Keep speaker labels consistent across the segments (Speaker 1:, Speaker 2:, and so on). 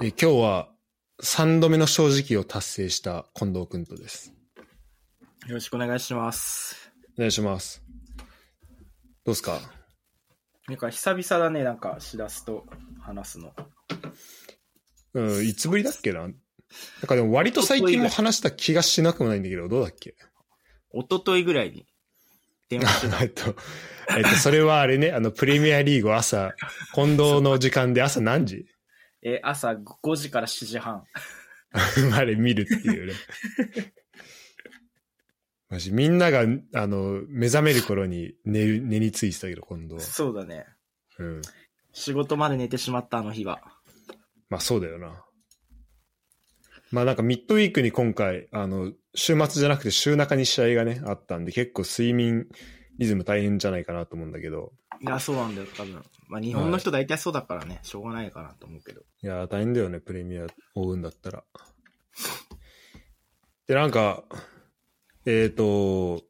Speaker 1: で、今日は3度目の正直を達成した近藤くんとです。
Speaker 2: よろしくお願いします。
Speaker 1: お願いします。どうですか
Speaker 2: なんか久々だね、なんかしらすと話すの。
Speaker 1: うん、いつぶりだっけななんかでも割と最近も話した気がしなくもないんだけど、どうだっけ
Speaker 2: 一昨日ぐらいに電話して
Speaker 1: えっと、えっと、それはあれね、あの、プレミアリーグ朝、近藤の時間で朝何時
Speaker 2: え、朝5時から7時半。
Speaker 1: まで見るっていうね。マジ、みんなが、あの、目覚める頃に寝る、寝についてたけど、今度は。
Speaker 2: そうだね。
Speaker 1: うん。
Speaker 2: 仕事まで寝てしまったあの日は。
Speaker 1: まあそうだよな。まあなんかミッドウィークに今回、あの、週末じゃなくて週中に試合がね、あったんで、結構睡眠リズム大変じゃないかなと思うんだけど、
Speaker 2: いや、そうなんだよ、多分。まあ日本の人大体そうだからね、しょうがないかなと思うけど。
Speaker 1: いやー大変だよね、プレミア追うんだったら。で、なんか、えっ、と、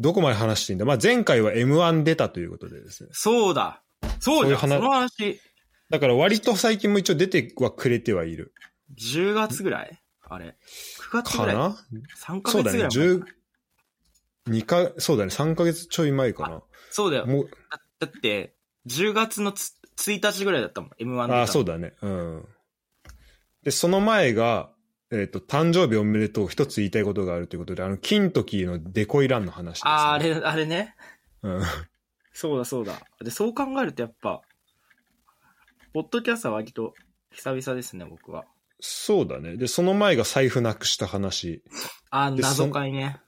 Speaker 1: どこまで話していいんだまあ前回は M1 出たということでですね。
Speaker 2: そうだそうじゃん
Speaker 1: そ
Speaker 2: そ
Speaker 1: い
Speaker 2: う
Speaker 1: う話
Speaker 2: の話、
Speaker 1: だから割と最近も一応出てはくれてはいる。
Speaker 2: 10月ぐらいあれ。9月ぐ
Speaker 1: から
Speaker 2: い
Speaker 1: な
Speaker 2: ?3 ヶ
Speaker 1: そう
Speaker 2: 月
Speaker 1: だね、
Speaker 2: ぐらい前
Speaker 1: 10、2か、そうだね、3ヶ月ちょい前か
Speaker 2: そうだ
Speaker 1: な。
Speaker 2: よ。
Speaker 1: もう、
Speaker 2: だって、10月のつ1日ぐらいだったもん、M1 で。
Speaker 1: ああ、そうだね。うん。で、その前が、えっ、と、誕生日おめでとう、一つ言いたいことがあるということで、あの、金時のデコイランの話です、ね。
Speaker 2: あーあれ、あれね。
Speaker 1: うん。
Speaker 2: そうだそうだ。で、そう考えるとやっぱ、ポッドキャストは割と久々ですね、僕は。
Speaker 1: そうだね。で、その前が財布なくした話。
Speaker 2: あー
Speaker 1: で
Speaker 2: 謎解ね。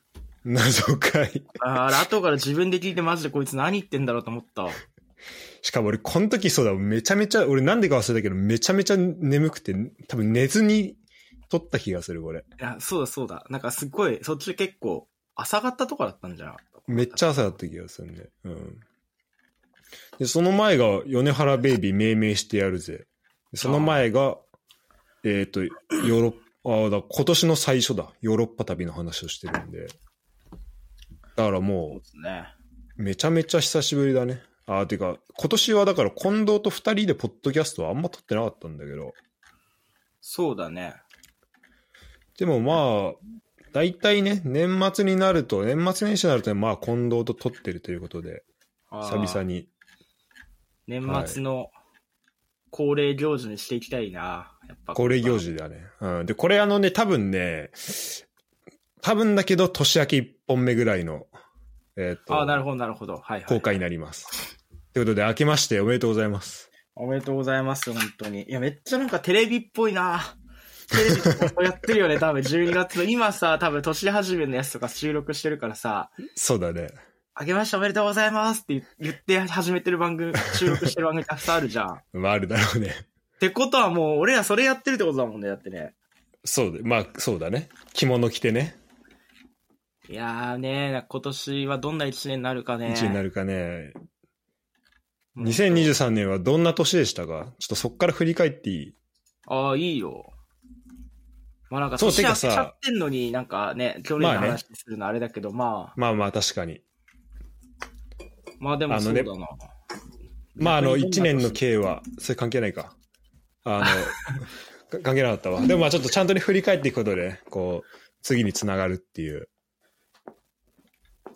Speaker 1: 謎解。
Speaker 2: あーあれ、後から自分で聞いてマジでこいつ何言ってんだろうと思ったわ。
Speaker 1: しかも俺、この時そうだ、めちゃめちゃ、俺なんでか忘れたけど、めちゃめちゃ眠くて、多分寝ずに撮った気がする、これ。
Speaker 2: いや、そうだそうだ。なんかすっごい、そっち結構、朝方とかだったんじゃん。
Speaker 1: めっちゃ朝だった気がするね。うん。で、その前が、米原ベイビー命名してやるぜ。でその前が、えっ、と、ヨーロッパ、あだ今年の最初だ。ヨーロッパ旅の話をしてるんで。だから
Speaker 2: そう
Speaker 1: も
Speaker 2: ですね。
Speaker 1: う、めちゃめちゃ久しぶりだね。あーてか、今年はだから近藤と二人でポッドキャストはあんま撮ってなかったんだけど。
Speaker 2: そうだね。
Speaker 1: でもまあ、大体ね、年末になると、年末年始になるとね、まあ近藤と撮ってるということで、
Speaker 2: あー
Speaker 1: 久々に。
Speaker 2: 年末の恒例行事にしていきたいな。やっぱ
Speaker 1: 恒例行。事だね。うん。で、これあのね、多分ね、多分だけど、年明け1本目ぐらいの、えっ、
Speaker 2: ああ、なる
Speaker 1: と、
Speaker 2: ほど、なるほど。はい、はい。
Speaker 1: 公開になります。ということで、明けましておめでとうございます。
Speaker 2: おめでとうございます、本当に。いや、めっちゃなんかテレビっぽいな。テレビとかこうやってるよね、多分12月の。今さ、多分年始めのやつとか収録してるからさ、
Speaker 1: そうだね。
Speaker 2: あげましておめでとうございますって言言って始めてる番組、収録してる番組たくさんあるじゃん。っ
Speaker 1: まあ、あるだろうね。
Speaker 2: てことはもう、俺らそれやってるってことだもんね、だってね。
Speaker 1: そうで、まあ、そうだね。着物着てね。
Speaker 2: いやーね、今年はどんな一年になるかね。
Speaker 1: 一、年になるかね。
Speaker 2: もう。
Speaker 1: 2023年はどんな年でしたかちょっとそっから振り返っていい
Speaker 2: ああ、いいよ。まあなんか、
Speaker 1: そう
Speaker 2: 年明けち
Speaker 1: てかさ
Speaker 2: ゃってんのになんかね、去年の
Speaker 1: まあね
Speaker 2: 話するのあれだけど、まあ、
Speaker 1: まあまあ、確かに。
Speaker 2: まあでも
Speaker 1: あ
Speaker 2: そ
Speaker 1: の
Speaker 2: う
Speaker 1: ね
Speaker 2: だな。
Speaker 1: まあ、あの、
Speaker 2: 逆に
Speaker 1: 1
Speaker 2: どんな
Speaker 1: 年の計は、それ関係ないか。あ の、か関係なかったわ。でもまあちょっとちゃんとね、振り返っていくことで、こう、次につながるっていう。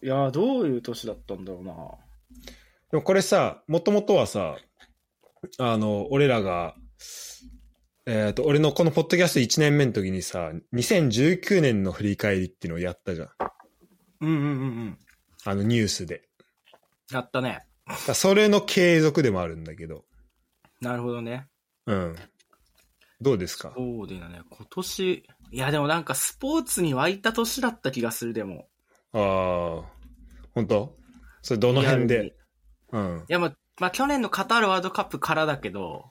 Speaker 2: いやー、どういう年だったんだろうな。
Speaker 1: でもこれさ、もともとはさ、あの、俺らが、えっ、と、俺のこのポッドキャスト1年目の時にさ、2019年の振り返りっていうのをやったじゃん。
Speaker 2: うんうんうんうん。
Speaker 1: あのニュースで。
Speaker 2: やったね。
Speaker 1: だからそれの継続でもあるんだけど。
Speaker 2: なるほどね。
Speaker 1: うん。どうですか
Speaker 2: そうだよね。今年、いやでもなんかスポーツに湧いた年だった気がする、でも。
Speaker 1: ああ、本当それどの辺
Speaker 2: リアルに
Speaker 1: で
Speaker 2: い
Speaker 1: うん。
Speaker 2: や、まあ、まあ去年のカタールワールドカップからだけど、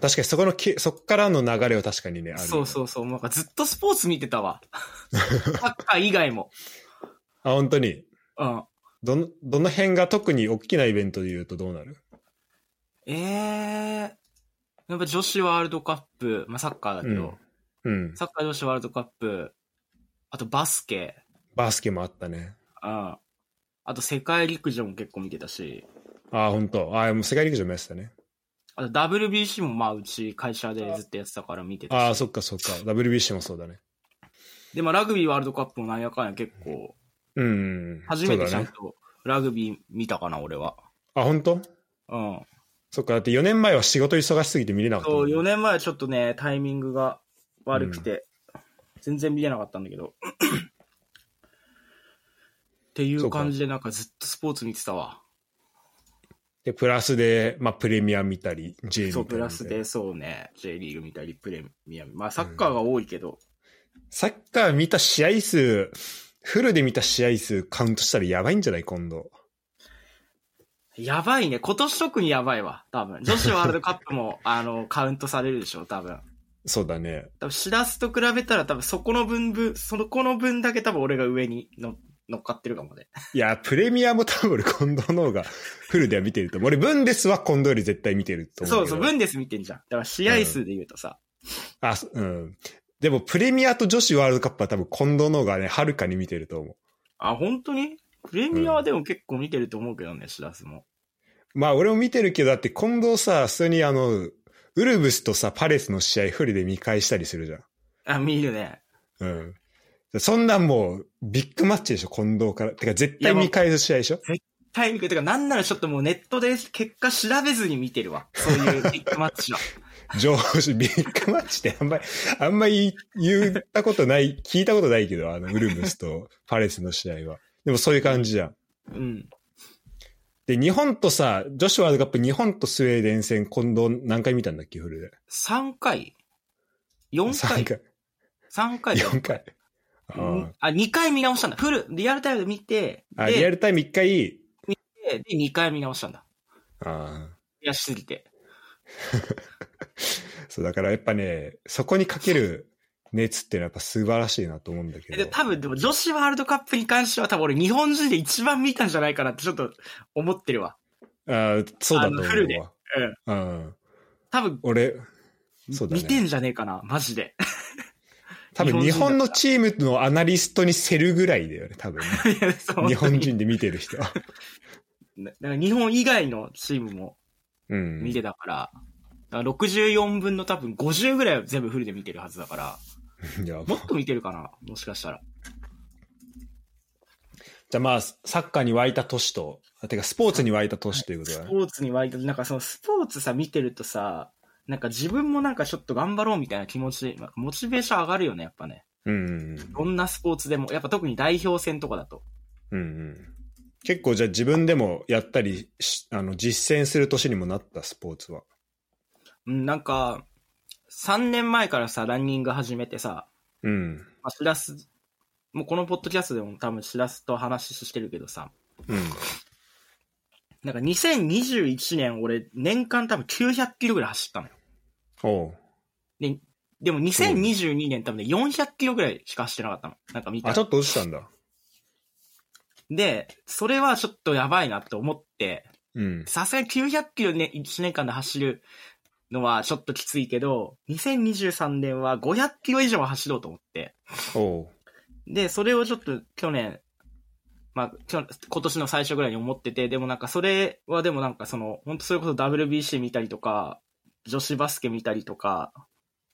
Speaker 1: 確かにそこのけ、そこからの流れは確かにね、ある。。
Speaker 2: そうそううそう、なんかずっとスポーツ見て たわ。サッカー以外も。
Speaker 1: あ、本当に。
Speaker 2: うん。
Speaker 1: どの、どの辺が特に大きなイベントで言うとどうなる
Speaker 2: ええー。やっぱ女子ワールドカップ、まあサッカーだけど、
Speaker 1: うん。
Speaker 2: サッカー女子ワールドカップ、あとバスケ、
Speaker 1: バスケもあったね。
Speaker 2: うん。あと世界陸上も結構見てたし、
Speaker 1: ああ、本当ああ、もう世界陸上もやってたね。
Speaker 2: あと WBC もまあうち会社でずっとやってたから見てたし
Speaker 1: ああ、そっかそっか。WBC もそうだね。
Speaker 2: で、まあラグビーワールドカップもなんやかんや結構、
Speaker 1: うん。
Speaker 2: 初めてち
Speaker 1: そ
Speaker 2: ゃ
Speaker 1: うんだね。
Speaker 2: とラグビー見たかな、俺は。
Speaker 1: あ、本当？
Speaker 2: うん。
Speaker 1: そっか。だって4年前は仕事忙しすぎて見れなかった
Speaker 2: そ
Speaker 1: も
Speaker 2: うん
Speaker 1: ね。
Speaker 2: 4年前はちょっとね、タイミングが悪くて、全然見れなかったんだけ ど。ってい
Speaker 1: そううか
Speaker 2: 感じで、なんかずっとスポーツ見てたわ。
Speaker 1: で、プラスで、まあ、プレミア見たり、J リーグ
Speaker 2: そう、
Speaker 1: 見た
Speaker 2: プ
Speaker 1: りみ
Speaker 2: ラ
Speaker 1: たい
Speaker 2: ス
Speaker 1: な
Speaker 2: で、そうね、J リーグ見たり、プレミアム。まあ、サッカーが多いけど、
Speaker 1: サッカー見た試合数、フルで見た試合数カウントしたらやばいんじゃない今度。
Speaker 2: やばいね。今年特にやばいわ、多分。女子ワールドカップも、あの、カウントされるでしょ、多分。
Speaker 1: そうだね。
Speaker 2: 多分、しらすと比べたら、多分、そこの分分、そのこの分だけ多分俺が上にの乗っかってるかもね。
Speaker 1: いや、プレミアも多分俺近藤の方がフルでは見てると思う。俺、ブンデスは近藤より絶対見てると思う
Speaker 2: そ
Speaker 1: け
Speaker 2: う
Speaker 1: ど。
Speaker 2: そう、分です見てんじゃん。だから、試合数で言うとさ、
Speaker 1: あ、そうん。でも、プレミアと女子ワールドカップは多分近藤の方がね、はるかに見てると思う。
Speaker 2: あ、本当にプレミアはでも結構見てると思うけどね、シラスも。
Speaker 1: まあ、俺も見てるけど、だって近藤さ、普通にあの、ウルブスとさ、パレスの試合フルで見返したりするじゃん。
Speaker 2: あ、見るね。
Speaker 1: うん。そんなんもう、ビッグマッチでしょ、近藤から。てか、絶対見返す試合でしょ
Speaker 2: タイミングてか、なんならちょっともうネットで結果調べずに見てるわ。そういうビッグマッ チは。
Speaker 1: 上司、ビッグマッチってあんまり、あんまり言ったことない、聞いたことないけど、あの、ウルムスとパレスの試合は。でもそういう感じじゃん。
Speaker 2: うん。
Speaker 1: で、日本とさ、女子ワールドカップ日本とスウェーデン戦、今度何回見たんだっけ、フルで。
Speaker 2: 3回 ?4
Speaker 1: 3
Speaker 2: 回
Speaker 1: 回。
Speaker 2: ?3 回だよ
Speaker 1: 4回。あ
Speaker 2: うんあ、2回見直したんだ。フル、リアルタイムで見て、
Speaker 1: ーあ、リア
Speaker 2: で、
Speaker 1: ルタイム1回、
Speaker 2: で2回見直したんだ。
Speaker 1: ああ。
Speaker 2: 悔しすぎて。
Speaker 1: そう、だからやっぱね、そこにかける熱っていうのはやっぱ素晴らしいなと思うんだけ
Speaker 2: で、
Speaker 1: ど。
Speaker 2: 多分、でも女子ワールドカップに関しては多分俺日本人で一番見たんじゃないかなってちょっと思ってるわ。
Speaker 1: あーそうだと
Speaker 2: あのフル
Speaker 1: 思
Speaker 2: で
Speaker 1: うわ。
Speaker 2: うん。
Speaker 1: うん。
Speaker 2: 多分、
Speaker 1: 俺、そうだね。
Speaker 2: 見てんじゃねえかな、マジで。
Speaker 1: 多分日本のチームのアナリストにせるぐらいだよね、多分ね、
Speaker 2: いやそう
Speaker 1: 日本人で見てる人は。
Speaker 2: だから日本以外のチームも
Speaker 1: うん。
Speaker 2: 見てたから、だから64分の多分50ぐらいは全部フルで見てるはずだから、
Speaker 1: いや
Speaker 2: もっと見てるかな、もしかしたら。
Speaker 1: じゃあまあ、サッカーに沸いた年と、あてかスポーツに沸いた年ということ
Speaker 2: ス
Speaker 1: だね。
Speaker 2: ポーツに割と、なんかそのスポーツさ、見てるとさ、なんか自分もなんかちょっと頑張ろうみたいな気持ち、まあモチベーション上がるよね、やっぱね。
Speaker 1: うんうん
Speaker 2: どんなスポーツでも、やっぱ特に代表戦とかだと。
Speaker 1: うん。うんうん。結構じゃあ自分でもやったりし、あの、実践する年にもなったスポーツは。
Speaker 2: うん、なんか、3年前からさ、ランニング始めてさ、
Speaker 1: うん。
Speaker 2: まあ、しらす、もうこのポッドキャストでも多分しらすと話してるけどさ、
Speaker 1: うん。
Speaker 2: なんか2021年俺年間多分900キロぐらい走ったのよ。
Speaker 1: おう。
Speaker 2: で、でも2022年多分ね400キロぐらいしか走ってなかったの。なんか見
Speaker 1: あ、
Speaker 2: た
Speaker 1: ち。ょっと落ちたんだ。
Speaker 2: で、それはちょっとやばいなって思って、
Speaker 1: うん。
Speaker 2: さすがに900キロね、1年間で走るのはちょっときついけど、2023年は500キロ以上は走ろうと思って。
Speaker 1: おう。
Speaker 2: で、それをちょっと去年、まあ、去今年の最初ぐらいに思ってて、でもなんかそれはでもなんかその、本当それこそ WBC 見たりとか、女子バスケ見たりとか、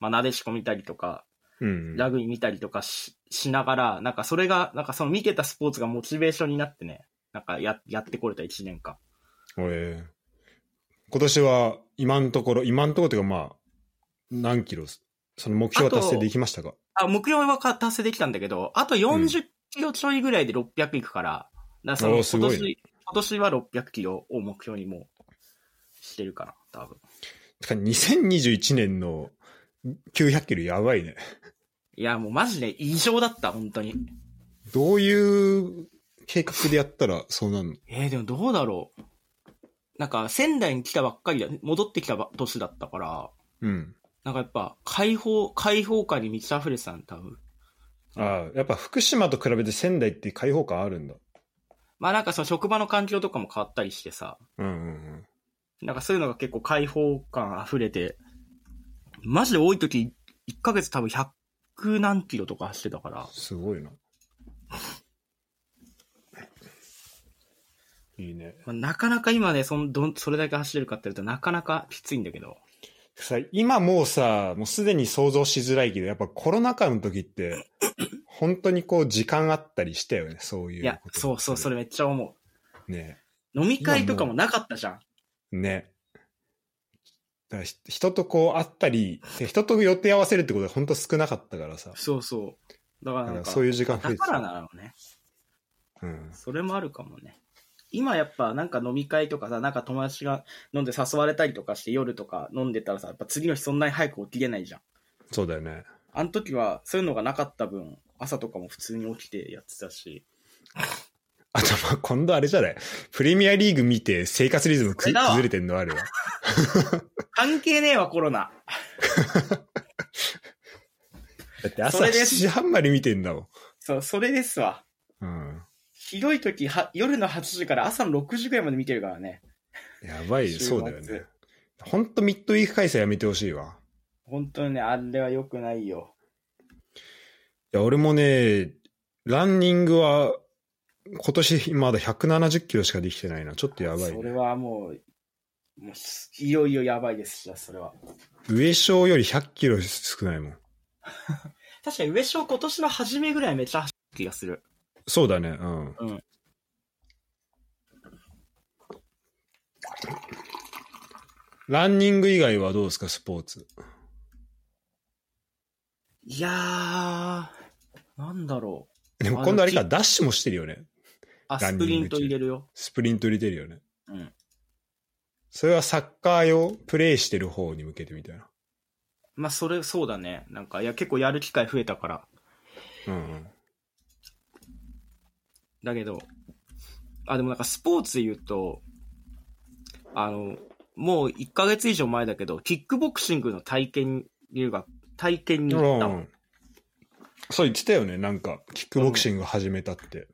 Speaker 2: まあ、なでしこ見たりとか、
Speaker 1: うん。
Speaker 2: ラグビー見たりとかししながら、なんかそれが、なんかその見てたスポーツがモチベーションになってね、なんかややってこれた1年間。
Speaker 1: ええ今年は今のところ、今のところというかまあ、何キロ、その目標は達成できましたか
Speaker 2: あ、目標は達成できたんだけど、あと40キロちょいぐらいで600いくから、だからそ
Speaker 1: お
Speaker 2: の
Speaker 1: ーす
Speaker 2: 今
Speaker 1: ごい
Speaker 2: 年、今年は600キロを目標にもうしてるかな、多分。
Speaker 1: てか2021年の900キロやばいね。
Speaker 2: いや、もうマジで異常だった、本当に。
Speaker 1: どういう計画でやったらそうなるの
Speaker 2: えー、でもどうだろう。なんか、仙台に来たばっかりだ、戻ってきたば年だったから、
Speaker 1: うん。
Speaker 2: なんかやっぱ、開放、開放感に満ち溢れてたん多分。
Speaker 1: ああ、やっぱ福島と比べて仙台って開放感あるんだ。
Speaker 2: まあなんかその職場の環境とかも変わったりしてさ、
Speaker 1: うんうん
Speaker 2: なんかそういうのが結構開放感溢れて、マジで多い時、1ヶ月多分100何キロとか走ってたから、
Speaker 1: すごいな。いいね。
Speaker 2: まあなかなか今ね、そんどんそれだけ走れるかって言うとなかなかきついんだけど。
Speaker 1: さ、今もうさ、もうすでに想像しづらいけど、やっぱコロナ禍の時って、本当にこう時間あったりしたよね、そういう。
Speaker 2: いや、そうそう、そ
Speaker 1: れ。
Speaker 2: れめっちゃ思
Speaker 1: ね。
Speaker 2: う。飲み会とかもなかったじゃん。
Speaker 1: ね。だからひ人とこう会ったり、人と予定合わせるってことは本当少なかったからさ。
Speaker 2: そうそう。だから
Speaker 1: だ
Speaker 2: な
Speaker 1: か
Speaker 2: ん
Speaker 1: ら
Speaker 2: か、
Speaker 1: そういう時間増え
Speaker 2: だ
Speaker 1: て
Speaker 2: から
Speaker 1: た。
Speaker 2: なのね。
Speaker 1: うん。
Speaker 2: それもあるかもね。今やっぱなんか飲み会とかさ、なんか友達が飲んで誘われたりとかして夜とか飲んでたらさ、やっぱ次の日そんなに早く起きれないじゃん。
Speaker 1: そうだよね。
Speaker 2: あの時はそういうのがなかった分、朝とかも普通に起きてやってたし。
Speaker 1: あと、まあ、今度あれじゃないプレミアリーグ見て生活リズム
Speaker 2: それ
Speaker 1: く
Speaker 2: だわ
Speaker 1: 崩れてんのあるわ。
Speaker 2: 関係ねえわ、コロナ。
Speaker 1: だって朝
Speaker 2: そ
Speaker 1: 7
Speaker 2: れです
Speaker 1: 時半まで見てんだもん。
Speaker 2: そう、それですわ。
Speaker 1: うん。
Speaker 2: ひどい時は、夜の8時から朝の6時ぐらいまで見てるからね。
Speaker 1: やばい、
Speaker 2: 週末
Speaker 1: そうだよね。ほんとミッドウィーク開催やめてほしいわ。
Speaker 2: 本当にね、あれは良くないよ。
Speaker 1: いや、俺もね、ランニングは、今年まだ170キロしかできてないな。ちょっとやばい、ね。
Speaker 2: それはもう、もうす、いよいよやばいです、じゃあそれは。
Speaker 1: 上昇より100キロ少ないもん。
Speaker 2: 確かに上昇今年の初めぐらいめっちゃ走る気がする。
Speaker 1: そうだね、うん。
Speaker 2: うん
Speaker 1: ランニング以外はどうですか、スポーツ。
Speaker 2: いやー、なんだろう。
Speaker 1: でも
Speaker 2: あ
Speaker 1: 今度あれ
Speaker 2: あ
Speaker 1: か、
Speaker 2: の
Speaker 1: ダッシュもしてるよね。
Speaker 2: あ、
Speaker 1: ラ
Speaker 2: ス
Speaker 1: ンニング
Speaker 2: プリント入れるよ。
Speaker 1: スプリント入れてるよね。
Speaker 2: うん。
Speaker 1: それはサッカー用、プレイしてる方に向けてみたいな。
Speaker 2: まあ、それ、そうだね。なんか、いや、結構やる機会増えたから。
Speaker 1: うんうん。
Speaker 2: だけど、あ、でもなんかスポーツで言うと、あの、もう1ヶ月以上前だけど、キックボクシングの体験留学、体験に行った
Speaker 1: う
Speaker 2: の
Speaker 1: んそう言ってたよね、なんか、キックボクシング始めたって。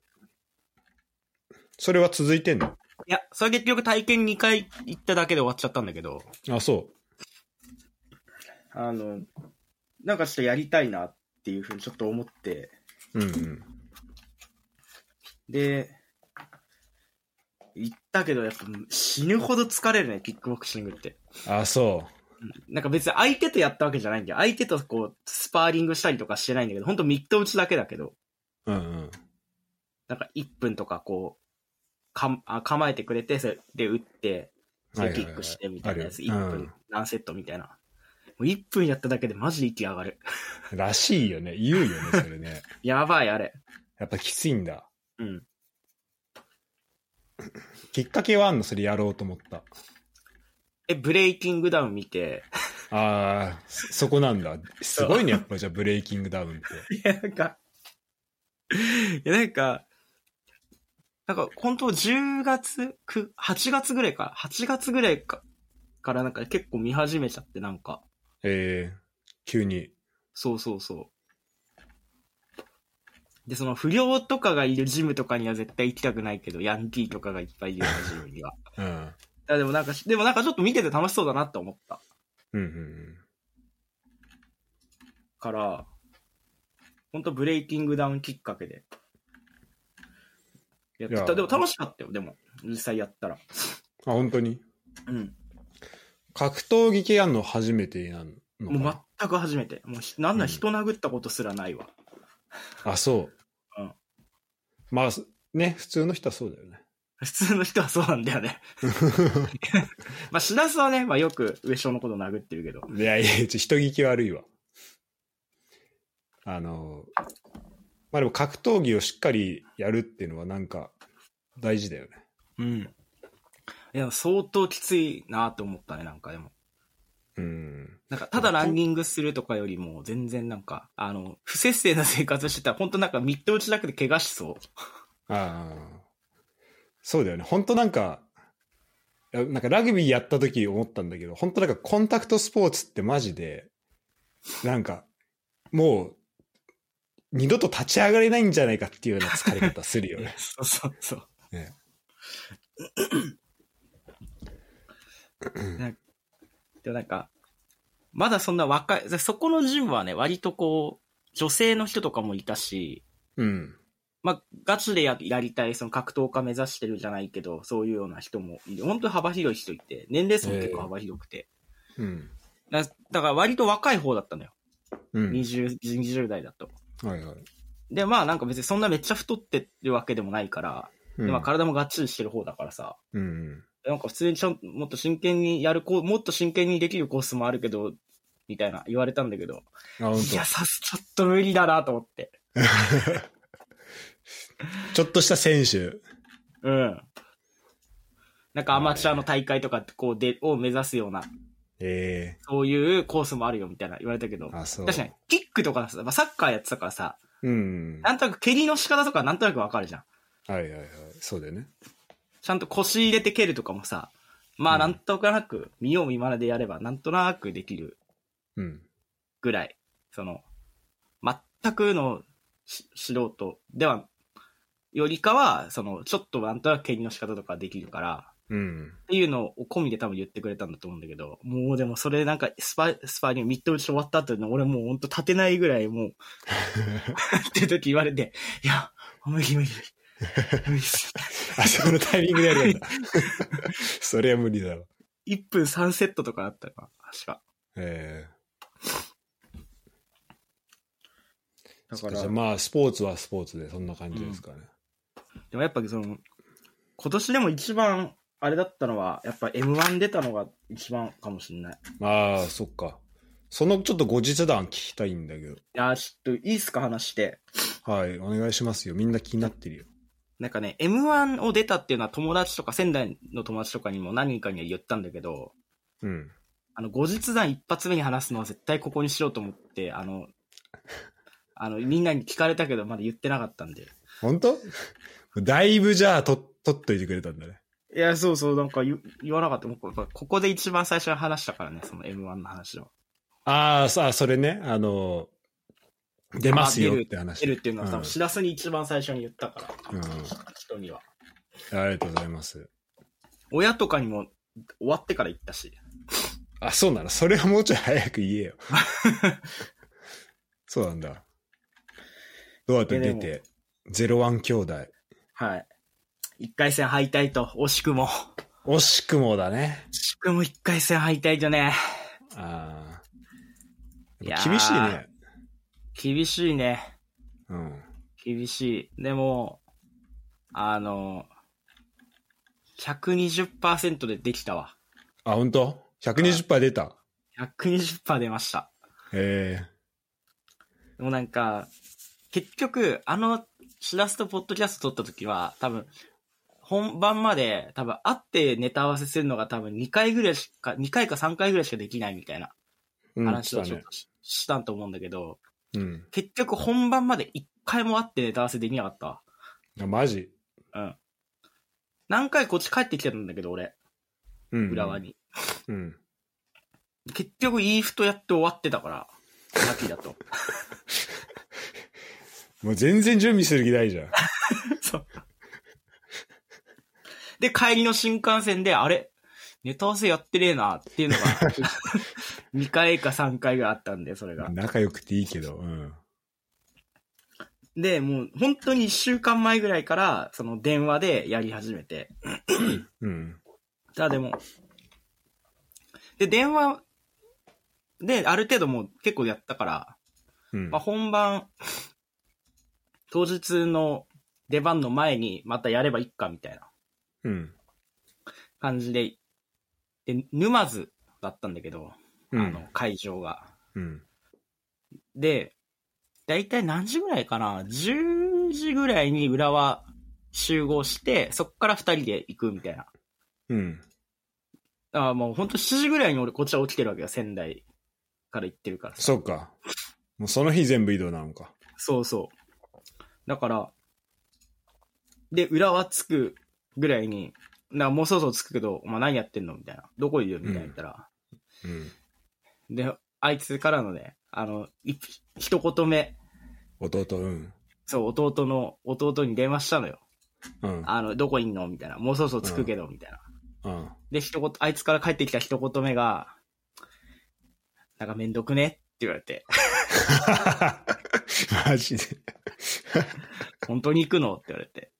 Speaker 1: それは続いてんの
Speaker 2: いや、それ結局体験2回行っただけで終わっちゃったんだけど、
Speaker 1: あ、そ
Speaker 2: あの、なんかちょっとやりたいなっていうふうにちょっと思って、
Speaker 1: う。うんうん。
Speaker 2: で、行ったけど、やっぱ死ぬほど疲れるね、キックボクシングって。
Speaker 1: あ、そう。
Speaker 2: なんか別に相手とやったわけじゃないんだよ。相手とこう、スパーリングしたりとかしてないんだけど、ほんとミット打ちだけだけど、
Speaker 1: うんうん。
Speaker 2: なんか1分とかこう、かんあ構えてくれて、それで打って、それキックしてみたいなやつ、
Speaker 1: はいはいはいあ
Speaker 2: 1
Speaker 1: るよ
Speaker 2: 分何セットみたいな。もう1分やっただけでマジで息上がる。
Speaker 1: うんらしいよね。言うよね、それ ね。
Speaker 2: やばい、あれ。
Speaker 1: やっぱきついんだ。
Speaker 2: うん。
Speaker 1: きっかけはあんのそれやろうと思った。
Speaker 2: え、ブレイキングダウン見て、
Speaker 1: ああ、そそこなんだ。すごいね、やっぱじゃあブレイキングダウンって。
Speaker 2: いや、 なんか、いや、なんか、なんか、本当10月、く8月ぐらいか、8月ぐらいかからなんか結構見始めちゃって、なんか、
Speaker 1: ええ急に。
Speaker 2: そうそうそう。で、その不良とかがいるジムとかには絶対行きたくないけど、ヤンキーとかがいっぱいいるようなジムには。
Speaker 1: うん。うん
Speaker 2: いやでもなんか、でもなんかちょっと見てて楽しそうだなって思った。
Speaker 1: うんうん。
Speaker 2: から、ほんとブレイキングダウンきっかけで。やって
Speaker 1: い
Speaker 2: た。
Speaker 1: や
Speaker 2: でも楽しかったよ、でも。実際やったら。
Speaker 1: あ、本当に
Speaker 2: うん。
Speaker 1: 格闘技系やんの初めてなのかな
Speaker 2: もう全く初めて。もうひ、なんな
Speaker 1: うん
Speaker 2: ら人殴ったことすらない わ。
Speaker 1: あ、そう。
Speaker 2: うん
Speaker 1: まあ、すね、普通の人はそうだよね。
Speaker 2: 普通の人はそうなんだよ ね。まあ、しらすはね、まあよく上昇のこと殴ってるけど。
Speaker 1: いやいや、ちょ人聞き悪いわ。あの、まあでも格闘技をしっかりやるっていうのはなんか大事だよね。
Speaker 2: うん。いや、相当きついなと思ったね、なんかでも。
Speaker 1: うん。
Speaker 2: なんか、ただランニングするとかよりも、全然なんか、あの、不節制な生活してたら、ほんとなんか、ミット打ちだけで怪我しそう。。
Speaker 1: ああ。そうだよね。本当なんか、いやなんかラグビーやった時思ったんだけど、本当なんかコンタクトスポーツってマジで、なんか、もう、二度と立ち上がれないんじゃないかっていうような疲れ方するよね
Speaker 2: そうそうそう。
Speaker 1: ね
Speaker 2: なんかでもなんか、まだそんな若い、そこのジムはね、割とこう、女性の人とかもいたし、
Speaker 1: うん。
Speaker 2: まあ、ガチでややりたい、その格闘家目指してるじゃないけど、そういうような人もいる。本当に幅広い人いて、年齢層も結構幅広くて。
Speaker 1: うん。
Speaker 2: だだから割と若い方だったのよ。
Speaker 1: うん。
Speaker 2: 20、20代だと。
Speaker 1: はいはい。
Speaker 2: で、まあなんか別にそんなめっちゃ太ってるわけでもないから、
Speaker 1: うん。
Speaker 2: でまあ体もがっちりしてる方だからさ、
Speaker 1: うん。
Speaker 2: なんか普通にちゃんともっと真剣にやるコーもっと真剣にできるコースもあるけど、みたいな言われたんだけど、
Speaker 1: あ、本
Speaker 2: いや、さす、ちょっと無理だなと思って。
Speaker 1: 当。ちょっとした選手。
Speaker 2: うん。なんかアマチュアの大会とかこうで、を目指すような、
Speaker 1: え
Speaker 2: そういうコースもあるよみたいな言われたけど
Speaker 1: え、あ、そう。
Speaker 2: 確かに。キックとかさ、まあ、サッカーやってたからさ、
Speaker 1: うん。
Speaker 2: なんとなく蹴りの仕方とかなんとなくわかるじゃん。
Speaker 1: はいはいはい。そうだよね。
Speaker 2: ちゃんと腰入れて蹴るとかもさ、ま
Speaker 1: う
Speaker 2: あ
Speaker 1: ん
Speaker 2: なんとなく、見よう見まねでやればなんとなくできる
Speaker 1: うん。
Speaker 2: ぐらい、その、全くのし素人では、よりかは、その、ちょっとなんとなく蹴りの仕方とかできるから、
Speaker 1: うん。
Speaker 2: っていうのを込みで多分言ってくれたんだと思うんだけど、もうでもそれなんかスパ、スパーリングミッド打ち終わった後の俺もうほんと立てないぐらいもう、って時言われて、いや、無理無理無理。無理っす。
Speaker 1: あ、そのタイミングでやるんだ。 それは無理だろ。
Speaker 2: 1分3セットとかあったかな、確か。
Speaker 1: ええ
Speaker 2: だか
Speaker 1: じゃ
Speaker 2: ら
Speaker 1: あ、まあ、スポーツはスポーツで、そんな感じですかね。
Speaker 2: でもやっぱその、今年でも一番、あれだったのは、やっぱ M1 出たのが一番かもしれない。
Speaker 1: ああ、そっか。そのちょっと後日談聞きたいんだけど。
Speaker 2: いやー、ちょっといいっすか話して。
Speaker 1: はい、お願いしますよ。みんな気になってるよ。
Speaker 2: なんかね、M1 を出たっていうのは友達とか、仙台の友達とかにも何人かには言ったんだけど、
Speaker 1: うん。
Speaker 2: あの、後日談一発目に話すのは絶対ここにしようと思って、あ の、あの、みんなに聞かれたけど、まだ言ってなかったんで。
Speaker 1: 本当だいぶじゃあ、と、取っといてくれたんだね。
Speaker 2: いや、そうそう、なんか言言わなかった。もうこここで一番最初に話したからね、その M1 の話を。
Speaker 1: ああ、さあ、それね、あの、出ますよ
Speaker 2: あ出る
Speaker 1: って話。
Speaker 2: 出るっていうのはさ、
Speaker 1: うん
Speaker 2: 知らずに一番最初に言ったから、
Speaker 1: うん。
Speaker 2: 人には。
Speaker 1: ありがとうございます。
Speaker 2: 親とかにも終わってから行ったし。
Speaker 1: あ、そうなのそれはもうちょい早く言え よ。そうなんだ。どうやって出
Speaker 2: いや
Speaker 1: て、ゼロワン兄弟。
Speaker 2: はい。一回戦敗退と、惜しくも。
Speaker 1: 惜しくもだね。
Speaker 2: 惜しくも一回戦敗退とね。
Speaker 1: ああ。
Speaker 2: い
Speaker 1: や
Speaker 2: や
Speaker 1: っ
Speaker 2: ー
Speaker 1: ぱ厳しいね。
Speaker 2: 厳しいね。
Speaker 1: うん。
Speaker 2: 厳しい。でも、あの、120%でできたわ。
Speaker 1: あ、本当120%出た。
Speaker 2: 120%出ました。
Speaker 1: へえ。
Speaker 2: でもなんか、結局、あの、シラスとポッドキャスト撮った時は、多分、本番まで、多分、会ってネタ合わせするのが多分2回ぐらいしか、2回か3回ぐらいしかできないみたいな
Speaker 1: うん
Speaker 2: 話を
Speaker 1: した
Speaker 2: ちょっ
Speaker 1: ね
Speaker 2: とし,、たと思うんだけど、
Speaker 1: うん。
Speaker 2: 結局本番まで1回も会ってネタ合わせできなかったわ。
Speaker 1: あマジ
Speaker 2: うん。何回こっち帰ってきてたんだけど、俺、
Speaker 1: うん。
Speaker 2: 浦和に。
Speaker 1: うん。
Speaker 2: 結局、イーフとやって終わってたから、ラッキー だと。
Speaker 1: もう全然準備する気ないじゃん。
Speaker 2: そう。で、帰りの新幹線で、あれネタ合わせやってねえなっていう のが、2回か3回ぐらいあったんで、それが。
Speaker 1: 仲良くていいけど。うん。
Speaker 2: で、もう本当に1週間前ぐらいから、その電話でやり始めて。
Speaker 1: うん。
Speaker 2: ただでも、で、電話である程度もう結構やったから、
Speaker 1: うん。
Speaker 2: まあ、
Speaker 1: あ
Speaker 2: 本番、当日の出番の前にまたやればいいかみたいな。
Speaker 1: うん。
Speaker 2: 感じで、で、沼津だったんだけど、
Speaker 1: うん
Speaker 2: あの、会場が。
Speaker 1: うん。
Speaker 2: で、だいたい何時ぐらいかな ?10 時ぐらいに浦和集合して、そっから二人で行くみたいな。
Speaker 1: うん。
Speaker 2: だからもうほんと7時ぐらいに俺こっちは起きてるわけよ、仙台から行ってるからさ
Speaker 1: そうか。もうその日全部移動なのか。
Speaker 2: そうそう。だから、で、浦和着くぐらいに、なんかもうそろそろ着くけど、お前何やってんのみたいな。どこいるみたいな言ったら、
Speaker 1: うん。
Speaker 2: で、あいつからのね、あの、い一言目、
Speaker 1: 弟、うん。
Speaker 2: そう、弟の、弟に電話したのよ。
Speaker 1: うん。
Speaker 2: あの、どこいんのみたいな。もうそろそろ着くけど、みたいな。
Speaker 1: うん。
Speaker 2: で、一言、あいつから帰ってきた一言目が、なんかめんどくねって言われて。
Speaker 1: マジで。
Speaker 2: 本当に行くのって言われて。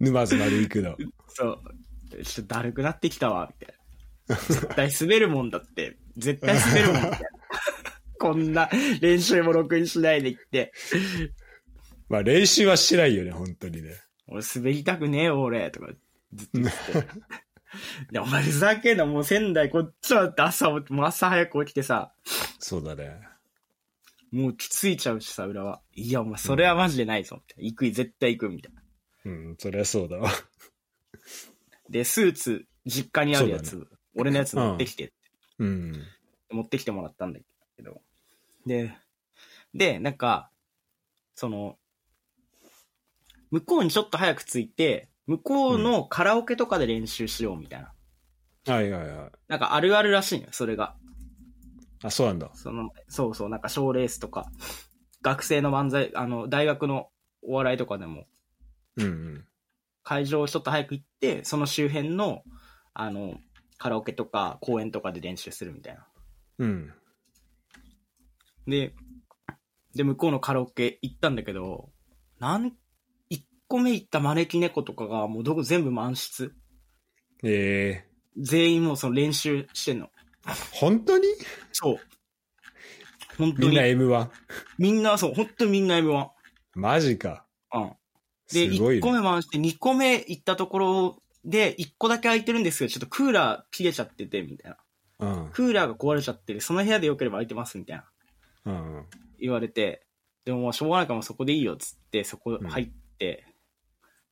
Speaker 1: 沼津まで行くの。
Speaker 2: そう。ちょっとだるくなってきたわ、みたいな。絶対滑るもんだって。絶対滑るもん、みたいな。 こんな練習も録音しないで行って。
Speaker 1: まあ練習はしないよね、本当にね。
Speaker 2: 俺滑りたくねえよ、俺。とか、ずっと言ってて。で、お前ふざけんな、もう仙台こっちはって朝、もう朝早く起きてさ、
Speaker 1: そうだね。
Speaker 2: もうきついちゃうしさ、裏は。いや、お前それはマジでないぞ、みたいな。行く、絶対行く、みたいな。
Speaker 1: うん、そりゃそうだわ。
Speaker 2: で、スーツ、実家にあるやつ、
Speaker 1: そ
Speaker 2: 俺のやつ持ってきて、
Speaker 1: うん。
Speaker 2: 持ってきてもらったんだけど。で、で、なんか、その、向こうにちょっと早く着いて、向こうのカラオケとかで練習しようみたいな。
Speaker 1: はいはいはい。
Speaker 2: なんかあるあるらしいのよ、それが。
Speaker 1: あ、そうなんだ。
Speaker 2: その、そうそう、なんか賞レースとか、学生の漫才、あの、大学のお笑いとかでも、
Speaker 1: うんうん。
Speaker 2: 会場をちょっと早く行って、その周辺の、あの、カラオケとか公園とかで練習するみたいな。
Speaker 1: うん。
Speaker 2: で、で、向こうのカラオケ行ったんだけど、なん、1個目行った招き猫とかが、もうどこ全部満室。
Speaker 1: ええ
Speaker 2: 全員もうその練習してんの。
Speaker 1: 本当に
Speaker 2: そう。本当
Speaker 1: みんな
Speaker 2: に。
Speaker 1: M1?
Speaker 2: みんな、そう、本当にみんな M1。
Speaker 1: マジか。
Speaker 2: うん。
Speaker 1: す
Speaker 2: で、
Speaker 1: ごい
Speaker 2: 1個
Speaker 1: ね。
Speaker 2: 目回して、2個目行ったところで、1個だけ空いてるんですけど、ちょっとクーラー切れちゃってて、みたいな。
Speaker 1: うん。
Speaker 2: クーラーが壊れちゃってる、その部屋で良ければ空いてます、みたい
Speaker 1: う
Speaker 2: な。
Speaker 1: ん。
Speaker 2: 言われて、でももうしょうがないからもうそこでいいよ、つって、そこ入って、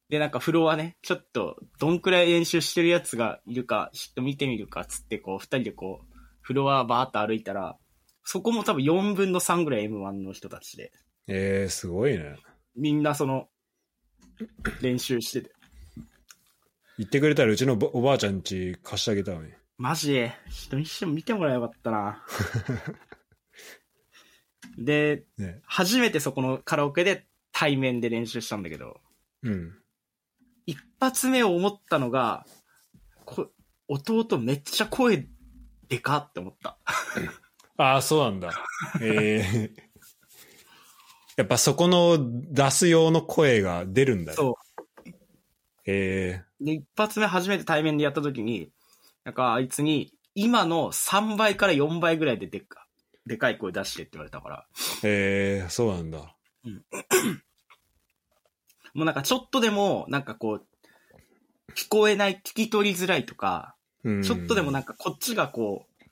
Speaker 2: で、なんかフロアね、ちょっと、どんくらい練習してるやつがいるか、ちょっと見てみるか、つって、こう、二人でこう、フロアバーっと歩いたら、そこも多分4分の3ぐらい M1 の人たちで、
Speaker 1: ええすごいね。
Speaker 2: みんなその、練習してて。
Speaker 1: 言ってくれたらうちのぼおばあちゃん家貸してあげたのに。
Speaker 2: マジで、人にしても見てもらえばよかったな。で、
Speaker 1: ね。
Speaker 2: 初めてそこのカラオケで対面で練習したんだけど、
Speaker 1: うん。
Speaker 2: 一発目を思ったのが、こ弟めっちゃ声でかって思った。
Speaker 1: ああ、そうなんだ。 ええやっぱそこの出す用の声が出るんだね。
Speaker 2: そ
Speaker 1: え
Speaker 2: う。で、一発目初めて対面でやった時に、なんかあいつに、今の3倍から4倍ぐらいででっか、でかい声出してって言われたから、
Speaker 1: えええそうなんだ。
Speaker 2: もうなんかちょっとでも、なんかこう、聞こえない、聞き取りづらいとか、
Speaker 1: うん。
Speaker 2: ちょっとでもなんんかこっちがこう、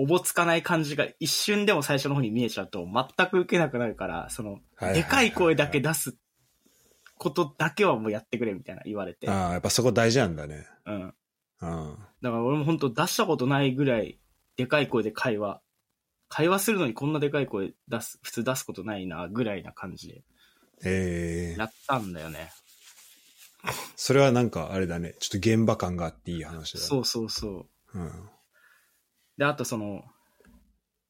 Speaker 2: おぼつかない感じが一瞬でも最初の方に見えちゃうと全く受けなくなるから、その、
Speaker 1: はいはいはい
Speaker 2: で
Speaker 1: はい
Speaker 2: かい声だけ出すことだけはもうやってくれみたいな言われて。
Speaker 1: ああ、やっぱそこ大事なんだね。
Speaker 2: うん。
Speaker 1: うん。
Speaker 2: だから俺も本当出したことないぐらいでかい声で会話。会話するのにこんなでかい声出す、普通出すことないな、ぐらいな感じで。
Speaker 1: ええ
Speaker 2: やったんだよね。
Speaker 1: それはなんかあれだね。ちょっと現場感があっていい話だ。
Speaker 2: そうそうそう。
Speaker 1: うん。
Speaker 2: で、あとその、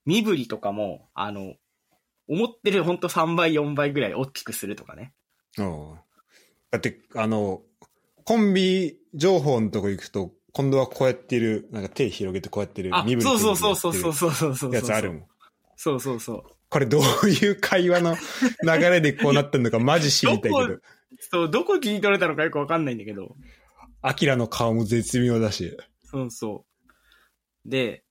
Speaker 2: 身振りとかも、あの、思ってるほんと3倍、4倍ぐらい大きくするとかね。
Speaker 1: おうだって、あの、コンビ情報のとこ行くと、今度はこうやってる、なんか手広げてこうやってる、
Speaker 2: あ、
Speaker 1: 身振り
Speaker 2: そう
Speaker 1: 手振
Speaker 2: そう
Speaker 1: りで
Speaker 2: そ
Speaker 1: や
Speaker 2: う
Speaker 1: って
Speaker 2: そ
Speaker 1: る
Speaker 2: うそうそうそうそう。
Speaker 1: やつあるもん。
Speaker 2: そうそうそう。
Speaker 1: これどういう会話の流れでこうなったのかマジ知りたいけ
Speaker 2: ど
Speaker 1: ど
Speaker 2: こ、そう、どこ聞い取れたのかよくわかんないんだけど。
Speaker 1: アキラの顔も絶妙だし。
Speaker 2: そうそう。で、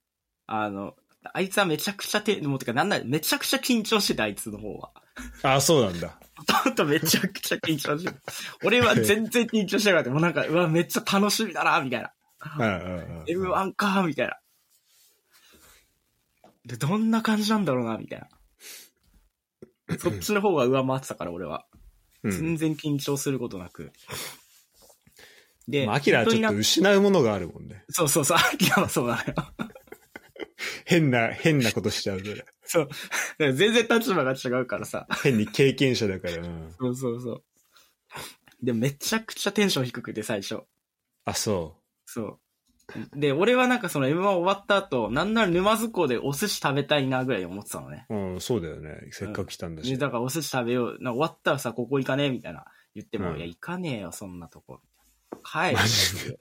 Speaker 2: あの、あいつはめちゃくちゃ手、もうてかなんならめちゃくちゃ緊張してた、あいつの方は。
Speaker 1: ああ、そうなんだ。
Speaker 2: 弟めちゃくちゃ緊 張してた。俺は全然緊張してなかった。もうなんか、うわ、めっちゃ楽しみだな、みたいな。
Speaker 1: うんうんうん
Speaker 2: M1 かみたいな。で、どんな感じなんだろうなみたいな。そっちの方が上回ってたから、俺は。
Speaker 1: う
Speaker 2: 全
Speaker 1: ん。
Speaker 2: 然緊張することなく。で、
Speaker 1: まあアキラはちょっ
Speaker 2: 本当
Speaker 1: と
Speaker 2: にな
Speaker 1: 失うものがあるもんね。
Speaker 2: そうそうそう、アキラはそうなのよ。
Speaker 1: 変な、変なことしちゃうから。
Speaker 2: そう。だから全然立場が違うからさ。
Speaker 1: 変に経験者だから。うん
Speaker 2: そうそうそう。で、めちゃくちゃテンション低くて、最初。
Speaker 1: あ、そ
Speaker 2: そう。で、俺はなんかその M1 終わった後、なんなら沼津港でお寿司食べたいなぐらい思ってたのね。
Speaker 1: う。うん、そうだよね。せっかく来たんだし。
Speaker 2: ねだからお寿司食べよう。なんか終わったらさ、ここ行かねえみたいな。言って
Speaker 1: う
Speaker 2: も、
Speaker 1: ん
Speaker 2: いや、行かねえよ、そんなとこ。帰る
Speaker 1: マジで。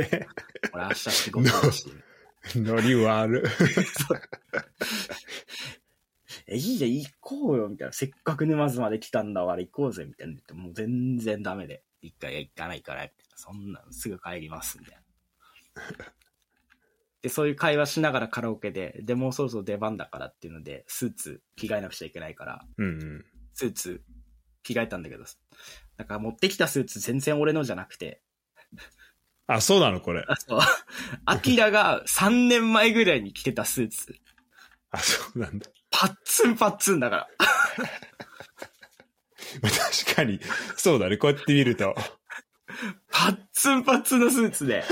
Speaker 1: へ
Speaker 2: 俺明日仕事だし。
Speaker 1: へノリ悪。
Speaker 2: そうえ、いいじゃん、行こうよ、みたいな。せっかく沼津まで来たんだから行こうぜ、みたいな言って。もう全然ダメで。一回いや行かないから、みたいな。そんなのすぐ帰ります、みたいな。で、そういう会話しながらカラオケで、で、もうそろそろ出番だからっていうので、スーツ着替えなくちゃいけないから、
Speaker 1: うんうん。
Speaker 2: スーツ着替えたんだけど、なんか持ってきたスーツ全然俺のじゃなくて、
Speaker 1: あ、そうなのこれ。
Speaker 2: あ、そう。アキラが3年前ぐらいに着てたスーツ。
Speaker 1: あ、そうなんだ。
Speaker 2: パッツンパッツンだから。
Speaker 1: まあ確かに、そうだね。こうやって見ると。
Speaker 2: パッツンパッツンのスーツで。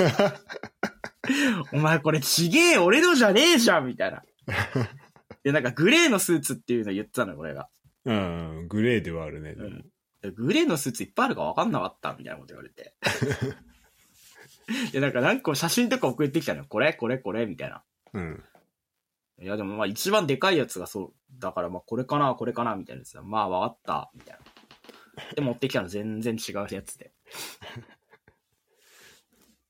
Speaker 2: お前これちげえ、俺のじゃねえじゃんみたいな。で、なんかグレーのスーツっていうの言ってたのよ、俺が。
Speaker 1: うんうん、グレーではあるね。
Speaker 2: うんでグレーのスーツいっぱいあるか分かんなかったみたいなこと言われて。で、なんか何個写真とか送ってきたのよ。これ、これ、これ、みたいな。
Speaker 1: うん。
Speaker 2: いや、でもまあ一番でかいやつがそう、だからまあこれかな、これかな、みたいなやつだまあ分かった、みたいな。で、持ってきたの全然違うやつで。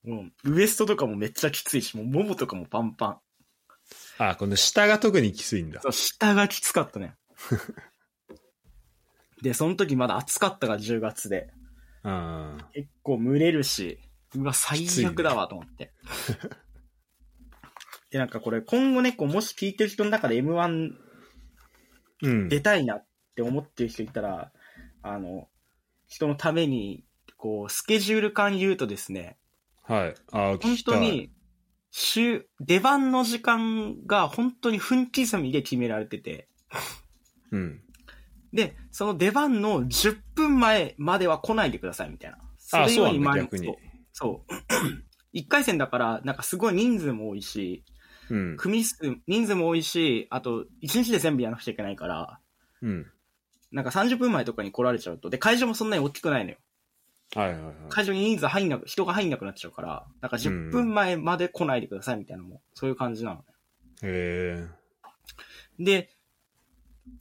Speaker 2: もう、ウエストとかもめっちゃきついし、もう、ももとかもパンパン。
Speaker 1: あ、この下が特にきついんだ
Speaker 2: そ。う下がきつかったね。 で、その時まだ暑かったから10月で。
Speaker 1: あ
Speaker 2: 結構蒸れるし、うわ、最悪だわ、と思って。で、なんかこれ、今後ね、こう、もし聞いてる人の中で M1
Speaker 1: ーうん。
Speaker 2: 出たいなって思ってる人いたら、あの、人のために、こう、スケジュール感言うとですね、
Speaker 1: はい。あー
Speaker 2: 本
Speaker 1: 聞き
Speaker 2: 当
Speaker 1: たい。
Speaker 2: に、週、出番の時間が本当に分刻みで決められてて、
Speaker 1: うん。
Speaker 2: で、その出番の10分前までは来ないでくださいみたいな。そ
Speaker 1: あ、
Speaker 2: れ
Speaker 1: そう
Speaker 2: よ
Speaker 1: な
Speaker 2: り
Speaker 1: んだ、
Speaker 2: 前
Speaker 1: 逆に。
Speaker 2: そう。1回 戦だから、なんかすごい人数も多いし、
Speaker 1: うん。
Speaker 2: 組数、人数も多いし、あと、1日で全部やらなくちゃいけないから、
Speaker 1: うん。
Speaker 2: なんか30分前とかに来られちゃうと、で、会場もそんなに大きくないのよ。
Speaker 1: はいはいはい。
Speaker 2: 会場に人数入んなく、人が入んなくなっちゃうから、なんか10分前まで来ないでくださいみたいなのも、そういう感じなのね。
Speaker 1: へえ。
Speaker 2: で、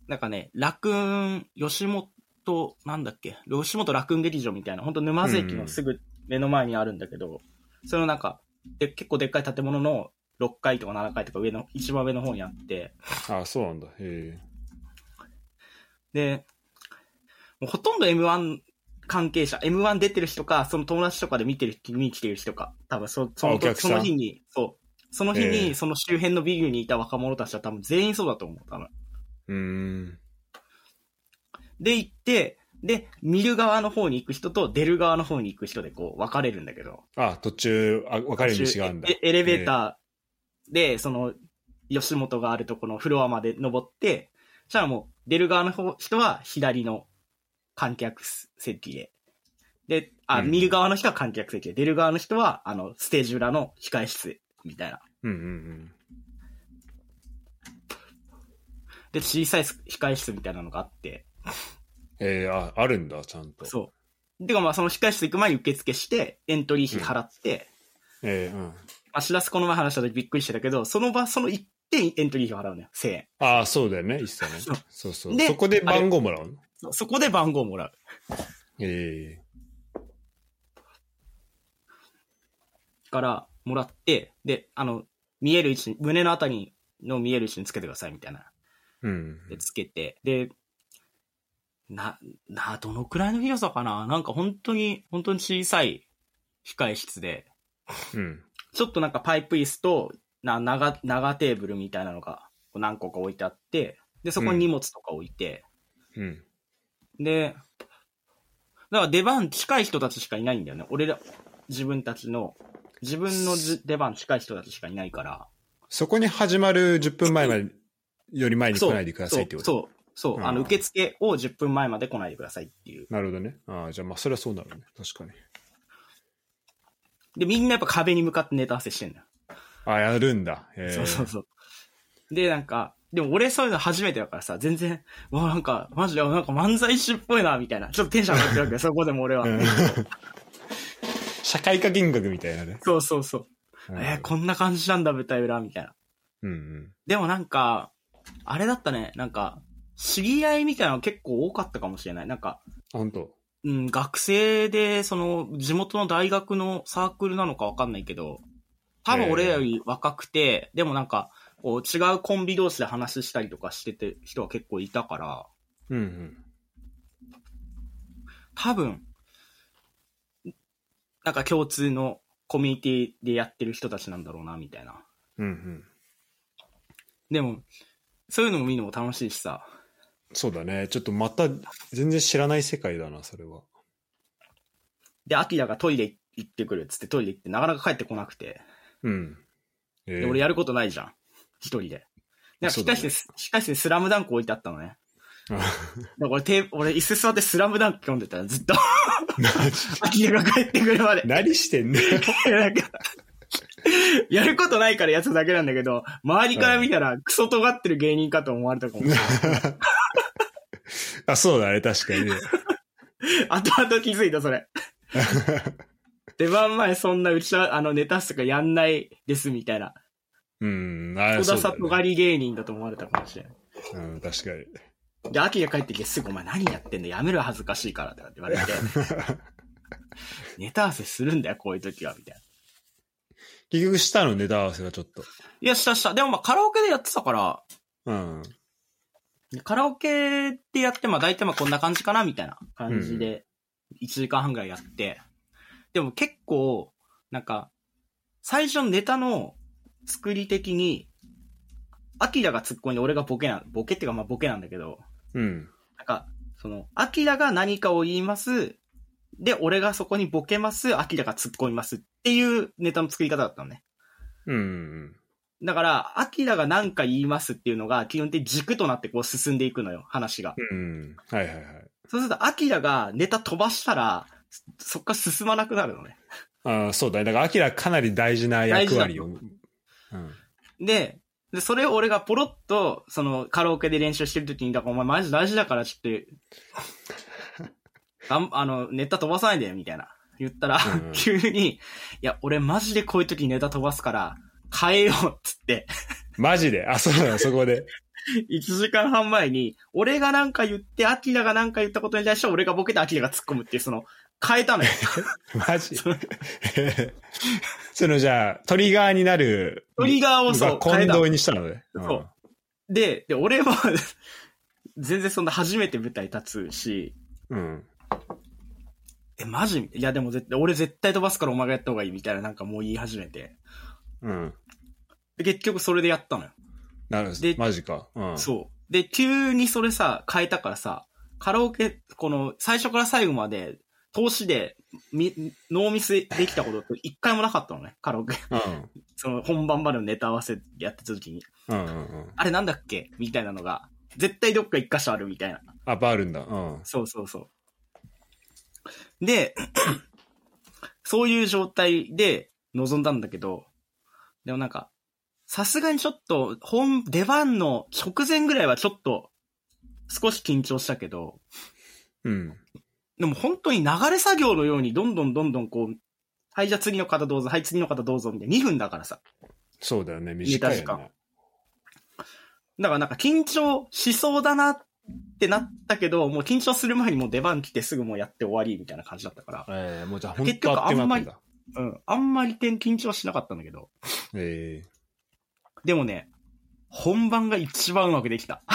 Speaker 2: なんかね、楽雲、吉本、なんだっけ、吉本楽雲劇場みたいな、本当沼津駅のすぐ目の前にあるんだけど、そのなんか、で、結構でっかい建物の6階とか7階とか上の、一番上の方にあって、
Speaker 1: あ、そうなんだ。へえ。
Speaker 2: で、もうほとんど M1 関係者、M1 出てる人か、その友達とかで見てる、見に来てる人か、多分そそ
Speaker 1: あお
Speaker 2: の
Speaker 1: 客さ
Speaker 2: そ
Speaker 1: ん
Speaker 2: の日に、そう、その日
Speaker 1: ええ
Speaker 2: に、その周辺のビルにいた若者たちは多分全員そうだと思う、多分。
Speaker 1: うーん。
Speaker 2: で、行って、で、見る側の方に行く人と出る側の方に行く人でこう分かれるんだけど。
Speaker 1: あ、途中、あ分かれる道があるんだ
Speaker 2: 途中。えエレベーターで、その、吉本があるとこのフロアまで登って、そしたらもう、出る側の方人は左の観客席へ。で、あ、
Speaker 1: うん
Speaker 2: 見る側の人は観客席へ。出る側の人は、あの、ステージ裏の控え室へ、みたいな。
Speaker 1: うんうん
Speaker 2: で、小さい控え室みたいなのがあって、
Speaker 1: うん。へえ、あ、あるんだ、ちゃんと。
Speaker 2: そう。てかまあ、その控え室行く前に受付して、エントリー費払って、
Speaker 1: ええ、うん。
Speaker 2: まあ、しらすこの前話した時びっくりしてたけど、その場、その1点エントリー費を払うのよ、1000円。
Speaker 1: ああ、そうだよね、一切ね
Speaker 2: そう。
Speaker 1: そうそう。
Speaker 2: で
Speaker 1: そこで番号もらうの
Speaker 2: そそこで番号をもらう。
Speaker 1: ええ。
Speaker 2: から、もらって、で、あの、見える位置に、胸のあたりの見える位置につけてください、みたいな。
Speaker 1: うん。
Speaker 2: で、つけて、で、な、な、どのくらいの広さかななんか本当に、本当に小さい控え室で、
Speaker 1: うん。
Speaker 2: ちょっとなんかパイプ椅子と、な、長、長テーブルみたいなのが、こう何個か置いてあって、で、そこに荷物とか置いて、
Speaker 1: うん。
Speaker 2: で、だから出番近い人たちしかいないんだよね。俺ら、自分たちの、自分のじ出番近い人たちしかいないから。
Speaker 1: そこに始まる10分前までより前に来ないでくださいってこと
Speaker 2: そう、そう、そうあ
Speaker 1: う
Speaker 2: の、
Speaker 1: ん
Speaker 2: 受付を10分前まで来ないでくださいっていう。
Speaker 1: なるほどね。ああ、じゃあまあそれはそうなるね。確かに。
Speaker 2: で、みんなやっぱ壁に向かってネタ合わせしてんだよ。
Speaker 1: あやるんだ。え
Speaker 2: そうそうそう。で、なんか、でも俺そういうの初めてだからさ、全然、うわ、なんか、マジで、あなんか漫才師っぽいな、みたいな。ちょっとテンション上がってる わけよ、そこでも俺は。
Speaker 1: うん社会科見学みたいなね。
Speaker 2: そうそうそ
Speaker 1: う
Speaker 2: う。
Speaker 1: ん
Speaker 2: えーこんな感じなんだ、舞台裏、みたいな。
Speaker 1: うんうん。
Speaker 2: でもなんか、あれだったね、なんか、知り合いみたいなの結構多かったかもしれない。なんか、
Speaker 1: あ本当。
Speaker 2: うん、学生で、その、地元の大学のサークルなのかわかんないけど、多分俺らより若くて、でもなんか、こう違うコンビ同士で話したりとかしてて人は結構いたから、
Speaker 1: うんうん。
Speaker 2: 多分、なんか共通のコミュニティでやってる人たちなんだろうな、みたいな。
Speaker 1: うんうん。
Speaker 2: でも、そういうのも見るのも楽しいしさ。
Speaker 1: そうだね。ちょっとまた、全然知らない世界だな、それは。
Speaker 2: で、アキラがトイレ行ってくるっつってトイレ行って、なかなか帰ってこなくて。
Speaker 1: うん。え
Speaker 2: で、
Speaker 1: ー
Speaker 2: 俺やることないじゃん。一人で。なんか、
Speaker 1: そう
Speaker 2: 控
Speaker 1: だね
Speaker 2: 室で、控室でスラムダンク置いてあった のね。
Speaker 1: あ
Speaker 2: だから俺、テー俺、椅子座ってスラムダンク読んでたらずっと、 アキラが帰ってくるまで。
Speaker 1: 何してんだよ。
Speaker 2: なんかやることないからやつだけなんだけど、周りから見たらクソ尖ってる芸人かと思われ たかもしれない。
Speaker 1: あ、そうだね、確かにね。
Speaker 2: 後々気づいた、それ。出番前そんなうちは、あの、ネタすとかやんないです、みたいな。
Speaker 1: うん、あ
Speaker 2: 小
Speaker 1: そ
Speaker 2: 田
Speaker 1: うだ、
Speaker 2: さ
Speaker 1: ね
Speaker 2: とがり芸人だと思われたかもしれない。
Speaker 1: うん、確かに。
Speaker 2: で、秋が帰ってきてすぐ、お前何やってんのやめろ恥ずかしいから、とかって言われて。ネタ合わせするんだよ、こういう時は、みたいな。
Speaker 1: 結局したの、ネタ合わせがちょっと。
Speaker 2: いや、したした。でもまあ、カラオケでやってたから、
Speaker 1: うん。
Speaker 2: カラオケでやって、まあ大体まあこんな感じかな、みたいな感じで、1時間半ぐらいやって、でも結構、なんか、最初のネタの作り的に、アキラがツッコミで俺がボケな、ボケっていうかまあボケなんだけど、
Speaker 1: うん。
Speaker 2: なんか、その、アキラが何かを言います、で、俺がそこにボケます、アキラが突っ込みますっていうネタの作り方だったのね。
Speaker 1: うん。
Speaker 2: だから、アキラが何か言いますっていうのが、基本的に軸となってこう進んでいくのよ、話が。
Speaker 1: うん。はいはいはい。
Speaker 2: そうすると、アキラがネタ飛ばしたら、そそっから進まなくなるのね。
Speaker 1: あそうだね。だから、アキラかなり大事な役割を。
Speaker 2: 大
Speaker 1: うん。
Speaker 2: で、で、それを俺がポロッと、その、カラオケで練習してる時に、だからお前マジ大事だからちょ っと、がん、あの、ネタ飛ばさないで、みたいな。言ったら、
Speaker 1: うん
Speaker 2: 急に、いや、俺マジでこういう時ネタ飛ばすから、変えよう、っつって、
Speaker 1: マジで。あ、そう だね、そこで。
Speaker 2: 1時間半前に、俺がなんか言って、アキラがなんか言ったことに対して、俺がボケてアキラが突っ込むっていう、その、変えた のよ。
Speaker 1: マジ その、じゃあ、トリガーになる。
Speaker 2: トリガーをそう
Speaker 1: が、
Speaker 2: 変え
Speaker 1: 近
Speaker 2: たの
Speaker 1: 藤にしたのね。
Speaker 2: そうで、で、俺は、全然そんな初めて舞台立つし、
Speaker 1: うん。うん。
Speaker 2: え、マジいや、でも絶対、俺絶対飛ばすからお前がやった方がいいみたいななんかもう言い始めて。
Speaker 1: うん。
Speaker 2: で、結局それでやったのよ。
Speaker 1: なるほど
Speaker 2: で
Speaker 1: マジか。うん。
Speaker 2: そう。で、急にそれさ、変えたからさ、カラオケ、この、最初から最後まで、投資で、み、ノーミスできたことって一回もなかったのね、カラオケ。
Speaker 1: うん。
Speaker 2: その、本番までのネタ合わせやってた時に。
Speaker 1: うんうんうん。
Speaker 2: あれなんだっけみたいなのが、絶対どっか一箇所あるみたいな。
Speaker 1: あ、やっぱあるんだ。うん。
Speaker 2: そうそうそう。で、 そういう状態で臨んだんだけど、でもなんか、さすがにちょっと、本、出番の直前ぐらいはちょっと、少し緊張したけど、
Speaker 1: うん。
Speaker 2: でも本当に流れ作業のように、どんどんどんどんこう、はい、じゃあ次の方どうぞ、はい、次の方どうぞ、みたいな2分だからさ。
Speaker 1: そうだよね、短い
Speaker 2: ネタ
Speaker 1: よ
Speaker 2: 時
Speaker 1: ね。
Speaker 2: だからなんか緊張しそうだなってなったけど、もう緊張する前にもう出番来てすぐもうやって終わり、みたいな感じだったから。
Speaker 1: ええもうじゃあ
Speaker 2: 結局
Speaker 1: 本当
Speaker 2: あんまり
Speaker 1: だ。
Speaker 2: うん。あんまり点緊張しなかったんだけど。
Speaker 1: え
Speaker 2: でもね、本番が一番うまくできた。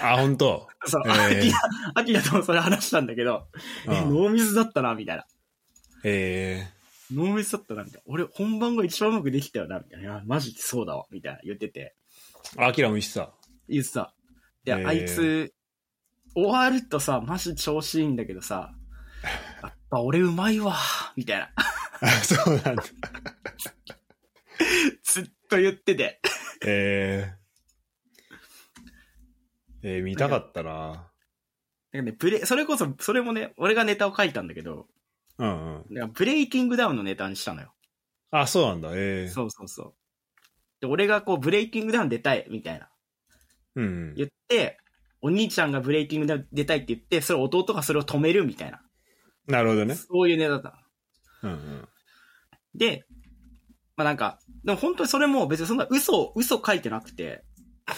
Speaker 1: えあ、本当。
Speaker 2: その、ア
Speaker 1: え
Speaker 2: キラ、アキラともそれ話したんだけど、
Speaker 1: え
Speaker 2: え、
Speaker 1: うん
Speaker 2: ノーミスだったな、みたいな。
Speaker 1: え
Speaker 2: ノーミスだったな、みたいな。俺、本番が一番うまくできたよな、みたいな。いやマジでそうだわ、みたいな言ってて。
Speaker 1: えアキラも言ってた。
Speaker 2: 言ってた。で、
Speaker 1: えー
Speaker 2: あいつ、終わるとさ、マジ調子いいんだけどさ、やっぱ俺うまいわ、みたいな。
Speaker 1: あ、 そうなんだ。
Speaker 2: ずっと言ってて。
Speaker 1: ええええ見たかったな。
Speaker 2: なんかね、ブレ、それこそ、それもね、俺がネタを書いたんだけど、
Speaker 1: うんうん。
Speaker 2: なんかブレイキングダウンのネタにしたのよ。
Speaker 1: あ、そうなんだ。ええ
Speaker 2: そうそうそう。で、俺がこう、ブレイキングダウン出たい、みたいな。
Speaker 1: うんうん。
Speaker 2: 言って、お兄ちゃんがブレイキングダウン出たいって言って、それ弟がそれを止めるみたいな。
Speaker 1: なるほどね。
Speaker 2: そういうネタだったの。
Speaker 1: うんうん。
Speaker 2: で、まあなんか、でも本当にそれも別にそんな嘘、嘘書いてなくて、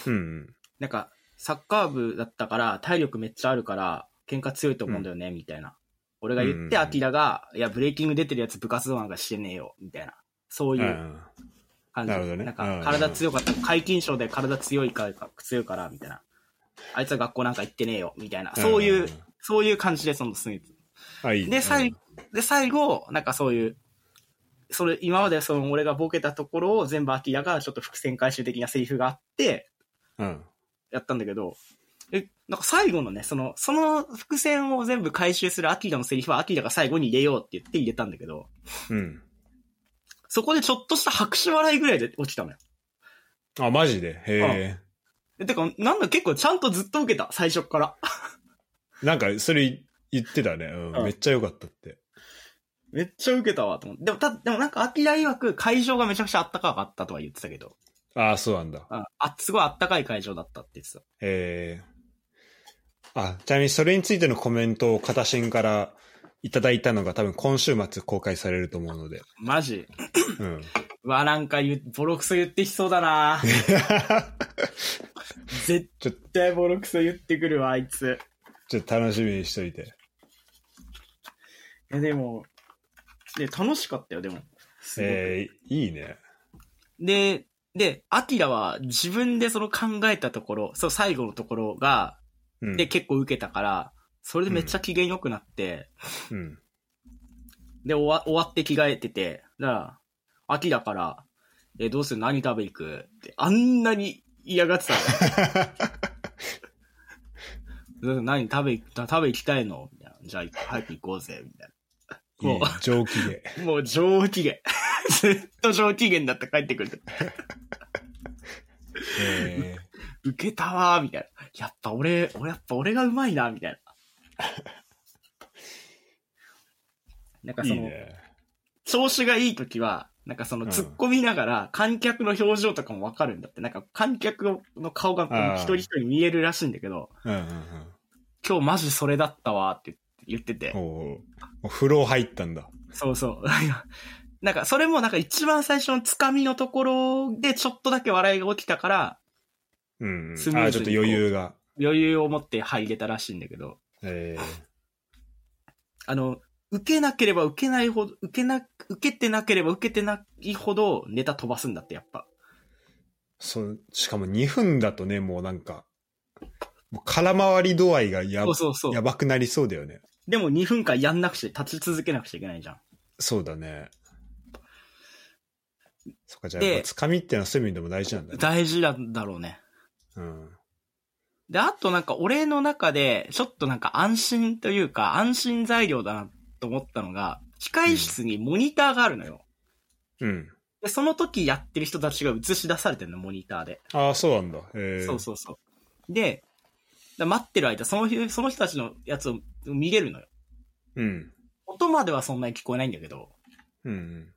Speaker 1: うんうん。
Speaker 2: なんか、サッカー部だったから、体力めっちゃあるから、喧嘩強いと思うんだよね、みたいな。俺が言って、
Speaker 1: うん
Speaker 2: アキラが、いや、ブレイキング出てるやつ部活動なんかしてねえよ、みたいな。そううんいううん感じ。
Speaker 1: なるほどね
Speaker 2: なん
Speaker 1: うんう
Speaker 2: か
Speaker 1: ん、
Speaker 2: 体強かった。皆勤賞で体強いからか、強いから、みたいな。あいつは学校なんか行ってねえよ、みたいな。そうい
Speaker 1: うんうん
Speaker 2: う、そういう感じで、そのスミス。
Speaker 1: あ、いい。
Speaker 2: で、最
Speaker 1: 後
Speaker 2: 後、で、最後、なんかそういう、それ、今までその俺がボケたところを全部アキラがちょっと伏線回収的なセリフがあって、
Speaker 1: うん。
Speaker 2: やったんだけど、え、なんか最後のね、その、その伏線を全部回収するアキラのセリフはアキラが最後に入れようって言って入れたんだけど、
Speaker 1: うん。
Speaker 2: そこでちょっとした拍手笑いぐらいで落ちたのよ。
Speaker 1: あ、マジで。へ
Speaker 2: えてか、なんだ結構ちゃんとずっと受けた、最初っから。
Speaker 1: え。なんか、それ言ってたね。
Speaker 2: う
Speaker 1: うんん。めっちゃ良かったって。
Speaker 2: めっちゃ受けたわ、と思って。でも、た、でもなんかアキラ曰く会場がめちゃくちゃあったかかったとは言ってたけど、
Speaker 1: ああ、そうなんだ。
Speaker 2: うんあ、すごいあったかい会場だったって言ってた。
Speaker 1: えー、あ、ちなみにそれについてのコメントを片新からいただいたのが多分今週末公開されると思うので。
Speaker 2: マジ
Speaker 1: うん。
Speaker 2: うわ、なんか言う、ボロクソ言ってきそう だな絶
Speaker 1: ちょっ
Speaker 2: 対ボロクソ言ってくるわ、あいつ。
Speaker 1: ちょっと楽しみにしといて。
Speaker 2: え、でも、で、楽しかったよ、でも。すごく
Speaker 1: えー、いいね。
Speaker 2: で、で、アキラは自分でその考えたところ、そう、最後のところが、
Speaker 1: うん。
Speaker 2: で、結構受けたから、それでめっちゃ機嫌良くなって、
Speaker 1: うん。
Speaker 2: で、終わ終わって着替えてて、だから、アキラから、え、どうする何食べ行くって、あんなに嫌がってたの。 どうする何食べ行く、食べ行きたいのみたいな。じゃあ、早く行こうぜ、みたい
Speaker 1: いい
Speaker 2: も
Speaker 1: 上機嫌。
Speaker 2: な。もう上機嫌。 ずっと上機嫌だった帰ってくる。
Speaker 1: え
Speaker 2: 受けたわー、みたいな。やっぱ俺、俺やっぱ俺がうまいな、みたいな。 なんか
Speaker 1: ー、
Speaker 2: そ
Speaker 1: い
Speaker 2: の、
Speaker 1: いね。
Speaker 2: 調子がいい時は、なんかその
Speaker 1: うん
Speaker 2: 突っ込みながら観客の表情とかもわかるんだって。なんか観客の顔がこ
Speaker 1: あー
Speaker 2: う一人一人見えるらしいんだけど、
Speaker 1: うんうんうん。
Speaker 2: 今日マジそれだったわーって言ってて
Speaker 1: お。おお風呂入ったんだ。
Speaker 2: そうそう。 なんかそれもなんか一番最初のつかみのところでちょっとだけ笑いが起きたから、
Speaker 1: うん、うん。あ
Speaker 2: スムーズに
Speaker 1: ーちょっと余裕が。
Speaker 2: 余裕を持って入れたらしいんだけど、
Speaker 1: え
Speaker 2: あの、受けなければ受けないほど、受けな、受けてなければ受けてないほどネタ飛ばすんだって、やっぱ。
Speaker 1: ー、そう、しかも2分だとね、もうなんか、もう空回り度合いがや
Speaker 2: そ
Speaker 1: ば
Speaker 2: うそうそう
Speaker 1: や。ばくなりそうだよね。
Speaker 2: でも2分間やんなくちゃ、立ち続けなくちゃいけないじゃん。
Speaker 1: そうだね。そっか、じゃあ、
Speaker 2: で
Speaker 1: やっぱつかみってのはそういう意味でも大事なんだね。
Speaker 2: 大事なんだろうね。
Speaker 1: うん。
Speaker 2: で、あとなんか俺の中で、ちょっとなんか安心というか、安心材料だなと思ったのが、控室にモニターがあるのよ。
Speaker 1: うん。
Speaker 2: で、その時やってる人たちが映し出されてるの、モニターで。
Speaker 1: ああ、そうなんだ。えー、
Speaker 2: そうそうそう。で、だ待ってる間、その日、その人たちのやつを見れるのよ。
Speaker 1: う。うん。
Speaker 2: 音まではそんなに聞こえないんだけど、
Speaker 1: うんうん。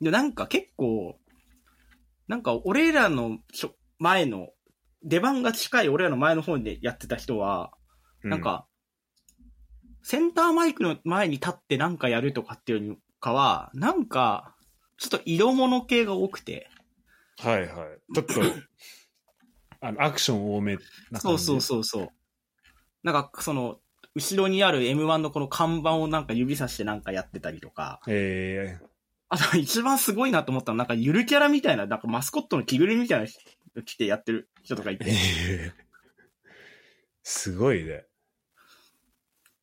Speaker 2: で、なんか結構、なんか俺らのちょ前の、出番が近い俺らの前の方でやってた人は、
Speaker 1: う
Speaker 2: なん、か、センターマイクの前に立ってなんかやるとかっていうよりかは、なんか、ちょっと色物系が多くて、
Speaker 1: はいはい。ちょっと、あの、アクション多めな
Speaker 2: そ
Speaker 1: 感
Speaker 2: う
Speaker 1: じ。
Speaker 2: そうそうそう。なんか、その、後ろにある M1 のこの看板をなんか指さしてなんかやってたりとか、
Speaker 1: え
Speaker 2: あと一番すごいなと思ったのはなんかゆるキャラみたいな、なんかマスコットの着ぐるみみたいな人着てやってる人とかい
Speaker 1: ー、
Speaker 2: て、
Speaker 1: えー、すごいね。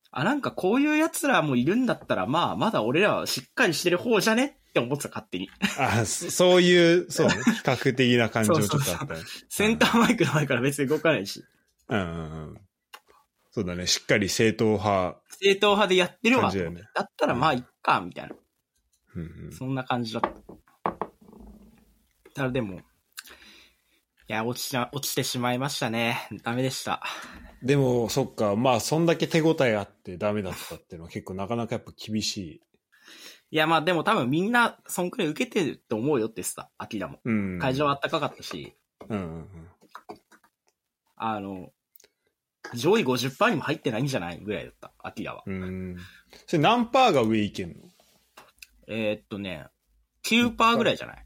Speaker 2: あ、なんかこういう奴らもいるんだったら、まあ、まだ俺らはしっかりしてる方じゃねって思ってた、勝手に。
Speaker 1: あそそういう、そうね、比較的な感じもちょっとあったね。
Speaker 2: センターマイクの前から別に動かないし、
Speaker 1: うんうんうん。そうだね、しっかり正統派
Speaker 2: 正統派でやってる
Speaker 1: 感
Speaker 2: わ
Speaker 1: じ。だよね。
Speaker 2: だったらまあ、いっか、みたいな。
Speaker 1: うんうん、
Speaker 2: そんな感じだった。ただでも、いや、落ちた、落ちてしまいましたね。ダメでした。
Speaker 1: でも、そっか、まあ、そんだけ手応えあってダメだったっていうのは結構なかなかやっぱ厳しい。
Speaker 2: いや、まあでも多分みんな、そんくらい受けてると思うよってさ、アキラも。
Speaker 1: うん。
Speaker 2: 会場は暖かかったし、
Speaker 1: うんうんうん。
Speaker 2: あの、上位50%にも入ってないんじゃないぐらいだった、アキラは。
Speaker 1: うん。それ何パーが上いけんの
Speaker 2: えーっとね、9%ぐらいじゃない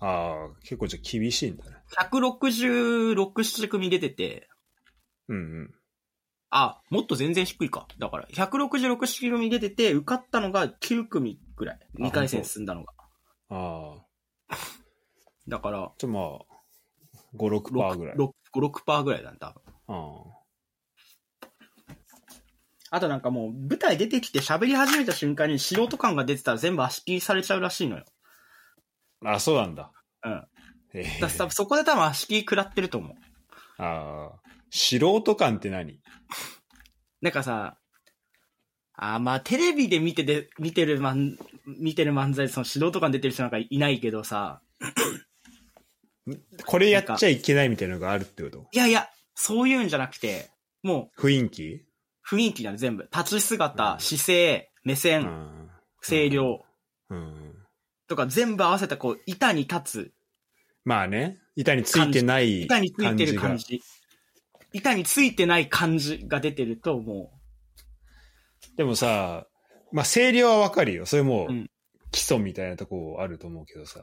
Speaker 1: ああ、結構じゃあ厳しいんだね。
Speaker 2: ?166、7組出てて、
Speaker 1: うんうん。
Speaker 2: あ、もっと全然低いか。だから、166、7組出てて、受かったのが9組ぐらい。
Speaker 1: あ
Speaker 2: 2回戦進んだのが。
Speaker 1: ああ。
Speaker 2: だから、
Speaker 1: じゃあまあ、5、6%パーぐらい。
Speaker 2: 6、6%パーぐらいだね、多分。
Speaker 1: あ
Speaker 2: あとなんかもう、舞台出てきて喋り始めた瞬間に素人感が出てたら全部足切りされちゃうらしいのよ。
Speaker 1: あ。あ、そうなんだ。
Speaker 2: うん。
Speaker 1: へえ
Speaker 2: だから多分そこで多分足切り食らってると思う。
Speaker 1: ああ。素人感って何
Speaker 2: なんかさ、あーまあテレビで見てて、見てる漫、見てる漫才でその素人感出てる人なんかいないけどさ、
Speaker 1: これやっちゃいけないみたいなのがあるってこと
Speaker 2: いやいや、そういうんじゃなくて、も
Speaker 1: 雰囲気
Speaker 2: う雰囲気なの全部。立ち
Speaker 1: う
Speaker 2: 姿、
Speaker 1: ん
Speaker 2: 姿勢、目
Speaker 1: う
Speaker 2: 線、
Speaker 1: ん。
Speaker 2: 声量
Speaker 1: うん。
Speaker 2: とか全部合わせたこう、板に立つ、
Speaker 1: まあね、板についてない
Speaker 2: 板についてる感
Speaker 1: 感
Speaker 2: じ。
Speaker 1: じ
Speaker 2: 板についてない感じが出てると、も
Speaker 1: がでもさ、まあ声量はわかるよ。それも
Speaker 2: うん
Speaker 1: 基礎みたいなとこあると思うけどさ。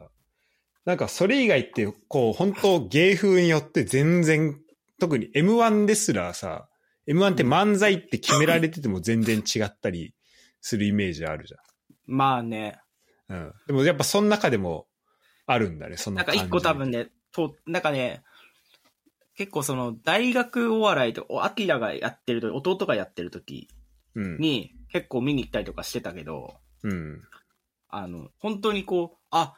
Speaker 1: なんかそれ以外って、こう、本当芸風によって全然、特に M1 ですらさ、M1 って漫才って決められてても全然違ったりするイメージあるじ
Speaker 2: う、まあね、
Speaker 1: ゃん。うん。でもやっぱその中でもあるんだね、その
Speaker 2: なんか
Speaker 1: 感じ。
Speaker 2: 一個多分ね、と、なんかね、結構その、大学お笑いと、おアキラがやってると、弟がやってる時
Speaker 1: うん。
Speaker 2: に、結構見に行ったりとかしてたけど、
Speaker 1: うん。
Speaker 2: あの、本当にこう、あ、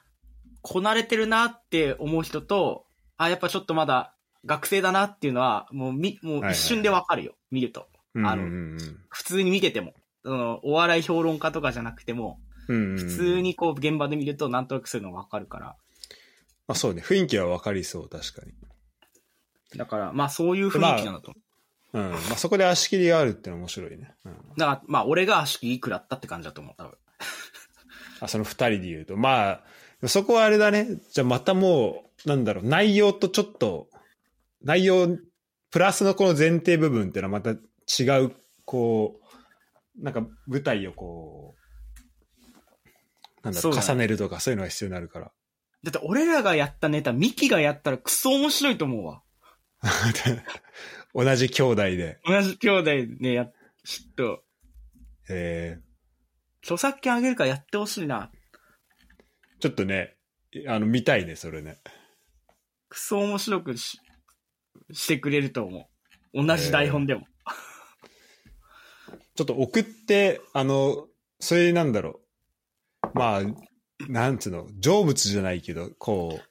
Speaker 2: こなれてるなって思う人と、あ、やっぱちょっとまだ学生だなっていうのは、もうみ、もう一瞬でわかるよ、見ると。
Speaker 1: うん。
Speaker 2: あの
Speaker 1: うん
Speaker 2: 普通に見てても。その、お笑い評論家とかじゃなくても、
Speaker 1: うん。
Speaker 2: 普
Speaker 1: 普
Speaker 2: 通。にこう、現場で見るとなんとなくそういうのわかるから。
Speaker 1: まあそうね、雰囲気はわかりそう、確かに。
Speaker 2: だから、まあそういう雰囲気なんだと思う。
Speaker 1: うん。まあ、そこで足切りがあるってのは面白いね。うん。
Speaker 2: だから、まあ、俺が足切り食らったって感じだと思う、多分。
Speaker 1: あ、その二人で言うと。まあ、そこはあれだね。じゃあまたもう、なんだろう、内容とちょっと、内容、プラスのこの前提部分ってのはまた違う、こう、なんか舞台をこう、なんだろ
Speaker 2: そう
Speaker 1: う、
Speaker 2: だね
Speaker 1: 重ねるとかそういうのが必要になるから。
Speaker 2: だって、俺らがやったネタ、ミキがやったらクソ面白いと思うわ。
Speaker 1: 同じ兄弟で。
Speaker 2: 同じ兄弟ね、や、ちょっと、
Speaker 1: えー
Speaker 2: 著作権あげるからやってほしいな。
Speaker 1: ちょっとね、あの、見たいね、それね。
Speaker 2: クソ面白くし、してくれると思う。同じ台本でも。
Speaker 1: ちょっと送って、あの、そういうなんだろう。まあ、なんつうの、成仏じゃないけど、こ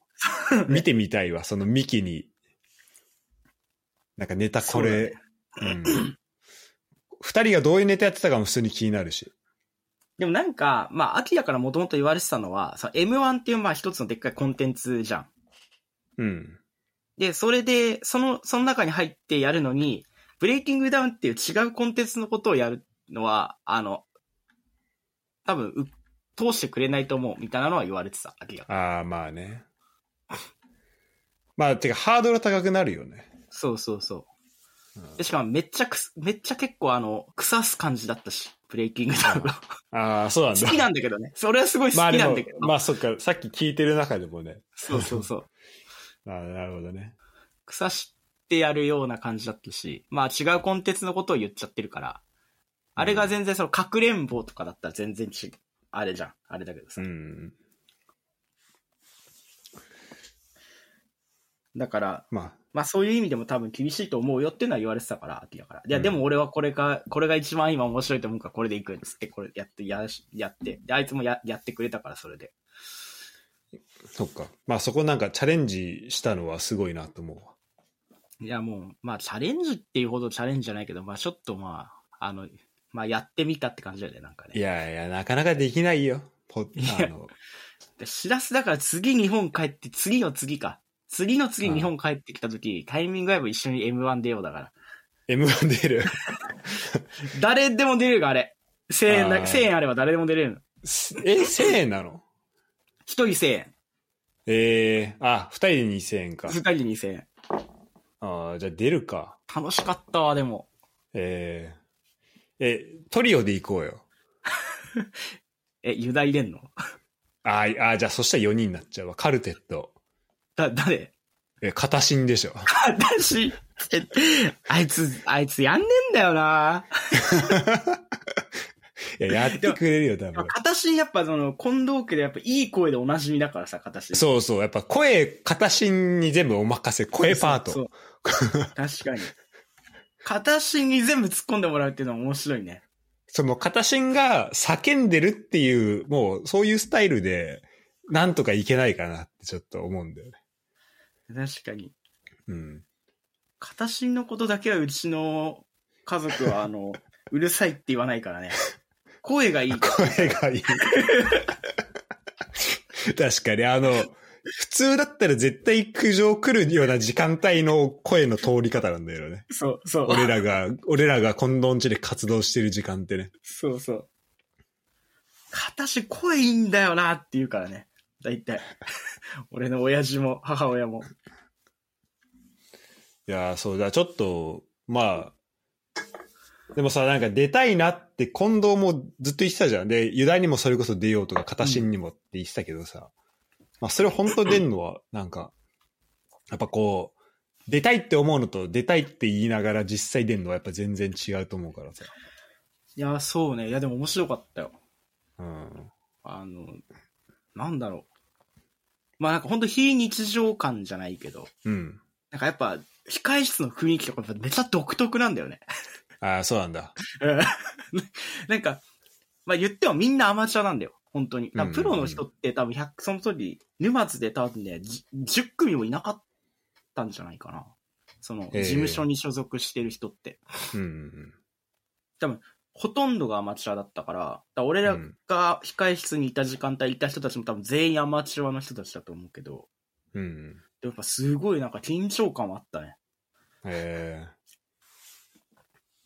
Speaker 1: う、見てみたいわ、そのミキに。なんかネタこれ、うん。二人がどういうネタやってたかも普通に気になるし。
Speaker 2: でもなんか、まあ、秋だからもともと言われてたのは、その M1 っていうまあ一つのでっかいコンテンツじゃん。
Speaker 1: うん。
Speaker 2: で、それで、その、その中に入ってやるのに、ブレイキングダウンっていう違うコンテンツのことをやるのは、あの、多分、う通してくれないと思う、みたいなのは言われてた、秋が。
Speaker 1: ああ、まあね。まあ、てか、ハードル高くなるよね。
Speaker 2: そうそうそうう。
Speaker 1: ん
Speaker 2: で、しかもめっちゃくす、めっちゃ結構あの、腐す感じだったし、ブレイキングダウンが。
Speaker 1: ああ、そうなん
Speaker 2: 好
Speaker 1: だ。
Speaker 2: きなんだけどね。それはすごい好き
Speaker 1: まあで
Speaker 2: なん
Speaker 1: も
Speaker 2: だけど。、
Speaker 1: まあそっか、さっき聞いてる中でもね。
Speaker 2: そうそうそう。
Speaker 1: ああ、なるほどね。
Speaker 2: 腐してやるような感じだったし、まあ違うコンテンツのことを言っちゃってるから、あれが全然その、かくれんぼとかだったら全然違う。あれじゃん。あれだけど
Speaker 1: う
Speaker 2: さ。
Speaker 1: ん。
Speaker 2: だから、
Speaker 1: まあ、
Speaker 2: まあそういう意味でも多分厳しいと思うよっていうのは言われてたから、秋だから。いや、
Speaker 1: うん
Speaker 2: でも俺はこれが、これが一番今面白いと思うから、これでいくんつって、これやって、やらしやって。で、あいつもややってくれたから、それで。
Speaker 1: そっか。まあそこなんかチャレンジしたのはすごいなと思うわ。
Speaker 2: いや、もう、まあチャレンジっていうほどチャレンジじゃないけど、まあちょっとまあ、あの、まあやってみたって感じだよね、なんかね。
Speaker 1: いやいや、なかなかできないよ。ポッ、あの、
Speaker 2: でしらすだから次日本帰って、次の次か。次の次
Speaker 1: うん
Speaker 2: 日本帰ってきた時、タイミング合えば一緒に M1 出ようだから。
Speaker 1: M1 出る。
Speaker 2: 誰でも出れるがあれ。1000円
Speaker 1: あー
Speaker 2: だ、千円あれば誰でも出れるの。
Speaker 1: すえ、1000円なの
Speaker 2: 一人1000円。
Speaker 1: ええあ、2人で2000円か
Speaker 2: 二。人で2000円。
Speaker 1: ああ、じゃあ出るか。
Speaker 2: 楽しかったわ、でも。
Speaker 1: えええ、トリオで行こうよ。
Speaker 2: え、ユダ入れんの
Speaker 1: あーあー、じゃあそしたら4人になっちゃうわ。カルテット。
Speaker 2: だ、誰
Speaker 1: え、片心でしょ。
Speaker 2: 私、 えあいつ、あいつやんねんだよな
Speaker 1: いや、やってくれるよ、多
Speaker 2: まあ
Speaker 1: 分。
Speaker 2: 形やっぱその、近藤家でやっぱいい声でおなじみだからさ、形。
Speaker 1: そうそう。やっぱ声、片心に全部お任せ。声パー
Speaker 2: そ
Speaker 1: ト。
Speaker 2: う。確かに。形に全部突っ込んでもらうっていうのは面白いね。
Speaker 1: その片心が叫んでるっていう、もうそういうスタイルで、なんとかいけないかなってちょっと思うんだよね。
Speaker 2: 確かに。
Speaker 1: うん。
Speaker 2: 形のことだけはうちの家族 は、あの、うるさいって言わないからね。声がいい。
Speaker 1: 声がいい。確かに、あの、普通だったら絶対苦情来るような時間帯の声の通り方なんだよね。
Speaker 2: そう、そう。
Speaker 1: 俺らが、俺らが近藤んちで活動してる時間ってね。
Speaker 2: そうそう。形声いいんだよなって言うからね。大 体。俺の親父も母親も。
Speaker 1: いやー、そうだ、ちょっと、まあ、でもさ、なんか出たいなって近藤もずっと言ってたじゃん。で、ユダにもそれこそ出ようとか、片心にもって言ってたけどさ、まあそれ本当出んのは、なんか、やっぱこう、出たいって思うのと出たいって言いながら実際出んのはやっぱ全然違うと思うからさ。
Speaker 2: いや、そうね。いや、でも面白かったよ。
Speaker 1: うん。
Speaker 2: あの、なんだろう。まあなんかほんと非日常感じゃないけど、
Speaker 1: うん。
Speaker 2: なんかやっぱ、控室の雰囲気とかやっぱめちゃ独特なんだよね。
Speaker 1: ああ、そうなんだ。
Speaker 2: うん なんか、まあ言ってもみんなアマチュアなんだよ。本当に。多分プロの人って多分100、その時、沼津で多分ね、じ10組もいなかったんじゃないかな。その、
Speaker 1: へ
Speaker 2: 事
Speaker 1: え
Speaker 2: 務所に所属してる人って。
Speaker 1: うんうん
Speaker 2: ほとんどがアマチュアだったから、だから俺らが控室にいた時間帯いた人たちも多分全員アマチュアの人たちだと思うけど、
Speaker 1: うん。うん。
Speaker 2: でもやっぱすごいなんか緊張感はあったね。
Speaker 1: え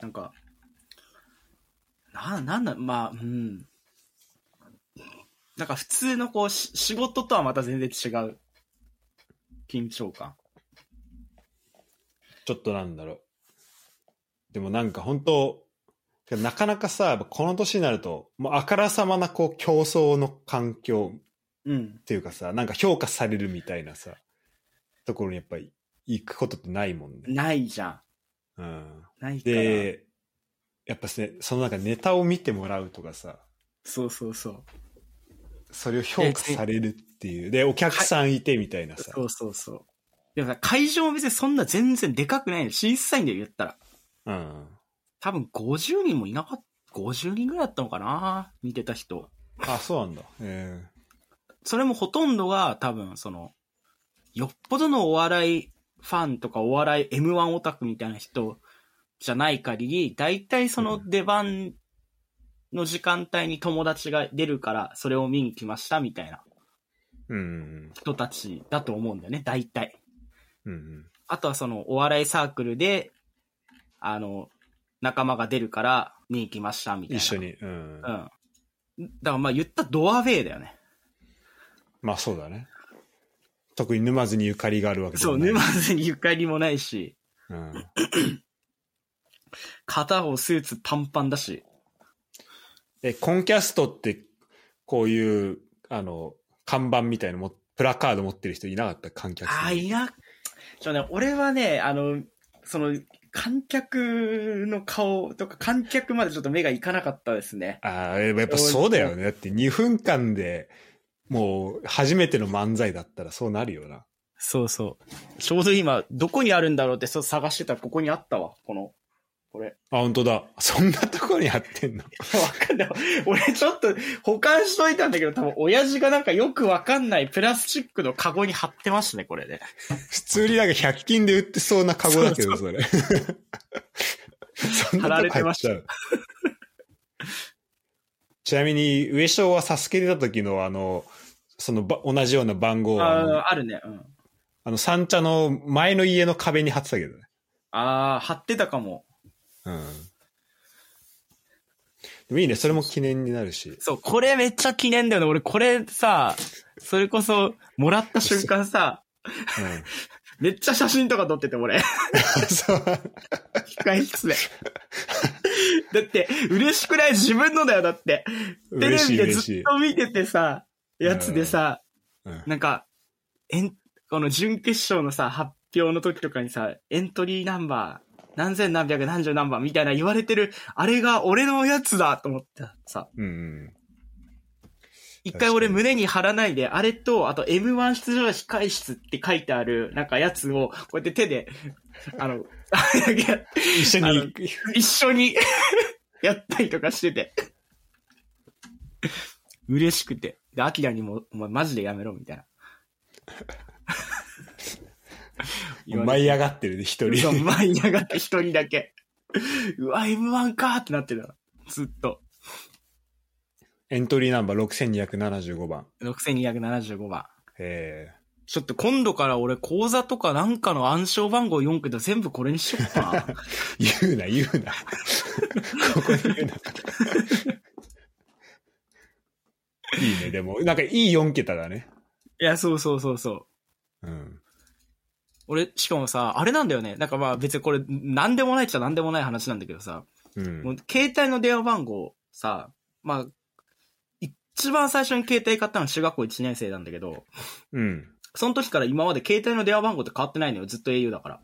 Speaker 2: なんか、な、なんだ、まあ、うん。なんか普通のこう、し仕事とはまた全然違う緊張感。
Speaker 1: ー、ちょっとなんだろう。でもなんか本当、なかなかさ、やっぱこの年になると、もうあからさまなこう競争の環境っ
Speaker 2: うん。
Speaker 1: ていうかさ、なんか評価されるみたいなさ、ところにやっぱり行くことってないもんね。
Speaker 2: ないじゃん。
Speaker 1: うん、
Speaker 2: ないから。
Speaker 1: で、やっぱね、そのなんかネタを見てもらうとかさ、
Speaker 2: そうそうそう。
Speaker 1: それを評価されるっていう。で、お客さんいてみたいなさ。
Speaker 2: そうそうそう。でもさ、会場も別にそんな全然でかくないの。小さいんだよ、言ったら。
Speaker 1: うん。
Speaker 2: 多分50人もいなかった。50人ぐらいだったのかな見てた人。
Speaker 1: あ、そうなんだ。え
Speaker 2: それもほとんどが多分その、よっぽどのお笑いファンとかお笑い M1 オタクみたいな人じゃない限り、大体その出番の時間帯に友達が出るから、それを見に来ましたみたいな
Speaker 1: えうん。
Speaker 2: 人たちだと思うんだよね、大体。
Speaker 1: うんうん。
Speaker 2: あとはそのお笑いサークルで、あの、仲間が出るから見に来ましたみたいな。
Speaker 1: 一緒。に。うん
Speaker 2: うん。だ。からまあ言ったらドアウェイだよね。
Speaker 1: まあそうだね。特に沼津にゆかりがあるわけで
Speaker 2: そ
Speaker 1: も
Speaker 2: う、
Speaker 1: ない。
Speaker 2: 沼津にゆかりもないし。
Speaker 1: うん。
Speaker 2: 片方スーツ短パンだし。
Speaker 1: で、コンキャストって、こういう、あの、看板みたいなのも、プラカード持ってる人いなかった観客
Speaker 2: ああ、
Speaker 1: に
Speaker 2: いや、ちょね、俺はね、あの、その、観客の顔とか観客までちょっと目がいかなかったですね。
Speaker 1: ああ、やっぱそうだよね。だって2分間で、もう、初めての漫才だったらそうなるよな。
Speaker 2: そうそう。ちょうど今、どこにあるんだろうってそう探してたらここにあったわ、この、 これ。
Speaker 1: あ、本当だ。そんなところにやってんの
Speaker 2: わかんない。俺ちょっと保管しといたんだけど、多分親父がなんかよくわかんないプラスチックのカゴに貼ってましたね、これね。
Speaker 1: 普通になんか100均で売ってそうなカゴだけど、それ。 そんなとこ
Speaker 2: 貼られてまし
Speaker 1: 入っちゃう。 ちなみに、上昇はサスケ出た時の、あの、そのば、同じような番号
Speaker 2: あ
Speaker 1: はあの、
Speaker 2: あ、あるね。うん。
Speaker 1: あの、三茶の前の家の壁に貼ってたけどね。
Speaker 2: ああ、貼ってたかも。
Speaker 1: うん。でもいいね、それも記念になるし。
Speaker 2: そう、これめっちゃ記念だよね。俺これさ、それこそ、もらった瞬間さ、 めっちゃ写真とか撮ってて、俺。
Speaker 1: うん。そう。
Speaker 2: 控 え室で。だって、嬉しくない自分のだよ、だって。テレ
Speaker 1: 嬉し
Speaker 2: ビ
Speaker 1: い、
Speaker 2: で
Speaker 1: 嬉
Speaker 2: ず
Speaker 1: し
Speaker 2: っ
Speaker 1: い。
Speaker 2: と見ててさ、やつでさ、
Speaker 1: うん
Speaker 2: なんか、えん、この準決勝のさ、発表の時とかにさ、エントリーナンバー、何千何百何十何番みたいな言われてる、あれが俺のやつだと思ってさ、
Speaker 1: うんうん。
Speaker 2: 一回俺胸に貼らないで、あれと、あと M1 出場者控室って書いてある、なんかやつを、こうやって手で、あの、
Speaker 1: 一緒
Speaker 2: あ
Speaker 1: に
Speaker 2: の一緒に やったりとかしてて。嬉しくて。で、アキラにも、お前マジでやめろ、みたいな。言われて
Speaker 1: 舞い上がってるね、一
Speaker 2: そう、
Speaker 1: 人。
Speaker 2: 舞い上がって一人だけ。うわ、M1 かーってなってた。ずっと。
Speaker 1: エントリーナンバー6275番。
Speaker 2: 6275番。
Speaker 1: え
Speaker 2: ちょっと今度から俺口座とかなんかの暗証番号4けど全部これにしよっかな。
Speaker 1: え言うな、言うな。ここで言うな。いいね、でも、なんかいい4桁だね。
Speaker 2: いや、そうそうそうそう。
Speaker 1: うん。
Speaker 2: 俺、しかもさ、あれなんだよね。なんかまあ別にこれ、なんでもないっちゃなんでもない話なんだけどさ、
Speaker 1: う
Speaker 2: も
Speaker 1: ん。
Speaker 2: う携帯の電話番号さ、まあ、一番最初に携帯買ったのは中学校1年生なんだけど、
Speaker 1: うん。
Speaker 2: その時から今まで携帯の電話番号って変わってないのよ。ずっと au だか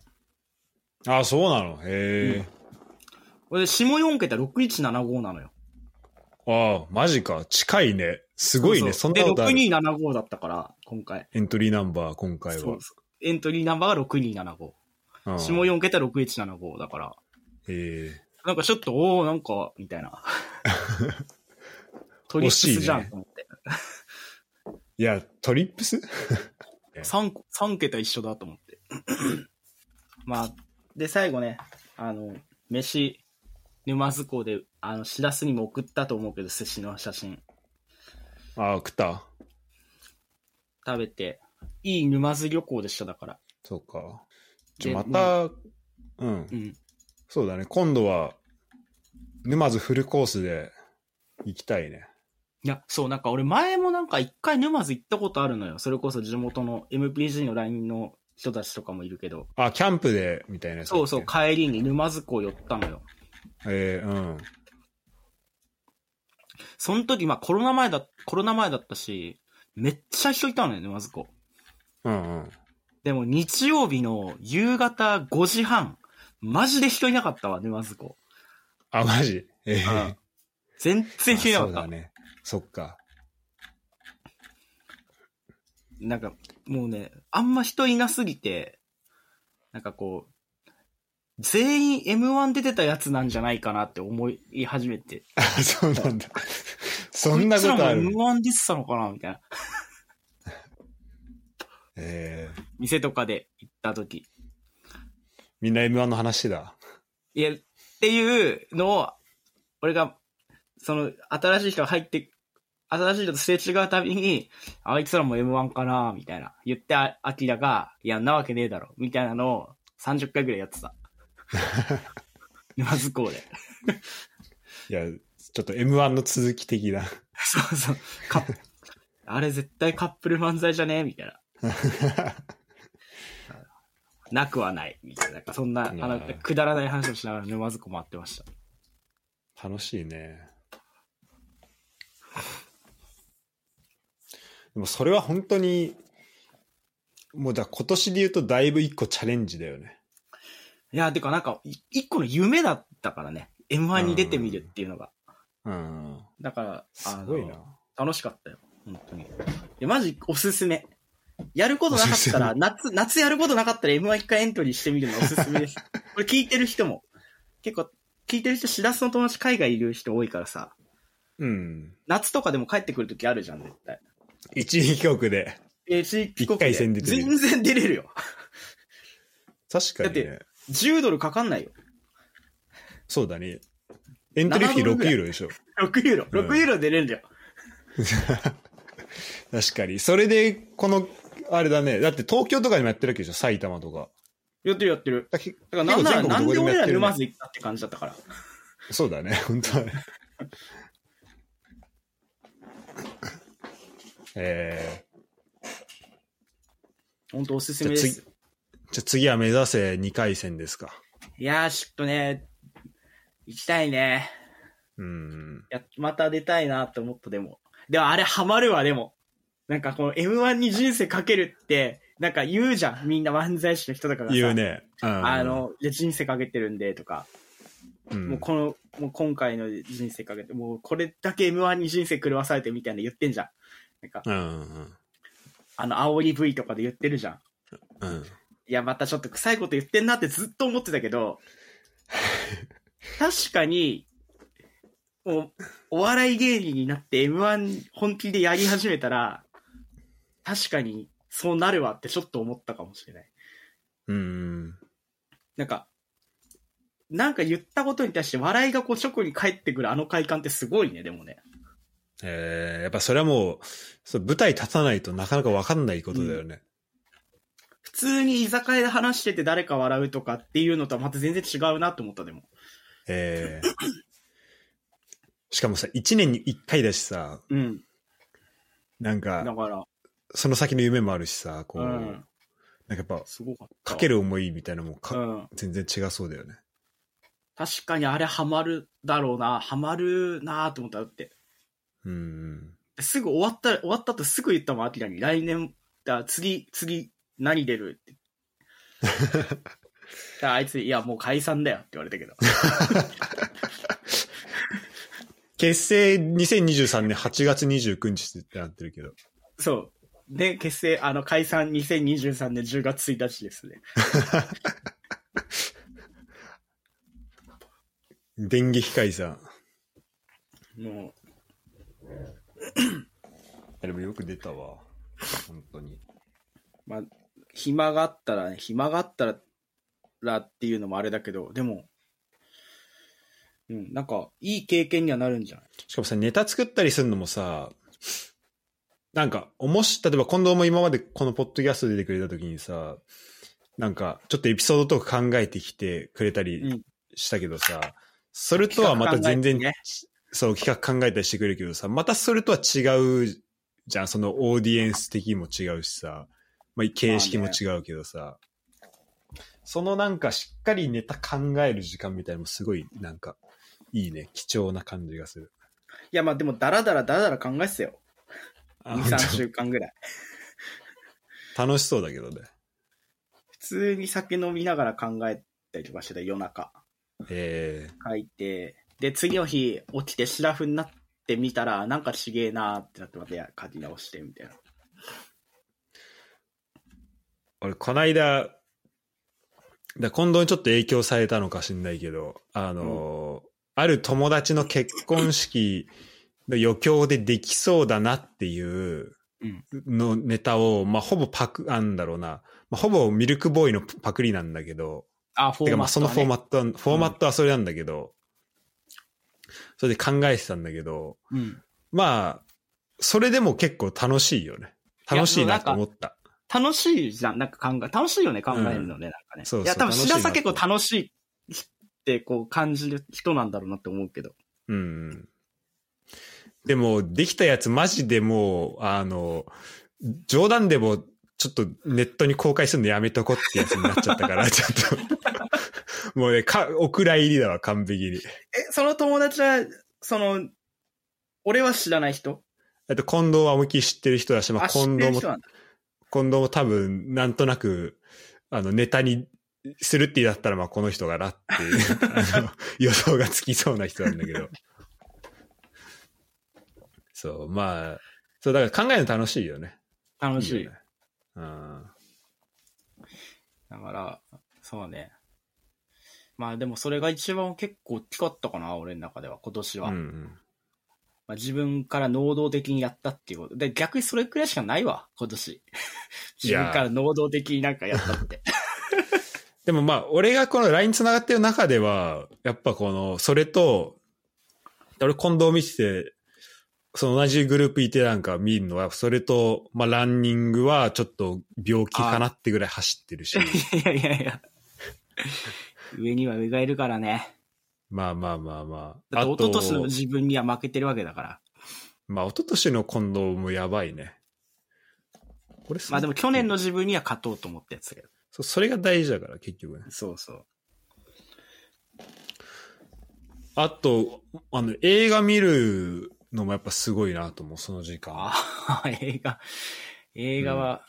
Speaker 2: ら。
Speaker 1: あ、そうなの。へ
Speaker 2: 俺、下4桁6175なのよ。
Speaker 1: え。ああ、マジか。近いね。すごいね。そ
Speaker 2: うんうで、
Speaker 1: なことある。
Speaker 2: 6275だったから、今回。
Speaker 1: エントリーナンバー、今回
Speaker 2: そ
Speaker 1: は
Speaker 2: う。そうエントリーナンバーが6275。
Speaker 1: うん
Speaker 2: 下4桁6175だから。
Speaker 1: へえ。
Speaker 2: なんかちょっと、おー、なんか、みた いな。トリックスじゃ
Speaker 1: 惜しい
Speaker 2: ん、
Speaker 1: ね
Speaker 2: と思って。
Speaker 1: いや、トリップス
Speaker 2: 三三桁一緒だと 思って。まあ、で、最後ね、あの、飯、沼津港で、あの、しらすにも送ったと思うけど、寿司の写真。
Speaker 1: ああ、食った。
Speaker 2: 食べて、いい沼津旅行でした、だから。
Speaker 1: そうか。じ
Speaker 2: で
Speaker 1: ゃ、また、
Speaker 2: ま
Speaker 1: うん
Speaker 2: う。ん。
Speaker 1: そうだね。今度は、沼津フルコースで行きたいね。
Speaker 2: いや、そう、なんか俺前もなんか一回沼津行ったことあるのよ。それこそ地元の MPG の LINE の人たちとかもいるけど。
Speaker 1: あ、キャンプで、みたいなやつだっ
Speaker 2: そ
Speaker 1: け
Speaker 2: うそう、帰りに沼津港寄ったのよ。
Speaker 1: ええうん。
Speaker 2: その時、まあコロナ前だ、コロナ前だったし、めっちゃ人いたのよ、沼津港。
Speaker 1: うんうん。
Speaker 2: でも日曜日の夕方5時半、マジで人いなかったわ、沼津港。
Speaker 1: あ、マジええ
Speaker 2: うん全然人いな
Speaker 1: あそ
Speaker 2: かっ
Speaker 1: う
Speaker 2: た。
Speaker 1: だね。そっか。
Speaker 2: なんか、もうね、あんま人いなすぎて、なんかこう、全員 M1 出てたやつなんじゃないかなって思い始めて。
Speaker 1: あ、そうなんだ。 そんなことあ
Speaker 2: い
Speaker 1: る
Speaker 2: つら。も M1 出てたのかなみたいな。
Speaker 1: ええ
Speaker 2: 店とかで行った時。
Speaker 1: みんな M1 の話だ。
Speaker 2: いや、っていうのを、俺が、その、新しい人が入って、新しい人とすれ違うたびに、あいつらも M1 かなみたいな。言って、あアキラが、いや、んなわけねえだろ。みたいなのを30回ぐらいやってた。沼 津港で。
Speaker 1: いや、ちょっと M1 の続き的な。
Speaker 2: そうそう。カップあれ絶対カップル漫才じゃねえみたいな。 なくはない。みたいな。なんかそんな、あ
Speaker 1: いや
Speaker 2: の、
Speaker 1: ー
Speaker 2: くだらない話をしながら沼津港回ってました。
Speaker 1: 楽しいね。でもそれは本当に、もうだから今年で言うとだいぶ一個チャレンジだよね。
Speaker 2: いや、てかなんか、い一個の夢だったからね。M1 に出てみるっていうのが。
Speaker 1: うん。
Speaker 2: だから、
Speaker 1: すごいな
Speaker 2: あ。の。楽しかったよ。本当に。で、マジおすすめ。やることなかったら、夏、夏やることなかったら M1 一回エントリーしてみるのおすす めです。これ聞いてる人も。結構、聞いてる人、しらすの友達海外いる人多いからさ。
Speaker 1: うん。
Speaker 2: 夏とかでも帰ってくる時あるじゃん、絶対。
Speaker 1: 一時帰国で。
Speaker 2: え、し
Speaker 1: 一回戦出てみる
Speaker 2: 全然出れるよ。
Speaker 1: 確かに
Speaker 2: だ
Speaker 1: ね。
Speaker 2: 10ドルかかんないよ。
Speaker 1: そうだね。エントリーフィー
Speaker 2: 7
Speaker 1: 6ユーロでしょ。
Speaker 2: 6ユーロ。
Speaker 1: うん
Speaker 2: 6ユーロ出れるんだよ。
Speaker 1: 確かに。それで、この、あれだね。だって東京とかにもやってるわけでしょ。埼玉とか。
Speaker 2: やってるやってる。
Speaker 1: だけ
Speaker 2: だからなんなら
Speaker 1: 結構
Speaker 2: な
Speaker 1: 全
Speaker 2: ん
Speaker 1: 国どこ
Speaker 2: で
Speaker 1: でも
Speaker 2: 俺
Speaker 1: やっ
Speaker 2: ら
Speaker 1: てるね
Speaker 2: 沼津行ったって感じだったから。
Speaker 1: そうだね。 本当だね。え
Speaker 2: 本当おすす
Speaker 1: ー、
Speaker 2: めで
Speaker 1: じゃあ
Speaker 2: す
Speaker 1: 次。、じゃあ次は目指せ2回戦ですか。
Speaker 2: いやー、ちょっとね、行きたいね。
Speaker 1: うん。
Speaker 2: や、また出たいなと思った、でも。でもあれハマるわ、でも。なんかこの M1 に人生かけるって、なんか言うじゃん。みんな漫才師の人とかがさ。
Speaker 1: 言うね。うん
Speaker 2: あ、の、いや人生かけてるんで、とか。
Speaker 1: うん
Speaker 2: もうこの、もう今回の人生かけて、もうこれだけ M1 に人生狂わされてみたいな言ってんじゃん。なんか、
Speaker 1: うんうん
Speaker 2: あの、煽り V とかで言ってるじゃん。
Speaker 1: うん。
Speaker 2: いや、またちょっと臭いこと言ってんなってずっと思ってたけ ど、確かに、お、お笑い芸人になって M1 本気でやり始めたら、確かにそうなるわってちょっと思ったかもしれない。
Speaker 1: うん。
Speaker 2: なんか、なんか言ったことに対して笑いがこう直に返ってくるあの快感ってすごいね、でもね。
Speaker 1: えーやっぱそれはもう、そう舞台立たないとなかなかわかんないことだよね。
Speaker 2: 普通に居酒屋で話してて誰か笑うとかっていうのとはまた全然違うなと思った、でも。
Speaker 1: えーしかもさ、一年に一回だしさ、
Speaker 2: うん。
Speaker 1: なん
Speaker 2: だ
Speaker 1: か、
Speaker 2: から、
Speaker 1: その先の夢もあるしさ、こ
Speaker 2: う
Speaker 1: う、
Speaker 2: ん。
Speaker 1: なんかやっぱ、
Speaker 2: すごかった。
Speaker 1: かける思いみたいなのもか、
Speaker 2: うん。
Speaker 1: 全然違そうだよね。
Speaker 2: 確かにあれハマるだろうな、ハマるなと思っただって。
Speaker 1: うん。
Speaker 2: すぐ終わった、終わったとすぐ言ったもん、アキラに。来年、だ次、次、何出るって。だ からあいつ、いや、もう解散だよって言われたけど。
Speaker 1: 結成2023年8月29日ってなってるけど。
Speaker 2: そう。で、結成、あの、解散2023年10月1日ですね。
Speaker 1: 電撃解散。
Speaker 2: も
Speaker 1: でもよく出たわ。本当に。
Speaker 2: う、まあ、暇があったらね、暇があったら、らっていうのもあれだけど、でも、うん、なんか、いい経験にはなるんじゃない
Speaker 1: しかもさ、ネタ作ったりするのもさ、なんか、おもし、例えば近藤も今までこのポッドキャスト出てくれた時にさ、なんか、ちょっとエピソードとか考えてきてくれた
Speaker 2: うん
Speaker 1: りしたけどさ、それとはまた全然、
Speaker 2: 企画考
Speaker 1: そう、企画考えたりしてくれるけどさ、またそれとは違うじゃん、そのオーディエンス的にも違うしさ、まあ、形式も違うけどさ、そのなんかしっかりネタ考える時間みたいなのもすごいなんかいいね、貴重な感じがする。
Speaker 2: いや、まあでも、だらだらだらだら考えっすよ。
Speaker 1: あ
Speaker 2: 2、
Speaker 1: 本
Speaker 2: 3週間ぐらい。
Speaker 1: 当楽しそうだけどね。
Speaker 2: 普通に酒飲みながら考えたりとかしてた夜中。
Speaker 1: え
Speaker 2: 書いて、で、次の日起きてシラフになってみたら、なんかちげえなーってなってまた書き直してみたいな。
Speaker 1: ー、俺、こないだ、だ近藤にちょっと影響されたのかしんないけど、あのーある友達の結婚式の余興でできそうだなっていう
Speaker 2: うん
Speaker 1: のネタを、まあ、ほぼパク、あんだろうな、まあ、ほぼミルクボーイのパクリなんだけど、
Speaker 2: あ、フォ
Speaker 1: て
Speaker 2: ー
Speaker 1: かま
Speaker 2: マ
Speaker 1: あ
Speaker 2: ッ
Speaker 1: そ
Speaker 2: トは
Speaker 1: の
Speaker 2: ね、
Speaker 1: フォーマットは、フォーマットはそれなんだけど、それで考えてたんだけど、
Speaker 2: うん。
Speaker 1: まあ、それでも結構楽しいよね。楽しいなと思った。
Speaker 2: 楽しいじゃん、なんか考え、楽しいよね、考えるのね、なんかね。
Speaker 1: そうそう
Speaker 2: や、多分、
Speaker 1: 楽しい
Speaker 2: 白
Speaker 1: な
Speaker 2: らさ結構楽しいってこう感じる人なんだろうなって思うけど。
Speaker 1: うん。でも、できたやつマジでもう、あの、冗談でも、ちょっとネットに公開するのやめとこってやつになっちゃった から、ちょっと。もうね、か、お蔵入りだわ、完璧に。
Speaker 2: え、その友達は、その、俺は知らない人
Speaker 1: あと、近藤は思いっきり知ってる人だし、まあ、
Speaker 2: あ、知っ
Speaker 1: 近
Speaker 2: て
Speaker 1: 藤
Speaker 2: る
Speaker 1: も
Speaker 2: 人、なんだ。
Speaker 1: 近藤も多分、なんとなく、あの、ネタにするってだったら、まあ、この人がなっていう あの予想がつきそうな人なんだけど。そう、まあ、そう、だから考えるの楽しいよね。
Speaker 2: 楽しい。
Speaker 1: いいよねうん。
Speaker 2: だから、そうね。まあでもそれが一番結構大きかったかな、俺の中では、今年は。
Speaker 1: うんうん
Speaker 2: まあ、自分から能動的にやったっていうこと。で、逆にそれくらいしかないわ、今年。
Speaker 1: い
Speaker 2: 自
Speaker 1: やー
Speaker 2: 分から能動的になんかやったって。
Speaker 1: でもまあ、俺がこの LINE 繋がってる中では、やっぱこの、それと、俺近藤見てて、その同じグループいてなんか見るのは、それと、まあランニングはちょっと病気かなってぐらい走ってる し、
Speaker 2: いやいやいや。上には上がいるからね。
Speaker 1: まあまあまあまあ。
Speaker 2: だ
Speaker 1: あ
Speaker 2: って一
Speaker 1: と
Speaker 2: 昨、年の自分には負けてるわけだから。
Speaker 1: まあ一昨年の近藤もやばいね。これ
Speaker 2: まあでも去年
Speaker 1: の。
Speaker 2: の自分には勝とうと思ったやつだけど。
Speaker 1: そうそれが大事だから、結局ね。
Speaker 2: そうそう。
Speaker 1: あと、あの、映画見るのもやっぱすごいなと思う、その時間。
Speaker 2: ああ、映画。映画は、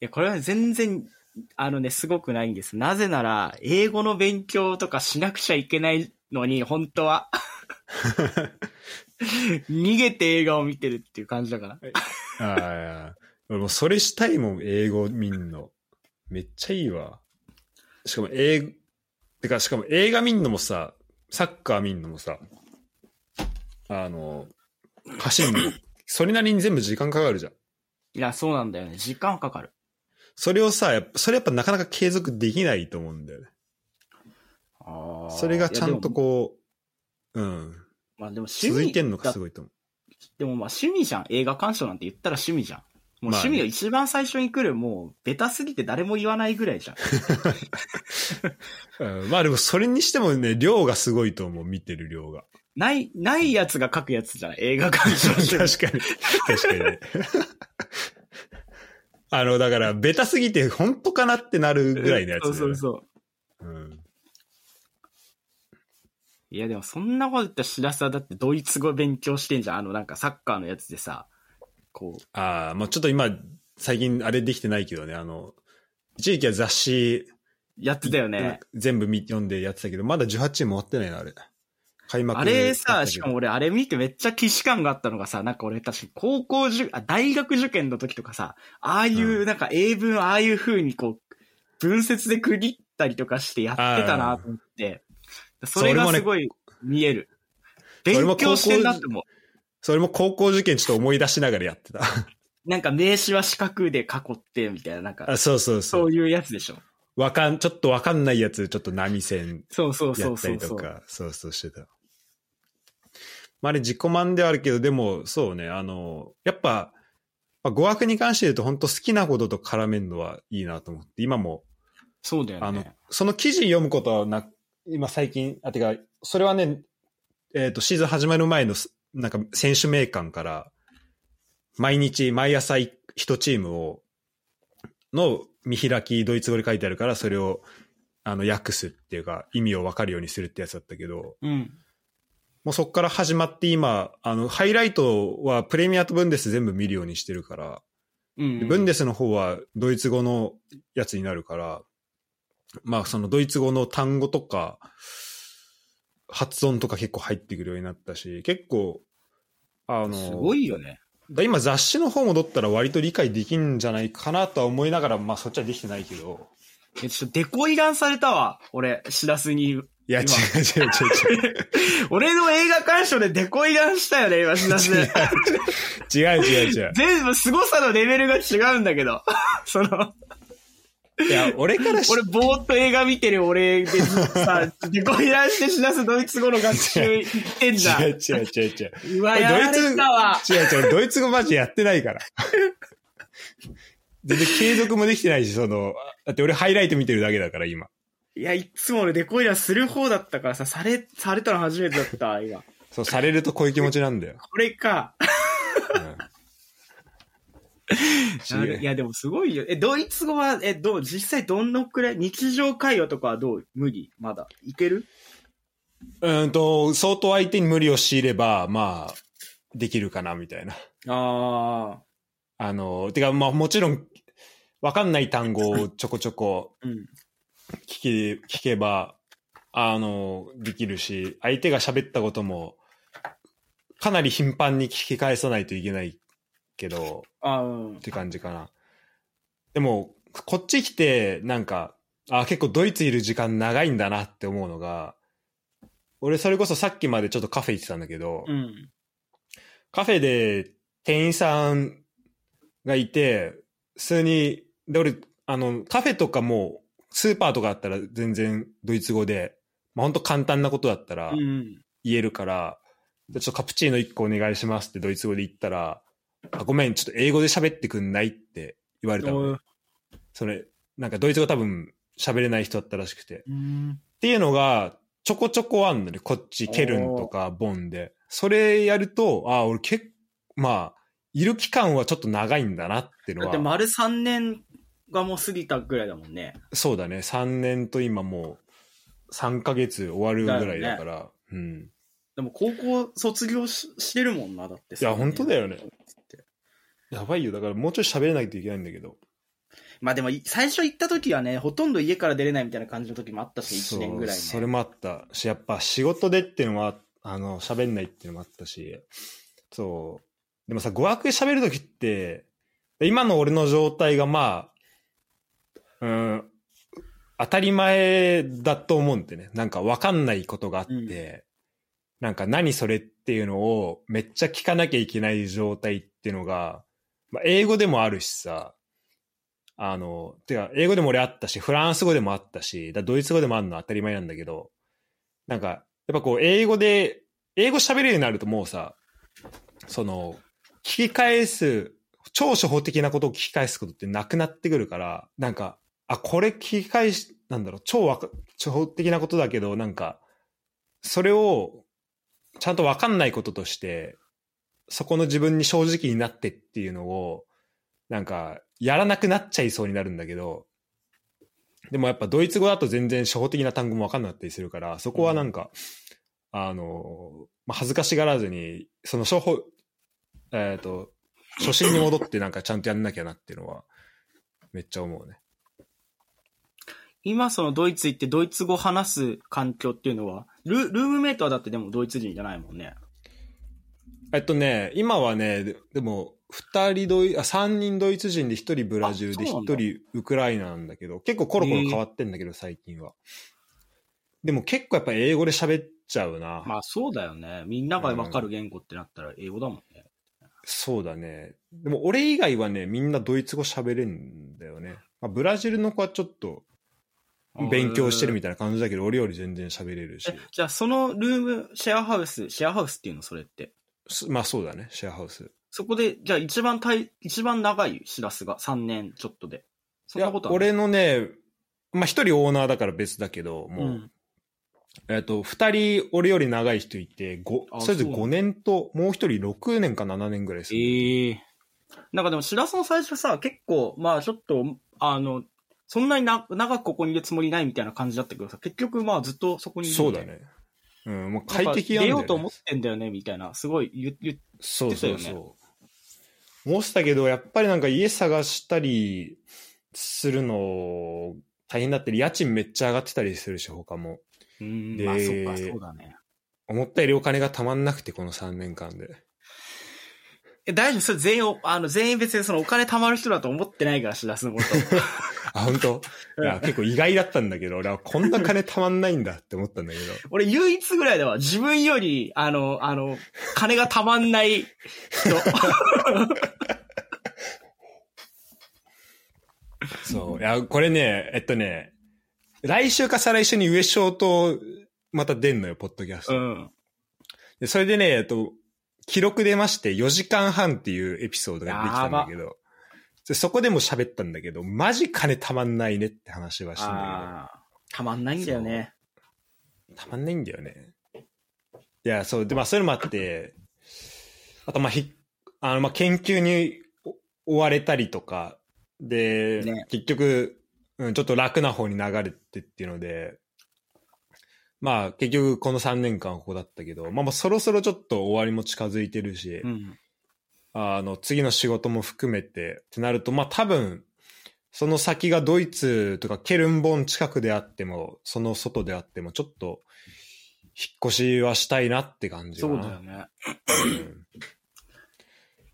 Speaker 2: いや、これは全然、あのね、すごくないんです。なぜなら、英語の勉強とかしなくちゃいけないのに、本当は。逃げて映画を見てるっていう感じだか
Speaker 1: あ
Speaker 2: ら。
Speaker 1: あ、 俺もうそれしたいもん、英語見んの。めっちゃいいわ。しかも英語、てかしかも映画見んのもさ、サッカー見んのもさ、あの、走るの。それなりに全部時間かかるじゃん。
Speaker 2: いや、そうなんだよね。時間はかかる。
Speaker 1: それをさ、やっぱそれやっぱなかなか継続できないと思うんだよね。
Speaker 2: ああ
Speaker 1: それがちゃんと
Speaker 2: いやでも
Speaker 1: こう、うん。
Speaker 2: まあでも趣味
Speaker 1: 続いてんのがす
Speaker 2: い。
Speaker 1: ごいと思う。
Speaker 2: でもまあ趣味じゃん。映画鑑賞なんて言ったら趣味じゃん。もう
Speaker 1: まあね
Speaker 2: 趣味が一番最初に来る、もう、ベタすぎて誰も言わないぐらいじゃん。
Speaker 1: うんまあでもそれにしてもね、量がすごいと思う、見てる量が。
Speaker 2: ない、ないやつが書くやつじゃない。映画鑑賞
Speaker 1: 確
Speaker 2: 趣味。
Speaker 1: かに。確かにね。あの、だから、ベタすぎて、本当かなってなる ぐらいのやつ、ね。
Speaker 2: そうそうそう。
Speaker 1: うん
Speaker 2: いやでもそんなこと言ったら白沢だってドイツ語勉強してんじゃん。あのなんかサッカーのやつでさ、こう、
Speaker 1: ああ、まあちょっと今、最近あれできてないけどね、あの、一時期は雑誌、
Speaker 2: やってたよね。
Speaker 1: 全部見読んでやってたけど、まだ18円も終わってないな、あれ。開幕
Speaker 2: あれさ、しかも。俺あれ見てめっちゃ既視感があったのがさ、なんか俺確か高校受、あ、大学受験の時とかさ、ああいう
Speaker 1: う
Speaker 2: なんか英文ああいう風にこう、文節で区切ったりとかしてやってたなと思って、それがすごい見える。
Speaker 1: そう俺も
Speaker 2: 勉
Speaker 1: ね
Speaker 2: 強してんなって思う。
Speaker 1: それも高校受験ちょっと思い出しながらやってた。
Speaker 2: なんか名詞は四角で囲ってみたいな、なんか
Speaker 1: あ、そうそうそ。
Speaker 2: そうういうやつでしょ。
Speaker 1: わかん、ちょっとわかんないやつ、ちょっと波線
Speaker 2: そうそう
Speaker 1: や
Speaker 2: そう
Speaker 1: った
Speaker 2: そ
Speaker 1: り
Speaker 2: う
Speaker 1: と
Speaker 2: そう。
Speaker 1: か、そうそうしてた。まあ、あれ自己満ではあるけど、でもそうね、あの、やっぱ、まあ語学に関して言うと本当好きなことと絡めるのはいいなと思って、今も、
Speaker 2: そうだよね。
Speaker 1: あの、その記事読むことはな、今最近、あ、てか、それはね、えっ、と、シーズン始まる前のす、なんか選手名鑑から、毎日、毎朝い一チームを、の見開き、ドイツ語で書いてあるから、それを、あの、訳すっていうか、意味をわかるようにするってやつだったけど、
Speaker 2: うん。
Speaker 1: もうそこから始まって今、あの、ハイライトはプレミアとブンデス全部見るようにしてるから、
Speaker 2: うん、
Speaker 1: でブンデスの方はドイツ語のやつになるから、まあそのドイツ語の単語とか、発音とか結構入ってくるようになったし、結構、あの、
Speaker 2: すごいよね。
Speaker 1: だ今雑誌の方戻ったら割と理解できんじゃないかなとは思いながら、まあそっちはできてないけど。
Speaker 2: え、ちょっとデコイランされたわ。俺、しらすに。
Speaker 1: いや、違う違う違
Speaker 2: 今
Speaker 1: う違う。
Speaker 2: 俺の映画鑑賞でデコイランしたよね、今、しらす。
Speaker 1: 違う違う違う。
Speaker 2: 全部、凄さのレベルが違うんだけど。 その、
Speaker 1: いや、俺からし
Speaker 2: 俺、ぼーっと映画見てる俺でさ、デコイランしてしらすドイツ語の学習行ってんじゃ。
Speaker 1: 違うん違う違う違う。
Speaker 2: うわ、やられたわ。
Speaker 1: 違う違う、ドイツ語マジやってないから。全然継続もできてないし、その、だって俺ハイライト見てるだけだから、今。
Speaker 2: いや、いつも俺デコイランする方だったからさ、され、されたの初めてだった、今。
Speaker 1: そう、されるとこういう気持ちなんだよ。
Speaker 2: これか。
Speaker 1: うん
Speaker 2: なるいや、でもすごいよ。え、ドイツ語は、え、どう、実際どんのくらい、日常会話とかはどう無理まだ。いける
Speaker 1: うーんと、相当相手に無理を強いれば、まあ、できるかな、みたいな。
Speaker 2: ああ。
Speaker 1: あの、てか、まあもちろん、わかんない単語をちょこちょこ
Speaker 2: うん。
Speaker 1: 聞け、聞けば、あの、できるし、相手が喋ったことも、かなり頻繁に聞き返さないといけないけど、
Speaker 2: あーうん
Speaker 1: っ。て感じかな。でも、こっち来て、なんか、あ、結構ドイツいる時間長いんだなって思うのが、俺それこそさっきまでちょっとカフェ行ってたんだけど、
Speaker 2: うん。
Speaker 1: カフェで店員さんがいて、普通に、で、俺、あの、カフェとかも、スーパーとかだったら全然ドイツ語で、まあ、ほんと簡単なことだったら
Speaker 2: うん。
Speaker 1: 言えるから、でちょっとカプチーノ1個お願いしますってドイツ語で言ったら、あごめん、ちょっと英語で喋ってくんないって言われたのね。それ、なんかドイツ語多分喋れない人だったらしくて。っ
Speaker 2: うん。
Speaker 1: ていうのが、ちょこちょこあんのね。こっち、ケルンとか、ボンで。それやると、ああ、俺結構、まあ、いる期間はちょっと長いんだなっての
Speaker 2: だって
Speaker 1: は。
Speaker 2: 丸3年がもう過ぎたぐらいだもんね。
Speaker 1: そうだね。3年と今もう、3ヶ月終わるぐらいだから。うん。
Speaker 2: でも高校卒業ししてるもんな、だって
Speaker 1: いや本当だよね。
Speaker 2: つって
Speaker 1: やばいよ。だからもうちょい喋れないといけないんだけど。
Speaker 2: まあでも、い最初行った時はね、ほとんど家から出れないみたいな感じの時もあったし、
Speaker 1: そ
Speaker 2: 1
Speaker 1: う
Speaker 2: 年ぐらいね。
Speaker 1: それもあったし、やっぱ仕事でっていうのは、あの、喋んないっていうのもあったし、そう。でもさ、語学で喋るときって、今の俺の状態がまあ、うん、当たり前だと思うんでね。なんかわかんないことがあって、
Speaker 2: うん
Speaker 1: なんか何それっていうのをめっちゃ聞かなきゃいけない状態っていうのが、まあ、英語でもあるしさ、あの、てか、英語でも俺あったし、フランス語でもあったし、だドイツ語でもあるのは当たり前なんだけど、なんか、やっぱこう、英語で、英語喋れるようになるともうさ、その、聞き返す、超初歩的なことを聞き返すことってなくなってくるから、なんか、あ、これ聞き返し、なんだろう、超わか、初歩的なことだけど、なんか、それを、ちゃんとわかんないこととして、そこの自分に正直になってっていうのを、なんか、やらなくなっちゃいそうになるんだけど、でもやっぱドイツ語だと全然初歩的な単語もわかんなかったりするから、そこはなんか、あの、まあ、恥ずかしがらずに、その初歩、えっ、と、初心に戻ってなんかちゃんとやんなきゃなっていうのは、めっちゃ思うね。
Speaker 2: 今そのドイツ行ってドイツ語話す環境っていうのは、ルルームメイトはだってでもドイツ人じゃないもんね。
Speaker 1: えっとね、今はね、ででも、二人ドイ、あ、三人ドイツ人で一人ブラジルで
Speaker 2: あそう
Speaker 1: 一
Speaker 2: なんだ
Speaker 1: 人ウクライナなんだけど、結構コロコロ変わってんだけど、最近は。でも結構やっぱ英語で喋っちゃうな。
Speaker 2: まあそうだよね。みんながわかる言語ってなったら英語だもんね。
Speaker 1: そうだね。でも俺以外はね、みんなドイツ語喋れんだよね。まあ、ブラジルの子はちょっと勉強してるみたいな感じだけど、俺より全然喋れるし
Speaker 2: え。、じゃあそのルーム、シェアハウス、シェアハウスっていうのそれって。
Speaker 1: すまあそうだね、シェアハウス。
Speaker 2: そこで、じゃあ一番たい、一番長いシラスが3年ちょっとで。そんなこと
Speaker 1: いや
Speaker 2: はない
Speaker 1: 俺のね、まあ一人オーナーだから別だけど、もう、
Speaker 2: うん。
Speaker 1: えっと、二人俺より長い人いて、ご
Speaker 2: あ
Speaker 1: それぞれ
Speaker 2: そうな
Speaker 1: 5年と、もう一人6年か7年ぐらいでする。
Speaker 2: ええなんかでもシラスの最初さ、結構、まあちょっと、あの、そんなにな長くここにいるつもりないみたいな感じだったけどさ、結局まあずっとそこにいる
Speaker 1: そ
Speaker 2: よ
Speaker 1: うだね。うん、もう快適
Speaker 2: な
Speaker 1: なんんだよ、
Speaker 2: か出よ
Speaker 1: ね。
Speaker 2: うと思ってんだよね、みたいな。すごい言、言、
Speaker 1: そうそう
Speaker 2: 言ってたよ
Speaker 1: そう。思ってたけど、やっぱりなんか家探したりするの大変だったり、家賃めっちゃ上がってたりするし、他も。
Speaker 2: うーん、
Speaker 1: で
Speaker 2: まあそっか、そうだね。
Speaker 1: 思ったよりお金がたまんなくて、この3年間で。
Speaker 2: え、大丈夫それ全員を、あの、全員別にそのお金貯まる人だと思ってないから、シラスのこと。
Speaker 1: あ、本当いや、結構意外だったんだけど、俺はこんな金たまんないんだって思ったんだけど。
Speaker 2: 俺唯一ぐらいだわ。自分より、あの、あの、金が貯まんない人。
Speaker 1: そう。いや、これね、えっとね、来週か再来週に上翔とまた出んのよ、ポッドキャスト。
Speaker 2: うん。
Speaker 1: でそれでね、えっと、記録出まして4時間半っていうエピソードができたんだけど、でそこでも喋ったんだけど、マジ金たまんないねって話はしたんだ
Speaker 2: あーたまんないんだよね。
Speaker 1: けど、たまんないんだよね。いや、そう。で、まあ、そういうのもあって、あと、まあ、ひ、あの、まあ、研究にお追われたりとか、で、
Speaker 2: ね
Speaker 1: 結局、うん、ちょっと楽な方に流れてっていうので、まあ、結局この3年間はここだったけど、まあ、もうそろそろちょっと終わりも近づいてるし、
Speaker 2: うん。
Speaker 1: あの、次の仕事も含めてってなると、まあ多分、その先がドイツとかケルンボン近くであっても、その外であっても、ちょっと、引っ越しはしたいなって感じか
Speaker 2: そう
Speaker 1: な
Speaker 2: だよね。
Speaker 1: うん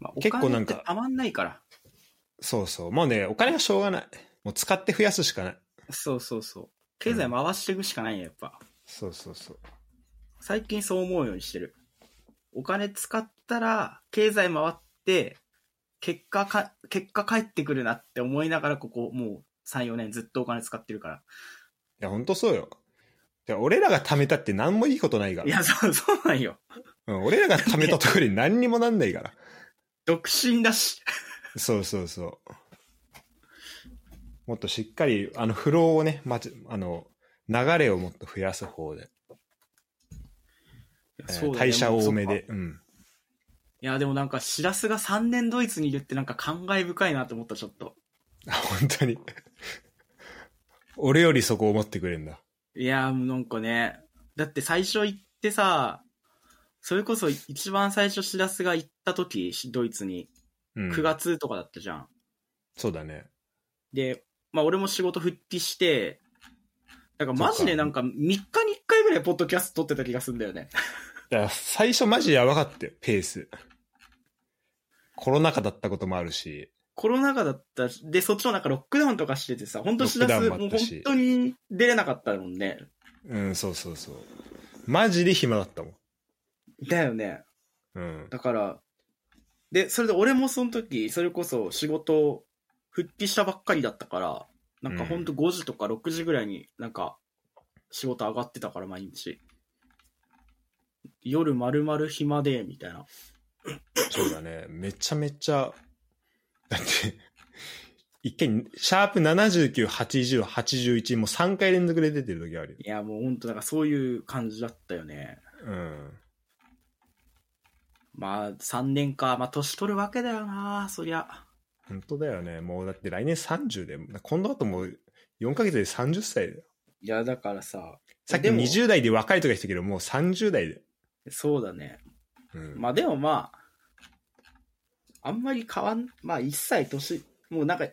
Speaker 2: まあ、
Speaker 1: 結
Speaker 2: 結
Speaker 1: 構
Speaker 2: 構
Speaker 1: な
Speaker 2: なんん
Speaker 1: か
Speaker 2: か。たまんないから。
Speaker 1: そうそう。もうね、お金はしょうがない。もう使って増やすしかない。
Speaker 2: そうそうそう。経済回していくしかないよ、やっぱ。
Speaker 1: そうそうそう。
Speaker 2: 最近そう思うようにしてる。お金使ったら、経済回って、結果か、結果返ってくるなって思いながら、ここもう3、4年ずっとお金使ってるから。
Speaker 1: いや、ほんとそうよ。いや俺らが貯めたって何もいいことないか
Speaker 2: い
Speaker 1: ら。
Speaker 2: や、そう、そうなんよ。
Speaker 1: うん、俺らが貯めたところに何にもなんないから。
Speaker 2: 独身だし。
Speaker 1: そうそうそう。もっとしっかり、あの、フローをね、まち、あの、流れをもっと増やす方で、えー
Speaker 2: そうだね
Speaker 1: 代謝多め。
Speaker 2: もうそっ
Speaker 1: で
Speaker 2: か、
Speaker 1: うん。
Speaker 2: いや、でもなんか、シラスが3年ドイツにいるってなんか感慨深いなと思った、ちょっと。
Speaker 1: あ本当に。俺よりそこを持ってくれるんだ。
Speaker 2: いや、もうなんかね、だって最初行ってさ、それこそ一番最初シラスが行った時、ドイツに
Speaker 1: うん
Speaker 2: 9月とかだったじゃん。
Speaker 1: そうだね。
Speaker 2: で、まあ俺も仕事復帰して、だからマジ
Speaker 1: そ
Speaker 2: で
Speaker 1: うか
Speaker 2: なんか3日に1回ぐらいポッドキャスト撮ってた気がするんだよね。
Speaker 1: だから最初マジやばかったよ、ペース。コロナ禍だったこともあるし、
Speaker 2: コロナ禍だったし、で、そっちのなんかロックダウンとかしててさ、本当しら
Speaker 1: ロック
Speaker 2: す、
Speaker 1: ダウンも
Speaker 2: も
Speaker 1: あ
Speaker 2: う
Speaker 1: った
Speaker 2: 本
Speaker 1: し
Speaker 2: 当に出れなかったもんね。
Speaker 1: うん、そうそうそう。マジで暇だったもん。
Speaker 2: だよね。
Speaker 1: うん。
Speaker 2: だから、で、それで俺もその時、それこそ仕事復帰したばっかりだったから、なんかほんと5時とか6時ぐらいになんか仕事上がってたから毎日。夜まるまる暇で、みたいな。
Speaker 1: そうだね。めちゃめちゃ、だって、一回、シャープ79、80、81、もう3回連続で出てる時あるよ。
Speaker 2: いや、もうほんとなんかそういう感じだったよね。
Speaker 1: うん。
Speaker 2: まあ3年か、まあ年取るわけだよな、そりゃ。
Speaker 1: 本当だよね。もうだって来年30で、今度あともう4ヶ月で30歳だよ。
Speaker 2: いや、だからさ、
Speaker 1: さっき
Speaker 2: でも
Speaker 1: 20代で若いとか言ってたけど、もう30代で。
Speaker 2: そうだね。
Speaker 1: うん。
Speaker 2: まあでもまあ、あんまり変わん、まあ一切年、もうなんか、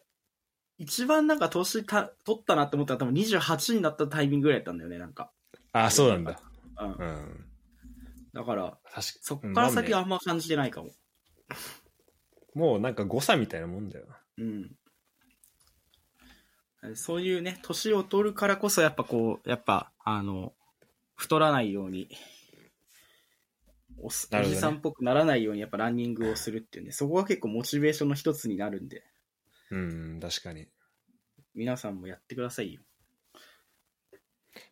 Speaker 2: 一番なんか年た取ったなって思ったら多分28になったタイミングぐらいだったんだよね、なんか。
Speaker 1: あ、そうなんだ。
Speaker 2: うん
Speaker 1: う。ん。
Speaker 2: だから、
Speaker 1: 確か
Speaker 2: そっから先は
Speaker 1: う
Speaker 2: あんま感じてないかも。
Speaker 1: もうなんか誤差みたいなもんだよな。
Speaker 2: うん。そういうね、年を取るからこそやっぱこう、やっぱ、あの、太らないように、おす
Speaker 1: な
Speaker 2: お
Speaker 1: るほどね
Speaker 2: じさんっぽくならないようにやっぱランニングをするっていうね、そこが結構モチベーションの一つになるんで。
Speaker 1: うん、確かに。
Speaker 2: 皆さんもやってくださいよ。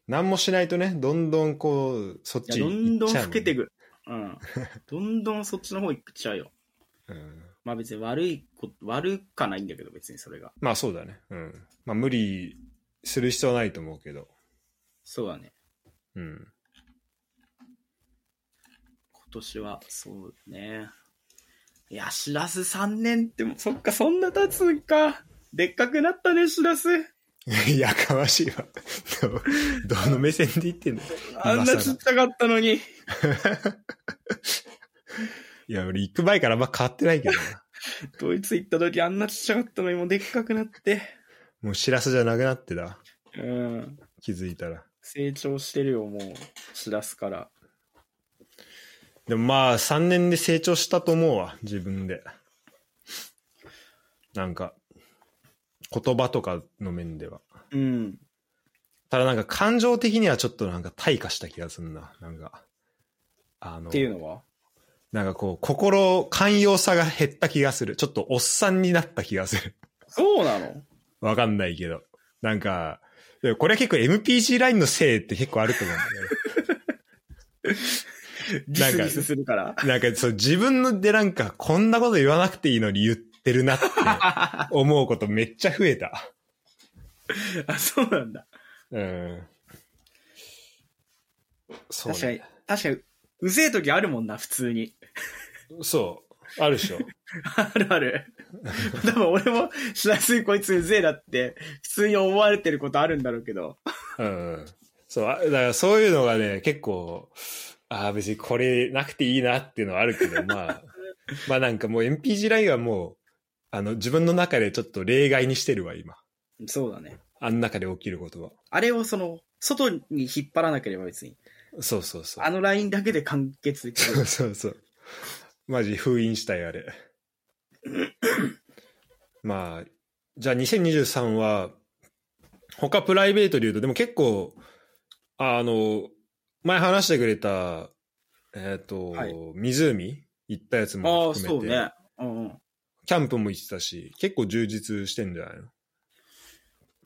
Speaker 1: 何もしないとね、どんどんこう、そっ
Speaker 2: いや、
Speaker 1: ち
Speaker 2: どんどん
Speaker 1: 行っちゃうもね
Speaker 2: 老けていく。うん。どんどんそっちの方行っちゃうよ。
Speaker 1: うん。
Speaker 2: まあ別に悪いこ、悪かないんだけど別にそれが。
Speaker 1: まあそうだね。うん。まあ無理する必要はないと思うけど。
Speaker 2: そうだね。
Speaker 1: うん。
Speaker 2: 今年は、そうね。いや、しらす3年っても、そっか、そんな経つんか。でっかくなったね、しらす。
Speaker 1: い やかましいわ。どうどの目線で言ってんの
Speaker 2: あんなちっちゃかったのに。
Speaker 1: いや、俺行く前からあんま変わってないけどな。
Speaker 2: ドイツ行った時あんなちっちゃかったのに、もうでっかくなって。
Speaker 1: もうしらすじゃなくなってだ。
Speaker 2: うん。
Speaker 1: 気づいたら。
Speaker 2: 成長してるよ、もう。しらすから。
Speaker 1: でもまあ3年で成長したと思うわ、自分で。なんか、言葉とかの面では。
Speaker 2: うん。
Speaker 1: ただなんか感情的にはちょっとなんか退化した気がするな。なんか、あの、
Speaker 2: っていうのは
Speaker 1: なんかこう、心、寛容さが減った気がする。ちょっとおっさんになった気がする。
Speaker 2: そうなの
Speaker 1: わかんないけど。なんか、でもこれは結構 MPG ラインのせいって結構あると思うんだ よね。
Speaker 2: ギスギスするから。
Speaker 1: なんかそう自分のでなんかこんなこと言わなくていいのに言ってるな って思うことめっちゃ増えた。
Speaker 2: あ、そうなんだ。
Speaker 1: うん。そう、
Speaker 2: 確かに。、確かに、うぜえ時あるもんな、普通に。
Speaker 1: そう。あるでしょ。
Speaker 2: あるある。多分俺も、しらすいこいつうぜえだって、普通に思われてることあるんだろうけど。
Speaker 1: うん。そう、あだからそういうのがね、結構、ああ、別にこれなくていいなっていうのはあるけど、まあ、まあなんかもう MPG ラインはもう、あの、自分の中でちょっと例外にしてるわ、今。
Speaker 2: そうだね。
Speaker 1: あん中で起きることは。
Speaker 2: あれをその、外に引っ張らなければ別に。
Speaker 1: そうそうそう
Speaker 2: あ。のラインだけで完結 でき
Speaker 1: そう
Speaker 2: る。
Speaker 1: そうそう。マジ封印したいあれ。まあ、じゃあ2023は、他プライベートで言うと、でも結構、あの、前話してくれた、えっ、と、
Speaker 2: はい
Speaker 1: 湖行ったやつ
Speaker 2: あ
Speaker 1: も
Speaker 2: あ、
Speaker 1: 含
Speaker 2: そ
Speaker 1: め
Speaker 2: う
Speaker 1: て、
Speaker 2: ね。うんうん。
Speaker 1: キャンプも行ってたし、結構充実してんじゃないの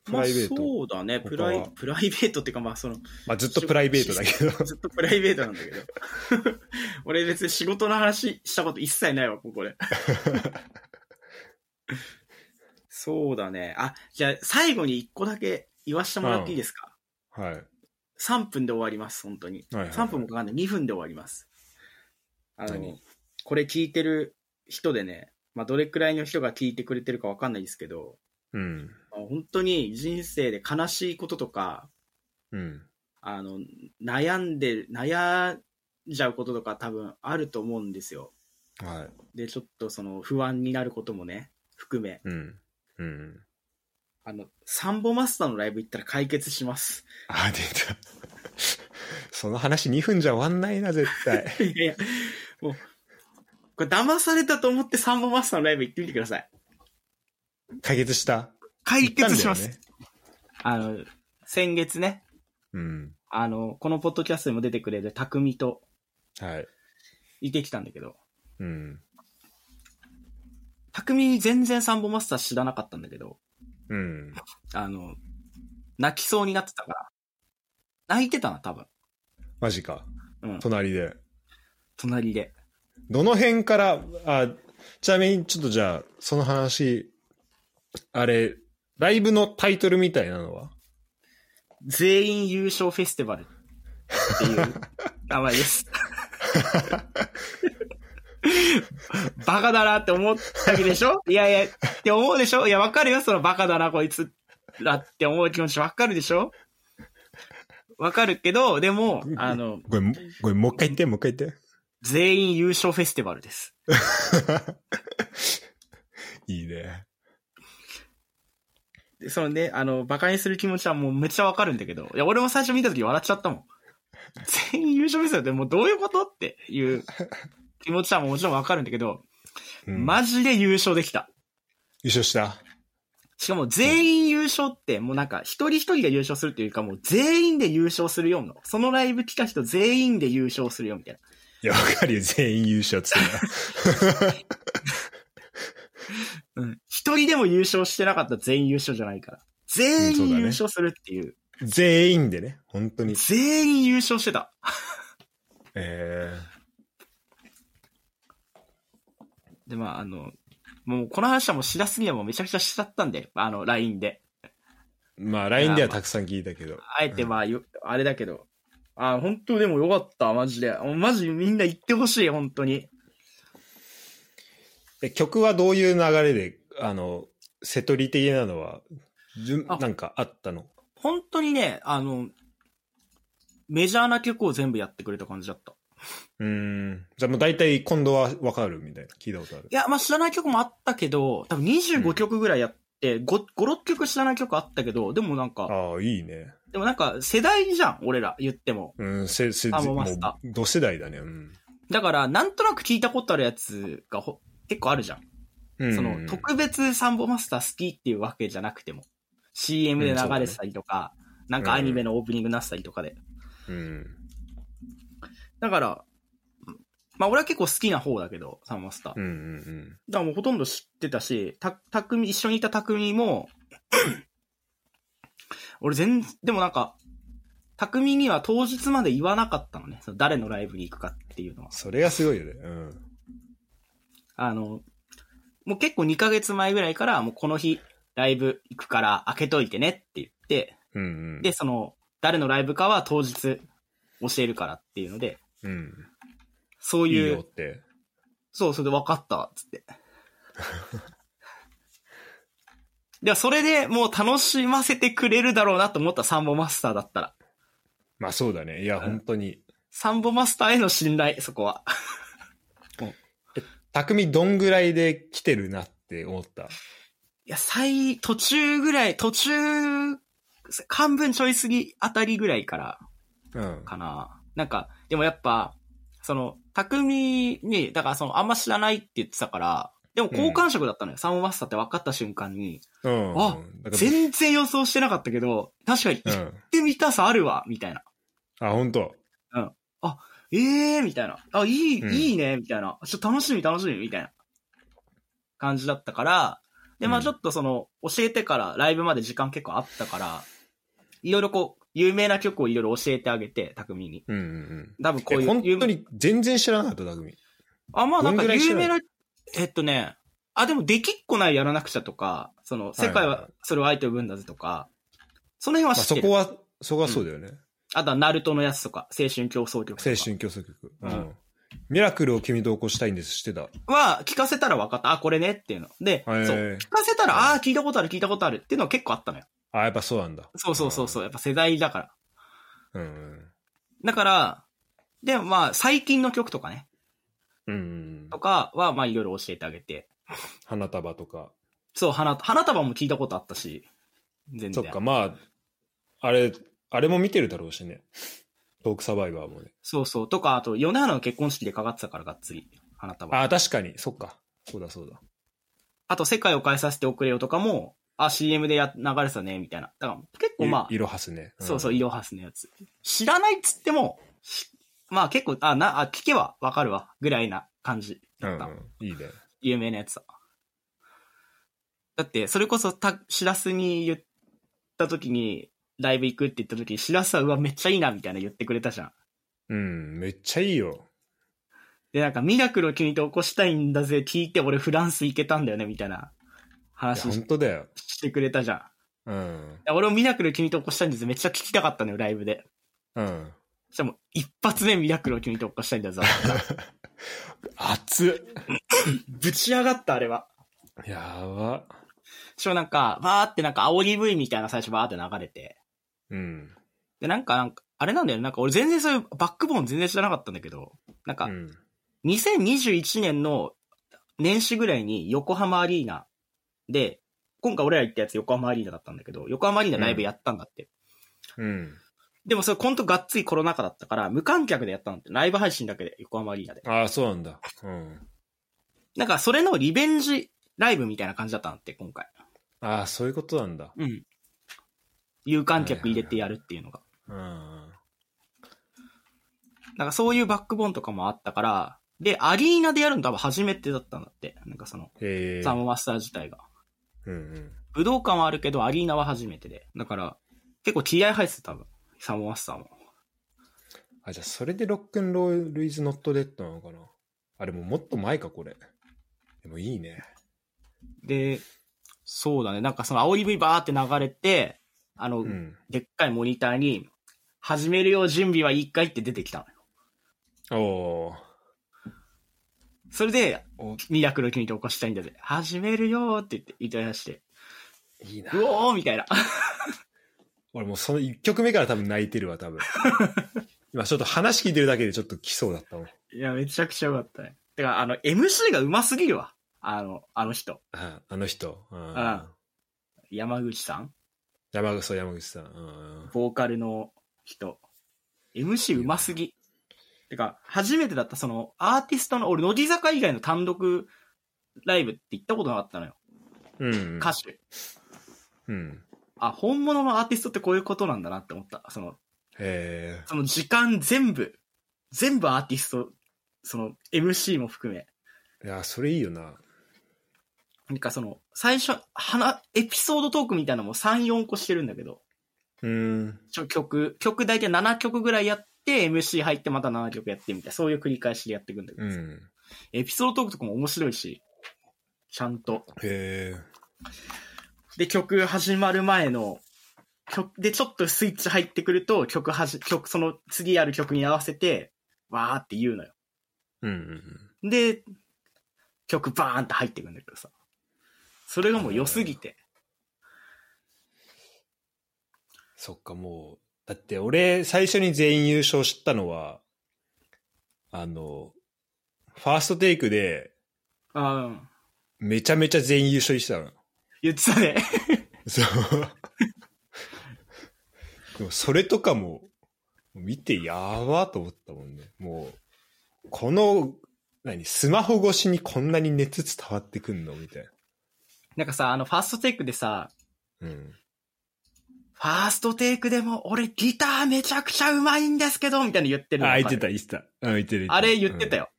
Speaker 1: プ
Speaker 2: まあ
Speaker 1: ライベート。
Speaker 2: そうだね。プラ
Speaker 1: 他
Speaker 2: イ
Speaker 1: は、
Speaker 2: プライベートっていうかまあそ の、
Speaker 1: まあずっとプライベートだけど。
Speaker 2: ずっとプライベートなんだけど。 俺別に仕事の話したこと一切ないわ、こ こで。そうだね。あ、じゃあ最後に一個だけ言わしてもらっていいですか、
Speaker 1: はい。
Speaker 2: ?3 分で終わります、本当に。
Speaker 1: はいはいはい
Speaker 2: 3分もかかんない。2分で終わります。あの
Speaker 1: 何、
Speaker 2: これ聞いてる人でね、まあどれくらいの人が聞いてくれてるかわかんないですけど、
Speaker 1: うん。
Speaker 2: まあ本当に人生で悲しいこととか、
Speaker 1: うん。
Speaker 2: あの、悩んでる、悩じゃうこととか多分あると思うんですよ。
Speaker 1: はい。
Speaker 2: で、ちょっとその不安になることもね、含め、
Speaker 1: うん。うん。
Speaker 2: あの、サンボマスターのライブ行ったら解決 します。
Speaker 1: あ、出た。その話2分じゃ終わんないな、絶対。
Speaker 2: いやいや、もう、これ騙されたと思ってサンボマスターのライブ行ってみてください。
Speaker 1: 解決した。
Speaker 2: 解決します。
Speaker 1: 言ったんだよね
Speaker 2: あの、先月ね、
Speaker 1: うん。
Speaker 2: あの、このポッドキャストにも出てくれる匠と
Speaker 1: はい。
Speaker 2: いてきたんだけど、
Speaker 1: うん。
Speaker 2: 匠全然サンボマスター知らなかったんだけど、
Speaker 1: うん。
Speaker 2: あの、泣きそうになってたから。泣いてたな、多分。
Speaker 1: マジか。
Speaker 2: うん。
Speaker 1: 隣で。
Speaker 2: 隣で。
Speaker 1: どの辺から、あ、ちなみにちょっとじゃあ、その話、あれ、ライブのタイトルみたいなのは
Speaker 2: 全員優勝フェスティバルっていう名前です。バカだなって思ったわけでしょいやいや、って思うでしょいや、わかるよ、そのバカだな、こいつらって思う気持ちわかるでしょわかるけど、でも、あの、
Speaker 1: ごめん、ごめん、もう一回言って、もう一回言って。
Speaker 2: 全員優勝フェスティバルです。
Speaker 1: いいね。
Speaker 2: でそのね、あの、バカにする気持ちはもうめっちゃわかるんだけど、いや、俺も最初見た時笑っちゃったもん。 全員優勝フェスティバルってもうどういうことっていう気持ちはもちろんわかるんだけど、
Speaker 1: うん
Speaker 2: マジで優勝できた。
Speaker 1: 優勝した。
Speaker 2: しかも全員優勝って、もうなんか一人一人が優勝するっていうか、もう全員で優勝するような。そのライブ来た人全員で優勝するよみたいな。
Speaker 1: いや、わかるよ、全員優勝っつうのは
Speaker 2: うん。一人でも優勝してなかったら全員優勝じゃないから。全員優勝するっていう。
Speaker 1: 全員でね、本当に。
Speaker 2: 全員優勝してた。
Speaker 1: え
Speaker 2: で、まああの、もうこの話はもうしらすにはもうめちゃくちゃしちゃったんで、あの、LINE で。
Speaker 1: ー、まあ、LINE ではたくさん聞いたけど。
Speaker 2: あえてまあ、よあれだけど。あ、本当でもよかった、マジで。マジみんな言ってほしい、本当に。
Speaker 1: え曲はどういう流れで、あの、瀬戸り的なのは、じゅん
Speaker 2: あ
Speaker 1: なんかあったの
Speaker 2: 本当にね、あの、メジャーな曲を全部やってくれた感じだった。
Speaker 1: うーん。じゃあもう大体今度はわかるみたいな。聞いたことある
Speaker 2: い。や、まあ、知らない曲もあったけど、多分25曲ぐらいやって、5、5、6曲知らない曲あったけど、でもなんか、
Speaker 1: ああ、いいね。
Speaker 2: でもなんか世代じゃん、俺ら、言っても。
Speaker 1: うん、せ、せ、
Speaker 2: あも
Speaker 1: も
Speaker 2: うマ
Speaker 1: う
Speaker 2: スタ、
Speaker 1: 同世代だね。うん。
Speaker 2: だから、なんとなく聞いたことあるやつがほ結構あるじゃん。
Speaker 1: うん
Speaker 2: その、特別サンボマスター好きっていうわけじゃなくても。CM で流れてたりとか、なんかアニメのオープニングなってたりとかで。
Speaker 1: うん。
Speaker 2: だから、まあ、俺は結構好きな方だけど、サンボマスター
Speaker 1: うん、う。ん、
Speaker 2: だからもうほとんど知ってたし、た、たくみ、一緒にいたたくみも、 俺全、でもなんか、たくみには当日まで言わなかったのね。その誰のライブに行くかっていうのは。
Speaker 1: それがすごいよね。うん。
Speaker 2: あの、もう結構2ヶ月前ぐらいから、もうこの日、ライブ行くから開けといてねって言って、
Speaker 1: うん、うん。
Speaker 2: で、その、誰のライブかは当日教えるからっていうので、
Speaker 1: うん。
Speaker 2: そう
Speaker 1: いい
Speaker 2: いう、
Speaker 1: よって。
Speaker 2: そう、それで分かったわ、つって。 では、それでもう楽しませてくれるだろうなと思ったサンボマスターだったら。
Speaker 1: まあそうだね。いや、
Speaker 2: ん
Speaker 1: 本当に。
Speaker 2: サンボマスターへの信頼、そこは。
Speaker 1: 匠どんぐらいで来てるなって思った。
Speaker 2: いや、最、途中ぐらい、途中、半分ちょい過ぎあたりぐらいから
Speaker 1: うん。
Speaker 2: かな。なんか、でもやっぱ、その、匠に、だからその、あんま知らないって言ってたから、でも好感触だったのよ。サンボマスターって分かった瞬間に、
Speaker 1: うん。
Speaker 2: あ
Speaker 1: だから
Speaker 2: 全然予想してなかったけど、確かに
Speaker 1: う
Speaker 2: 行っ
Speaker 1: ん。
Speaker 2: てみたさあるわ、みたいな。
Speaker 1: あ、本当
Speaker 2: ええー、みたいな。あ、いい、
Speaker 1: うん
Speaker 2: いいね、みたいな。ちょっと楽しみ、楽しみ、みたいな感じだったから、で、ま
Speaker 1: う
Speaker 2: あ
Speaker 1: ん
Speaker 2: ちょっとその、教えてから、ライブまで時間結構あったから、いろいろこう、有名な曲をいろいろ教えてあげて、匠に。
Speaker 1: うん、うん、
Speaker 2: 多分こ
Speaker 1: う。
Speaker 2: うん
Speaker 1: え
Speaker 2: いう。
Speaker 1: 本
Speaker 2: 有
Speaker 1: 当に全然知らなかった、匠。
Speaker 2: あ、まあなん
Speaker 1: どん
Speaker 2: か
Speaker 1: ぐらい
Speaker 2: 有
Speaker 1: 知らな
Speaker 2: 名
Speaker 1: い
Speaker 2: な、えっとね、あ、でも、できっこないやらなくちゃとか、その、世界
Speaker 1: はいはいは
Speaker 2: はそれを愛と呼ぶんだぜとか、その辺
Speaker 1: ま
Speaker 2: は
Speaker 1: あ
Speaker 2: 知って
Speaker 1: そ
Speaker 2: る。
Speaker 1: こは、そこはそうだよね。
Speaker 2: あとは、ナルトのやつとか、青春競争曲とか。
Speaker 1: 青春競争曲。う。
Speaker 2: うん
Speaker 1: ミラクルを君と起こしたいんです、してた。
Speaker 2: は、聞かせたら分かった。あ、これねっていうの。で、そう
Speaker 1: へー。
Speaker 2: 聞かせたら、ああー、聞いたことある、聞いたことあるっていうのは結構あったのよ。
Speaker 1: あ、やっぱそうなんだ。
Speaker 2: そうそうそうそう。やっぱ世代だから。
Speaker 1: うん。
Speaker 2: だから、で、まあ、最近の曲とかね、
Speaker 1: うん。
Speaker 2: とかは、まあ、いろいろ教えてあげて。
Speaker 1: 花束とか。
Speaker 2: そう、花、花束も聞いたことあったし、全
Speaker 1: そ
Speaker 2: 然。
Speaker 1: っか、まあ、あれ、あれも見てるだろうしね。トークサバイバーもね。
Speaker 2: そうそう。とか、あと、米原の結婚式でかかってたから、がっつり。花束。
Speaker 1: あ
Speaker 2: あ
Speaker 1: あ、確かに。そっか。そうだそうだ。
Speaker 2: と、世界を変えさせておくれよとかも、あ、CM でや流れてたね、みたいな。だから、結構まあ
Speaker 1: い、色はすね。ん
Speaker 2: そうそう、イロハスのやつ。知らないっつっても、しまあ結構、あ、な、あ、聞けばわかるわ、ぐらいな感じ。
Speaker 1: うん
Speaker 2: なんか
Speaker 1: うん。いいね。
Speaker 2: 有名なやつだ。だって、それこそ、た、しらすに言った時に、ライブ行くって言った時に、しらすは、うわ、めっちゃいいな、みたいな言ってくれたじゃん。
Speaker 1: うん。めっちゃいいよ。
Speaker 2: で、なんか、ミラクルを君と起こしたいんだぜ、聞いて、俺フランス行けたんだよね、みたいない
Speaker 1: や
Speaker 2: 話し
Speaker 1: 本当だよ。
Speaker 2: してくれたじゃん。
Speaker 1: うん。
Speaker 2: で俺もミラクルを君と起こしたいんだぜ、めっちゃ聞きたかったのよ、ライブで。
Speaker 1: うん。
Speaker 2: そしたらもう、一発目ミラクルを君と起こしたいんだぜ。
Speaker 1: 熱っ。
Speaker 2: ぶち上がった、あれは。
Speaker 1: やば。
Speaker 2: しかもなんか、バーってなんか煽り V みたいな最初バーって流れて。
Speaker 1: うん。
Speaker 2: で、なんか、なんか、あれなんだよね。なんか俺全然そういうバックボーン全然知らなかったんだけど、なん
Speaker 1: う
Speaker 2: か、
Speaker 1: ん。
Speaker 2: 2021年の年始ぐらいに横浜アリーナで、今回俺ら行ったやつ横浜アリーナだったんだけど、横浜アリーナライブやったんだって。
Speaker 1: うん。
Speaker 2: でもそれコントがっつりコロナ禍だったから、無観客でやったんだって。ライブ配信だけで、横浜アリーナで。
Speaker 1: ああ、そうなんだ。うん。
Speaker 2: なんかそれのリベンジライブみたいな感じだったんだって、今回。
Speaker 1: ああ、そういうことなんだ。
Speaker 2: うん。有観客入れてやるっていうのが。
Speaker 1: うん。
Speaker 2: なんかそういうバックボーンとかもあったから、で、アリーナでやるの多分初めてだったんだって。なんかその、
Speaker 1: へえ。
Speaker 2: サムマスター自体が。
Speaker 1: うんうん。
Speaker 2: 武道館はあるけど、アリーナは初めてで。だから、結構気合入ってた多分。サムマスターも。
Speaker 1: あ、じゃあそれでロックンロールイズノットデッドなのかなあ、でももっと前か、これ。でもいいね。
Speaker 2: で、そうだね。なんかその煽り V バーって流れて、あの、
Speaker 1: うん。
Speaker 2: でっかいモニターに、始めるよ準備は一回って出てきたのよ。
Speaker 1: おお
Speaker 2: それで、
Speaker 1: お
Speaker 2: ミラクル君と起こしたいんだぜ。始めるよーって言って、言い出して、
Speaker 1: いいな。
Speaker 2: うおーみたいな。
Speaker 1: 俺もうその1曲目から多分泣いてるわ、多 分。今ちょっと話聞いてるだけでちょっと来そうだったもん。
Speaker 2: いや、めちゃくちゃ良かったね。てか、あの、MC が上手すぎるわ。あの、あの人。
Speaker 1: ああの人。うん
Speaker 2: ん山口さん
Speaker 1: 山口そう山口さん。うん
Speaker 2: ボーカルの人。MC 上手すぎ。てか、初めてだった、その、アーティストの、俺、乃木坂以外の単独ライブって行ったことなかったのよ。
Speaker 1: うん。うん。
Speaker 2: 歌手。
Speaker 1: うん。
Speaker 2: あ、本物のアーティストってこういうことなんだなって思った。その、
Speaker 1: へえ。
Speaker 2: その時間全部、全部アーティスト、その、MC も含め。
Speaker 1: いや、それいいよな。
Speaker 2: なんかその、最初、花、エピソードトークみたいなのも3、4個してるんだけど、
Speaker 1: うん。
Speaker 2: ちょ曲、曲大体7曲ぐらいやって、MC 入ってまた7曲やってみたいな、そういう繰り返しでやっていくんだけど、
Speaker 1: うん。
Speaker 2: エピソードトークとかも面白いし、ちゃんと。
Speaker 1: へえ。
Speaker 2: で、曲始まる前の、曲、で、ちょっとスイッチ入ってくると、曲はじ、曲、その次ある曲に合わせて、わーって言うのよ。
Speaker 1: うんうん。
Speaker 2: で、曲バーンって入ってくんだけどさ。それがもう良すぎて。
Speaker 1: そっか、もう。だって俺、最初に全員優勝知ったのは、あの、ファーストテイクで、
Speaker 2: あーうん。
Speaker 1: めちゃめちゃ全員優勝してたの。
Speaker 2: 言ってたね。
Speaker 1: そう。 でもそれとかも、見てやばと思ったもんね。もう、この、何、スマホ越しにこんなに熱伝わってくんのみたい
Speaker 2: なんかさ、あの、ファーストテイクでさ、
Speaker 1: な。うん。
Speaker 2: ファーストテイクでも俺ギターめちゃくちゃうまいんですけど、みたいなの言ってるの
Speaker 1: あ、
Speaker 2: わ
Speaker 1: 言
Speaker 2: か
Speaker 1: っ
Speaker 2: る
Speaker 1: てた、言ってた。うん、言ってる。
Speaker 2: あれ言ってた
Speaker 1: よ。
Speaker 2: よ。
Speaker 1: うん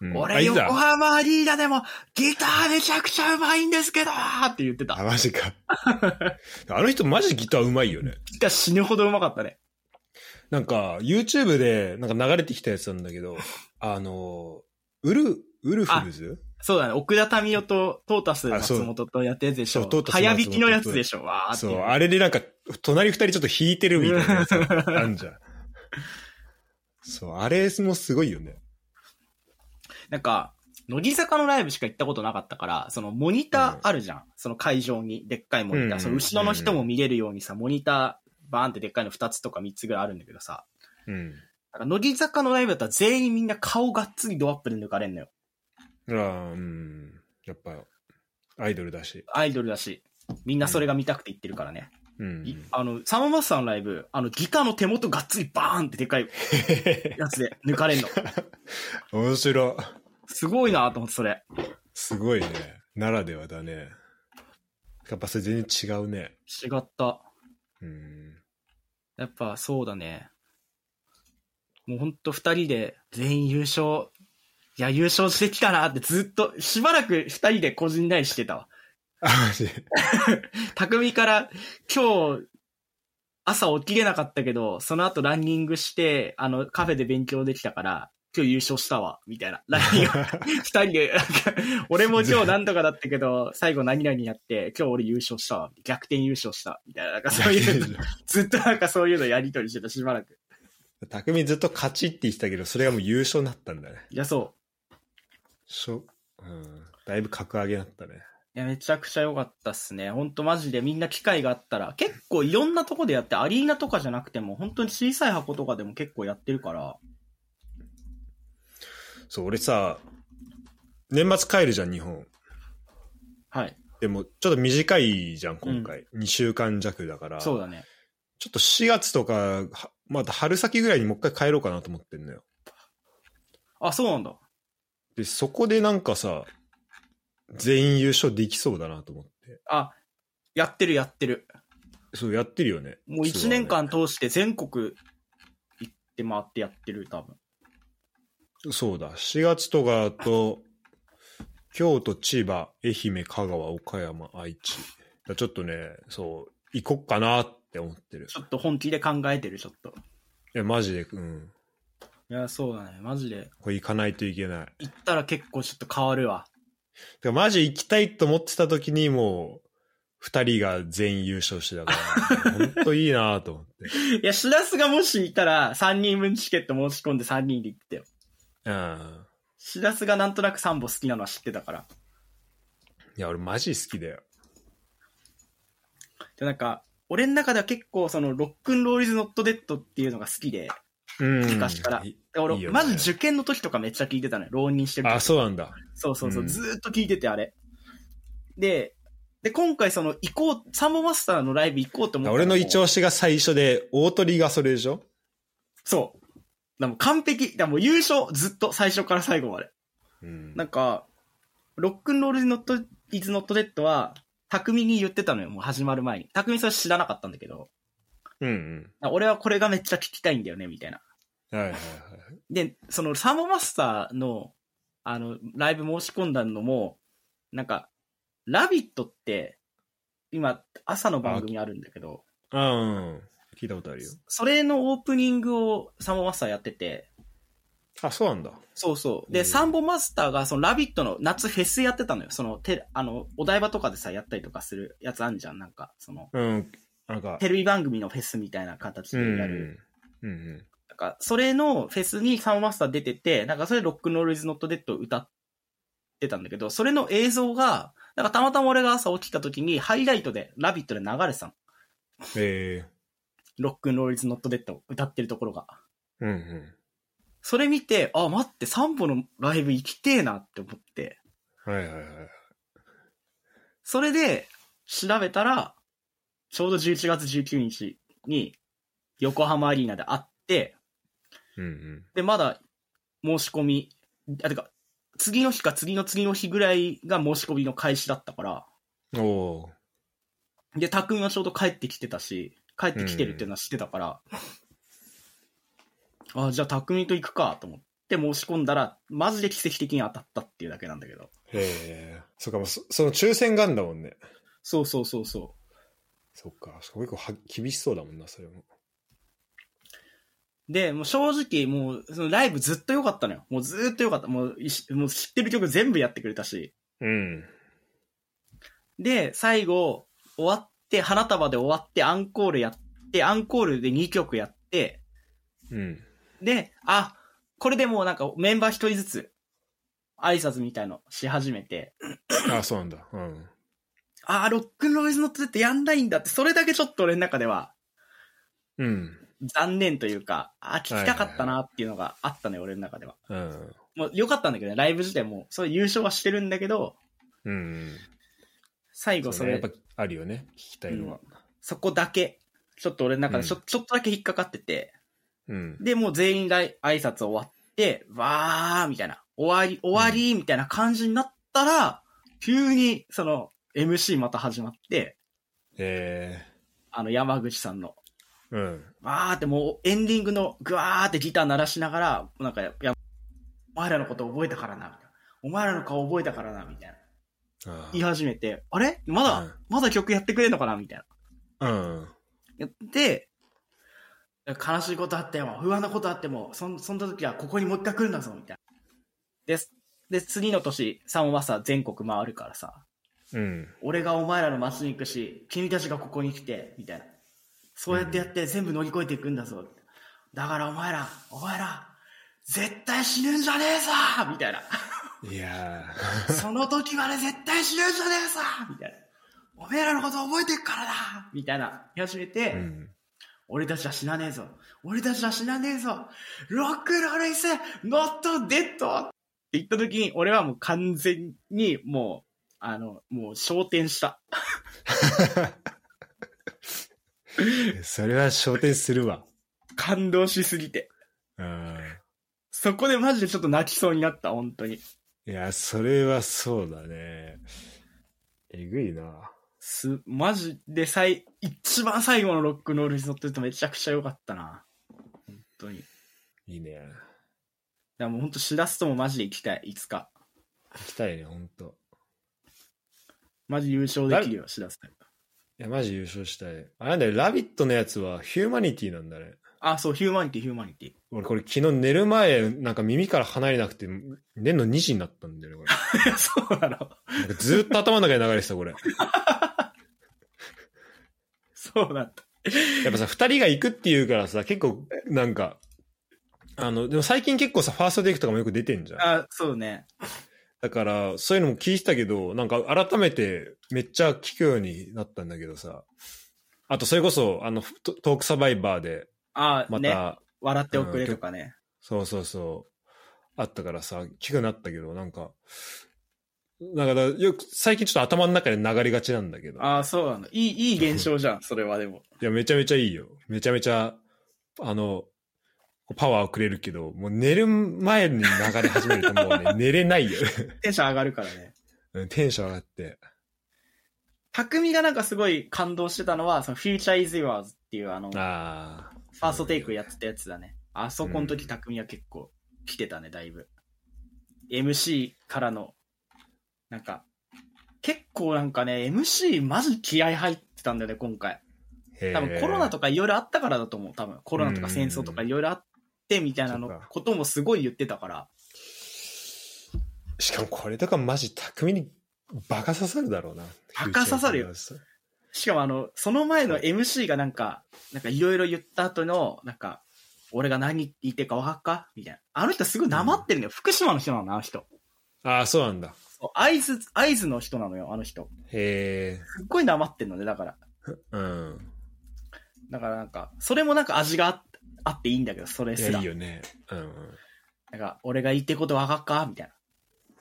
Speaker 1: あ
Speaker 2: 俺
Speaker 1: 言って
Speaker 2: 横
Speaker 1: た
Speaker 2: 浜アリーナでもギターめちゃくちゃうまいんですけどって言ってた。
Speaker 1: あ、マジ か。あの人マジギターうまいよね。
Speaker 2: ギター死ぬほどうまかったね。
Speaker 1: なんか、YouTube で、なんか流れてきたやつなんだけど、あの、ウル、ウルフルズ
Speaker 2: そうだね。奥田民生とトータス松本とやったやつでしょ。
Speaker 1: そうトータス松
Speaker 2: 早
Speaker 1: 本と
Speaker 2: 弾きのやつでしょ。わーって
Speaker 1: そ、
Speaker 2: いうう。
Speaker 1: あれでなんか、隣二人ちょっと弾いてるみたいなやつあんじ ゃん。そう、あれもすごいよね。
Speaker 2: なんか、乃木坂のライブしか行ったことなかったから、そのモニターあるじゃん。その会場に、でっかいモニター。
Speaker 1: うん
Speaker 2: その後ろの人も見れるようにさ、モニターバーンってでっかいの2つとか3つぐらいあるんだけどさ、
Speaker 1: うん。
Speaker 2: なんか乃木坂のライブだったら全員みんな顔がっつりドアップで抜かれんのよ。
Speaker 1: あーうん。やっぱ、アイドルだし。
Speaker 2: アイドルだし、みんなそれが見たくて言ってるからね。
Speaker 1: うん
Speaker 2: い。あの、サママスさんのライブ、あの、ギターの手元がっつりバーンってでかいやつで抜かれ んの。
Speaker 1: 面白い。
Speaker 2: すごいなと思って、それ。
Speaker 1: すごいね。ならではだね。やっぱそれ全然違うね。
Speaker 2: 違った。
Speaker 1: うん。
Speaker 2: やっぱそうだね。もうほんと二人で全員優勝、いや優勝してきたなってずっと、しばらく二人で個人内してたわ。
Speaker 1: あ、マジで
Speaker 2: 匠から今日、朝起きれなかったけど、その後ランニングして、あの、カフェで勉強できたから、今日優勝したわ、みたいな。ラインが二人で、なんか俺も今日何とかだったけど、最後何々になって、今日俺優勝したわ、逆転優勝した、みたいな。なんかそういう、ずっとなんかそういうのやりとりしてた、しばらく。
Speaker 1: 匠ずっと勝ちって言ってたけど、それがもう優勝になったんだね。
Speaker 2: いや、そう。
Speaker 1: しょ、うん。だいぶ格上げになったね。
Speaker 2: いや、めちゃくちゃ良かったっすね。ほんとマジでみんな機会があったら、結構いろんなとこでやって、アリーナとかじゃなくても、本当に小さい箱とかでも結構やってるから。
Speaker 1: そう、俺さ、年末帰るじゃん、日本。
Speaker 2: はい。
Speaker 1: でも、ちょっと短いじゃん、今回。2週間弱だから。
Speaker 2: そうだね。
Speaker 1: ちょっと4月とか、はまた春先ぐらいにもう一回帰ろうかなと思ってんのよ。
Speaker 2: あ、そうなんだ。
Speaker 1: で、そこでなんかさ、全員優勝できそうだなと思って。
Speaker 2: あ、やってるやってる。
Speaker 1: そう、やってるよね。
Speaker 2: もう1年間通して全国行って回ってやってる、多分。
Speaker 1: そうだ、4月とかだと、京都、千葉、愛媛、香川、岡山、愛知。だからちょっとね、そう、行こっかなって思ってる。
Speaker 2: ちょっと本気で考えてる、ちょっと。
Speaker 1: え、マジで、うん。
Speaker 2: いや、そうだね。マジで。
Speaker 1: これ行かないといけない。
Speaker 2: 行ったら結構ちょっと変わるわ。
Speaker 1: てかマジ行きたいと思ってた時にもう、二人が全員優勝してた から、ほんといいなと思って。
Speaker 2: いや、しらすがもしいたら、3人分チケット申し込んで3人で行ってよ。
Speaker 1: うん。
Speaker 2: しらすがなんとなくサンボ好きなのは知ってたから。
Speaker 1: いや、俺マジ好きだよ。
Speaker 2: で、なんか、俺の中では結構そのロックンロールズノットデッドっていうのが好きで、
Speaker 1: うん。
Speaker 2: 昔から
Speaker 1: い
Speaker 2: で俺
Speaker 1: いいよね
Speaker 2: まず受験の時とかめっちゃ聞いてたのよ。浪人してる時
Speaker 1: あ、そうなんだ。
Speaker 2: そうそうそう、
Speaker 1: うん
Speaker 2: ずーっと聞いててあれ。で、で、今回その行こう、サンボマスターのライブ行こうと思った
Speaker 1: 俺の
Speaker 2: 一
Speaker 1: 一押しが最初で、大鳥がそれでしょ
Speaker 2: そう。だからもう完璧。だからもう優勝、ずっと最初から最後まで。
Speaker 1: うん
Speaker 2: なんか、ロックンロールズノット、イズノットデッドは、匠に言ってたのよ、もう始まる前に。匠それ知らなかったんだけど、
Speaker 1: うん
Speaker 2: 俺はこれがめっちゃ聞きたいんだよね、みたいな。
Speaker 1: うん。はいはいはい。
Speaker 2: で、そのサンボマスターの、あの、ライブ申し込んだのも、なんか、ラビットって、今、朝の番組あるんだけど、
Speaker 1: あうん。聞いたことあるよ。
Speaker 2: それのオープニングをサンボマスターやってて、
Speaker 1: あ、そうなんだ。
Speaker 2: そうそう。
Speaker 1: う
Speaker 2: で、
Speaker 1: ん
Speaker 2: サンボマスターが、そのラビットの夏フェスやってたのよ。その、て、あの、お台場とかでさ、やったりとかするやつあんじゃん。なんか、その、
Speaker 1: うん。なんか、
Speaker 2: テレビ番組のフェスみたいな形
Speaker 1: う
Speaker 2: でやる。
Speaker 1: ん。うんうん。
Speaker 2: なんか、それのフェスにサンボマスター出てて、なんかそれロックノールイズノットデッドを歌ってたんだけど、それの映像が、なんかたまたま俺が朝起きた時にハイライトで、ラビットで流れてたの。
Speaker 1: え
Speaker 2: ロックノールイズノットデッドを歌ってるところが。
Speaker 1: え。うんうん。
Speaker 2: それ見て、あ、待って、サンボのライブ行きてえなって思って、
Speaker 1: はいはいはい。
Speaker 2: それで調べたら、ちょうど11月19日に横浜アリーナで会って、
Speaker 1: うんうん。
Speaker 2: で、まだ申し込み、あ、てか、次の日か次の次の日ぐらいが申し込みの開始だったから、
Speaker 1: おお
Speaker 2: で、たくみはちょうど帰ってきてたし、帰ってきてるっていうのは知ってたから、あ、じゃあたくみと行くかと思って申し込んだら、マジで奇跡的に当たったっていうだけなんだけど。
Speaker 1: ー。へえ。そっか、もうそその抽選があんだもんね。
Speaker 2: そうそうそうそ
Speaker 1: そっか、そこ結構は厳しそうだもんな、それも。
Speaker 2: う。で、もう正直、もう、そのライブずっと良かったのよ。もうずっと良かった。もういし、もう知ってる曲全部やってくれたし。
Speaker 1: うん。
Speaker 2: で、最後、終わって、花束で終わって、アンコールやって、アンコールで2曲やって、
Speaker 1: うん。
Speaker 2: で、あ、これでもうなんかメンバー1人ずつ、挨拶みたいのし始めて、
Speaker 1: あ、そうなんだ。うん。
Speaker 2: あー、ロックンロールズノットってやんないんだって、それだけちょっと俺の中では、
Speaker 1: うん。
Speaker 2: 残念というか、あ、聞きたかったなっていうのがあったね、俺の中では。
Speaker 1: うん。
Speaker 2: もう良かったんだけどね、ライブ自体も、それ優勝はしてるんだけど、
Speaker 1: うん。
Speaker 2: 最後
Speaker 1: そ
Speaker 2: そ
Speaker 1: れや
Speaker 2: れ、
Speaker 1: っぱあるよね。聞きたいのは。
Speaker 2: そこだけ、ちょっと俺の中でちょ,、ちょっとだけ引っかかってて、
Speaker 1: うん。
Speaker 2: で、もう全員が挨拶終わって、わーみたいな、終わり、終わりみたいな感じになったら、急に、その、MC また始まって、
Speaker 1: え
Speaker 2: あの、山口さんの、
Speaker 1: ー、うん。
Speaker 2: わーってもうエンディングのグワーってギター鳴らしながら、なんか、いや、お前らのこと覚えたからな、みたいな。お前らの顔覚えたからな、みたいな。
Speaker 1: あ
Speaker 2: 言い始めて、あれまだ、
Speaker 1: うん
Speaker 2: まだ曲やってくれんのかなみたいな。
Speaker 1: ー
Speaker 2: やって、悲しいことあっても、不安なことあっても、そんそんな時はここにもう一回来るんだぞ、みたいな。で、で、次の年、サンはさ、全国回るからさ、
Speaker 1: うん。うん。
Speaker 2: 俺がお前らの街に行くし、君たちがここに来て、みたいな。そうやってやって全部乗り越えていくんだぞ。だからお前ら、お前ら、絶対死ぬんじゃねえぞみ たいな。
Speaker 1: いや
Speaker 2: その時はね、絶対死ぬんじゃねえぞみたいな。おめえらのこと覚えてっからだみたいな。言い始めて、
Speaker 1: ー。うん。
Speaker 2: 俺たちは死なねえぞ。俺たちは死なねえぞ。ロックロールイセ、ノットデッドって言った時に、俺はもう完全に、もう、あの、もう昇天した。
Speaker 1: それは焦点するわ。
Speaker 2: 感動しすぎて。
Speaker 1: うん。
Speaker 2: そこでマジでちょっと泣きそうになった、本当に。
Speaker 1: いや、それはそうだね。えぐいな。
Speaker 2: す、マジで最、一番最後のロックノールイセノットデッドめちゃくちゃ良かったな。本当に。
Speaker 1: いいね。
Speaker 2: だからもう本当しらすともマジで行きたい、いつか。
Speaker 1: 聞きたいね、ほんと。
Speaker 2: マジ優勝できるよ、しらす。
Speaker 1: いや、マジ優勝したい。あれなんだよ、ラビットのやつはヒューマニティなんだね。
Speaker 2: あ、そう、ヒューマニティ、ヒューマニティ。
Speaker 1: 俺これ昨日寝る前、なんか耳から離れなくて、寝るの2時になったんだよね、これ。
Speaker 2: いや そうなの。
Speaker 1: なんかずーっと頭の中に流れてた、これ。
Speaker 2: そうなんだ。
Speaker 1: やっぱさ、二人が行くっていうからさ、結構、なんか、あの、でも最近結構さ、ファーストテイクとかもよく出てんじゃん。
Speaker 2: あ、そうね。
Speaker 1: だから、そういうのも聞いてたけど、なんか改めてめっちゃ聞くようになったんだけどさ。あと、それこそ、あの、トトークサバイバーで、
Speaker 2: あ、
Speaker 1: また、
Speaker 2: ね。笑っておくれとかね。
Speaker 1: そうそうそう。あったからさ、聞くようになったけど、なんか、なんかだ、よく、最近ちょっと頭の中で流れがちなんだけど。
Speaker 2: あ、そうなの。いい、いい現象じゃん、そ れはでも。
Speaker 1: いや、めちゃめちゃいいよ。めちゃめちゃ、あの、パワーをくれるけど、もう寝る前に流れ始めるともう ね、寝れないよ。
Speaker 2: テンション上がるからね。
Speaker 1: うんテンション上がって。
Speaker 2: 匠がなんかすごい感動してたのは、その Future is Yours っていうあの、フ
Speaker 1: ああ。
Speaker 2: ァーストテイクやってたやつだね。あそこの時、匠は結構来てたね、だいぶ。MC からの、なんか、結構なんかね、MC マジ気合入ってたんだよね、今回。
Speaker 1: へー、
Speaker 2: 多分コロナとかいろいろあったからだと思う。多分コロナとか戦争とかいろいろあってみたいなの
Speaker 1: そっか
Speaker 2: こともすごい言ってたから。
Speaker 1: しかもこれとかマジ巧みにバカ刺さるだろうな。
Speaker 2: バカ刺さるよしかもあの、その前の MC がなんか、なんかいろいろ言った後の、なんか、俺が何言ってるか分かっかみたいな。あの人すごいなまってるんだよ。福島の人なの、あの人。
Speaker 1: ああ、そうなんだ。
Speaker 2: そう、合図、合図の人なのよ、あの人。
Speaker 1: へえ。
Speaker 2: すっごいなまってるのね、だから。
Speaker 1: うん。
Speaker 2: だからなんか、それもなんか味がああっていいんだけど、それ
Speaker 1: い
Speaker 2: す
Speaker 1: や、
Speaker 2: ら。
Speaker 1: いいよね。うん。
Speaker 2: なんか、俺が言ってること分かっかみたい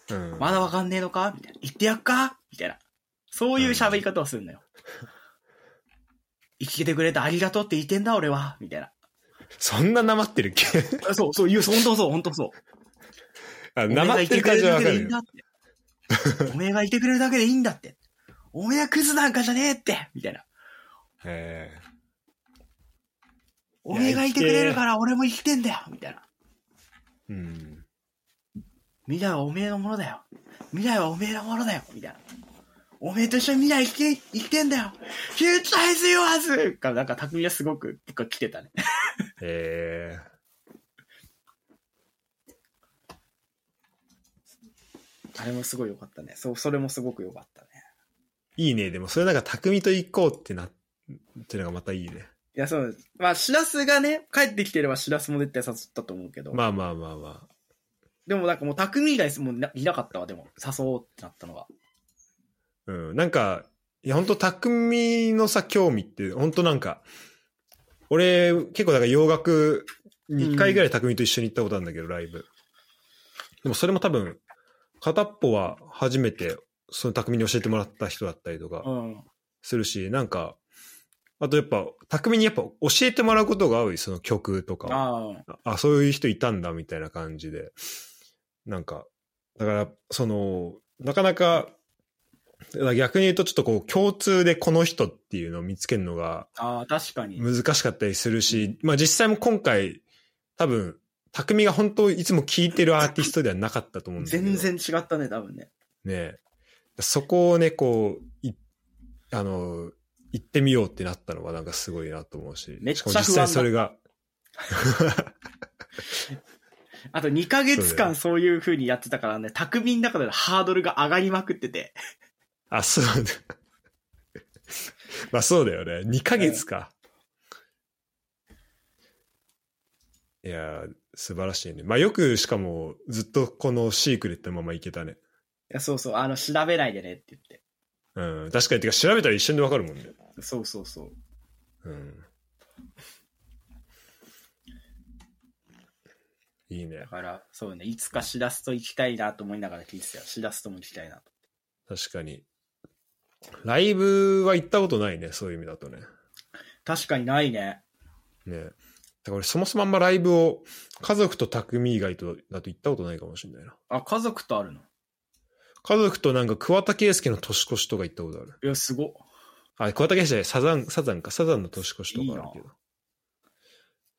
Speaker 2: な。
Speaker 1: うん。
Speaker 2: まだわかんねえのかみたいな。言ってやっかみたいな。そういう喋り方をするのよ。生きててくれてありがとうって言ってんだ、俺は。みたいな。
Speaker 1: そんななまって るっけ
Speaker 2: あそう、そう、言う、本当そう、本当そう。
Speaker 1: あなまってる感じはわかるよ。
Speaker 2: おめえがいてくれるだけでいいんだって。おめえがいてくれるだけでいいんだって。おめえはクズなんかじゃねえってみたいな。
Speaker 1: へえ。
Speaker 2: おめえがいてくれるから俺も生きてんだよみたいな。
Speaker 1: うん。
Speaker 2: 未来はおめえのものだよ。未来はおめえのものだよみたいな。おめえと一緒に未来生きて、生きてんだよフューチャーイズヨアズからなんか匠はすごく結構来てたね。
Speaker 1: へえ。
Speaker 2: あれもすごい良かったね。そう、それもすごく良かったね。
Speaker 1: いいね。でも、それなんか、匠と行こうってな、ってのがまたいいね。
Speaker 2: いや、そうです。まあ、しらすがね、帰ってきてればしらすも絶対誘ったと思うけど。
Speaker 1: まあまあまあまあ。
Speaker 2: でもなんかもう匠以外もうないなかったわ、でも。誘おうってなったのは。
Speaker 1: うん。なんか、いや、本当匠のさ、興味って、本当なんか、俺、結構だから洋楽2回ぐらい匠と一緒に行ったことあるんだけど、ライブ。でもそれも多分、片っぽは初めて、その匠に教えてもらった人だったりとか
Speaker 2: うん。
Speaker 1: するし、なんか、あとやっぱ、匠にやっぱ教えてもらうことが多い、その曲とかを
Speaker 2: ああ。
Speaker 1: あ、そういう人いたんだみたいな感じで。なんか、だから、その、なかなか、だから逆に言うとちょっとこう共通でこの人っていうのを見つけるのが
Speaker 2: ああ、確かに。
Speaker 1: 難しかったりするし、まあ実際も今回多分、匠が本当いつも聴いてるアーティストではなかったと思うんだけど。
Speaker 2: 全然違ったね、多分ね。
Speaker 1: ねそこをね、こう、いあの、行ってみようってなったのはなんかすごいなと思うし。
Speaker 2: めっ
Speaker 1: し
Speaker 2: ちゃ
Speaker 1: かも実
Speaker 2: 不
Speaker 1: 際
Speaker 2: 安だ
Speaker 1: それが。
Speaker 2: あと2ヶ月
Speaker 1: そうだよ
Speaker 2: 間そういう風にやってたからね、匠の中でハードルが上がりまくってて。
Speaker 1: あ、そうだ。 まあそうだよね。2ヶ月か。いやー、素晴らしいね。まあよくしかもずっとこのシークレットのままいけたね。
Speaker 2: いや、そうそう、あの、調べないでねって言って。
Speaker 1: うん。確かに、てか調べたら一瞬でわかるもんね。
Speaker 2: そうそうそう。
Speaker 1: うん。いいね
Speaker 2: だ。から、そうね、いつかしらすと行きたいなと思いながら聞いてたよ。しらすとも行きたいなと。
Speaker 1: 確かに。ライブは行ったことないね。そういう意味だとね。
Speaker 2: 確かにないね。
Speaker 1: ねだから俺そもそもあんまライブを家族と匠以外とだと行ったことないかもしれないな。
Speaker 2: あ、家族とあるの
Speaker 1: 家族となんか桑田佳祐の年越しとか行ったことある。
Speaker 2: いや、すごっ。
Speaker 1: あ、桑田佳祐じゃない、サザン、サザンか、サザンの年越しとかあるけど。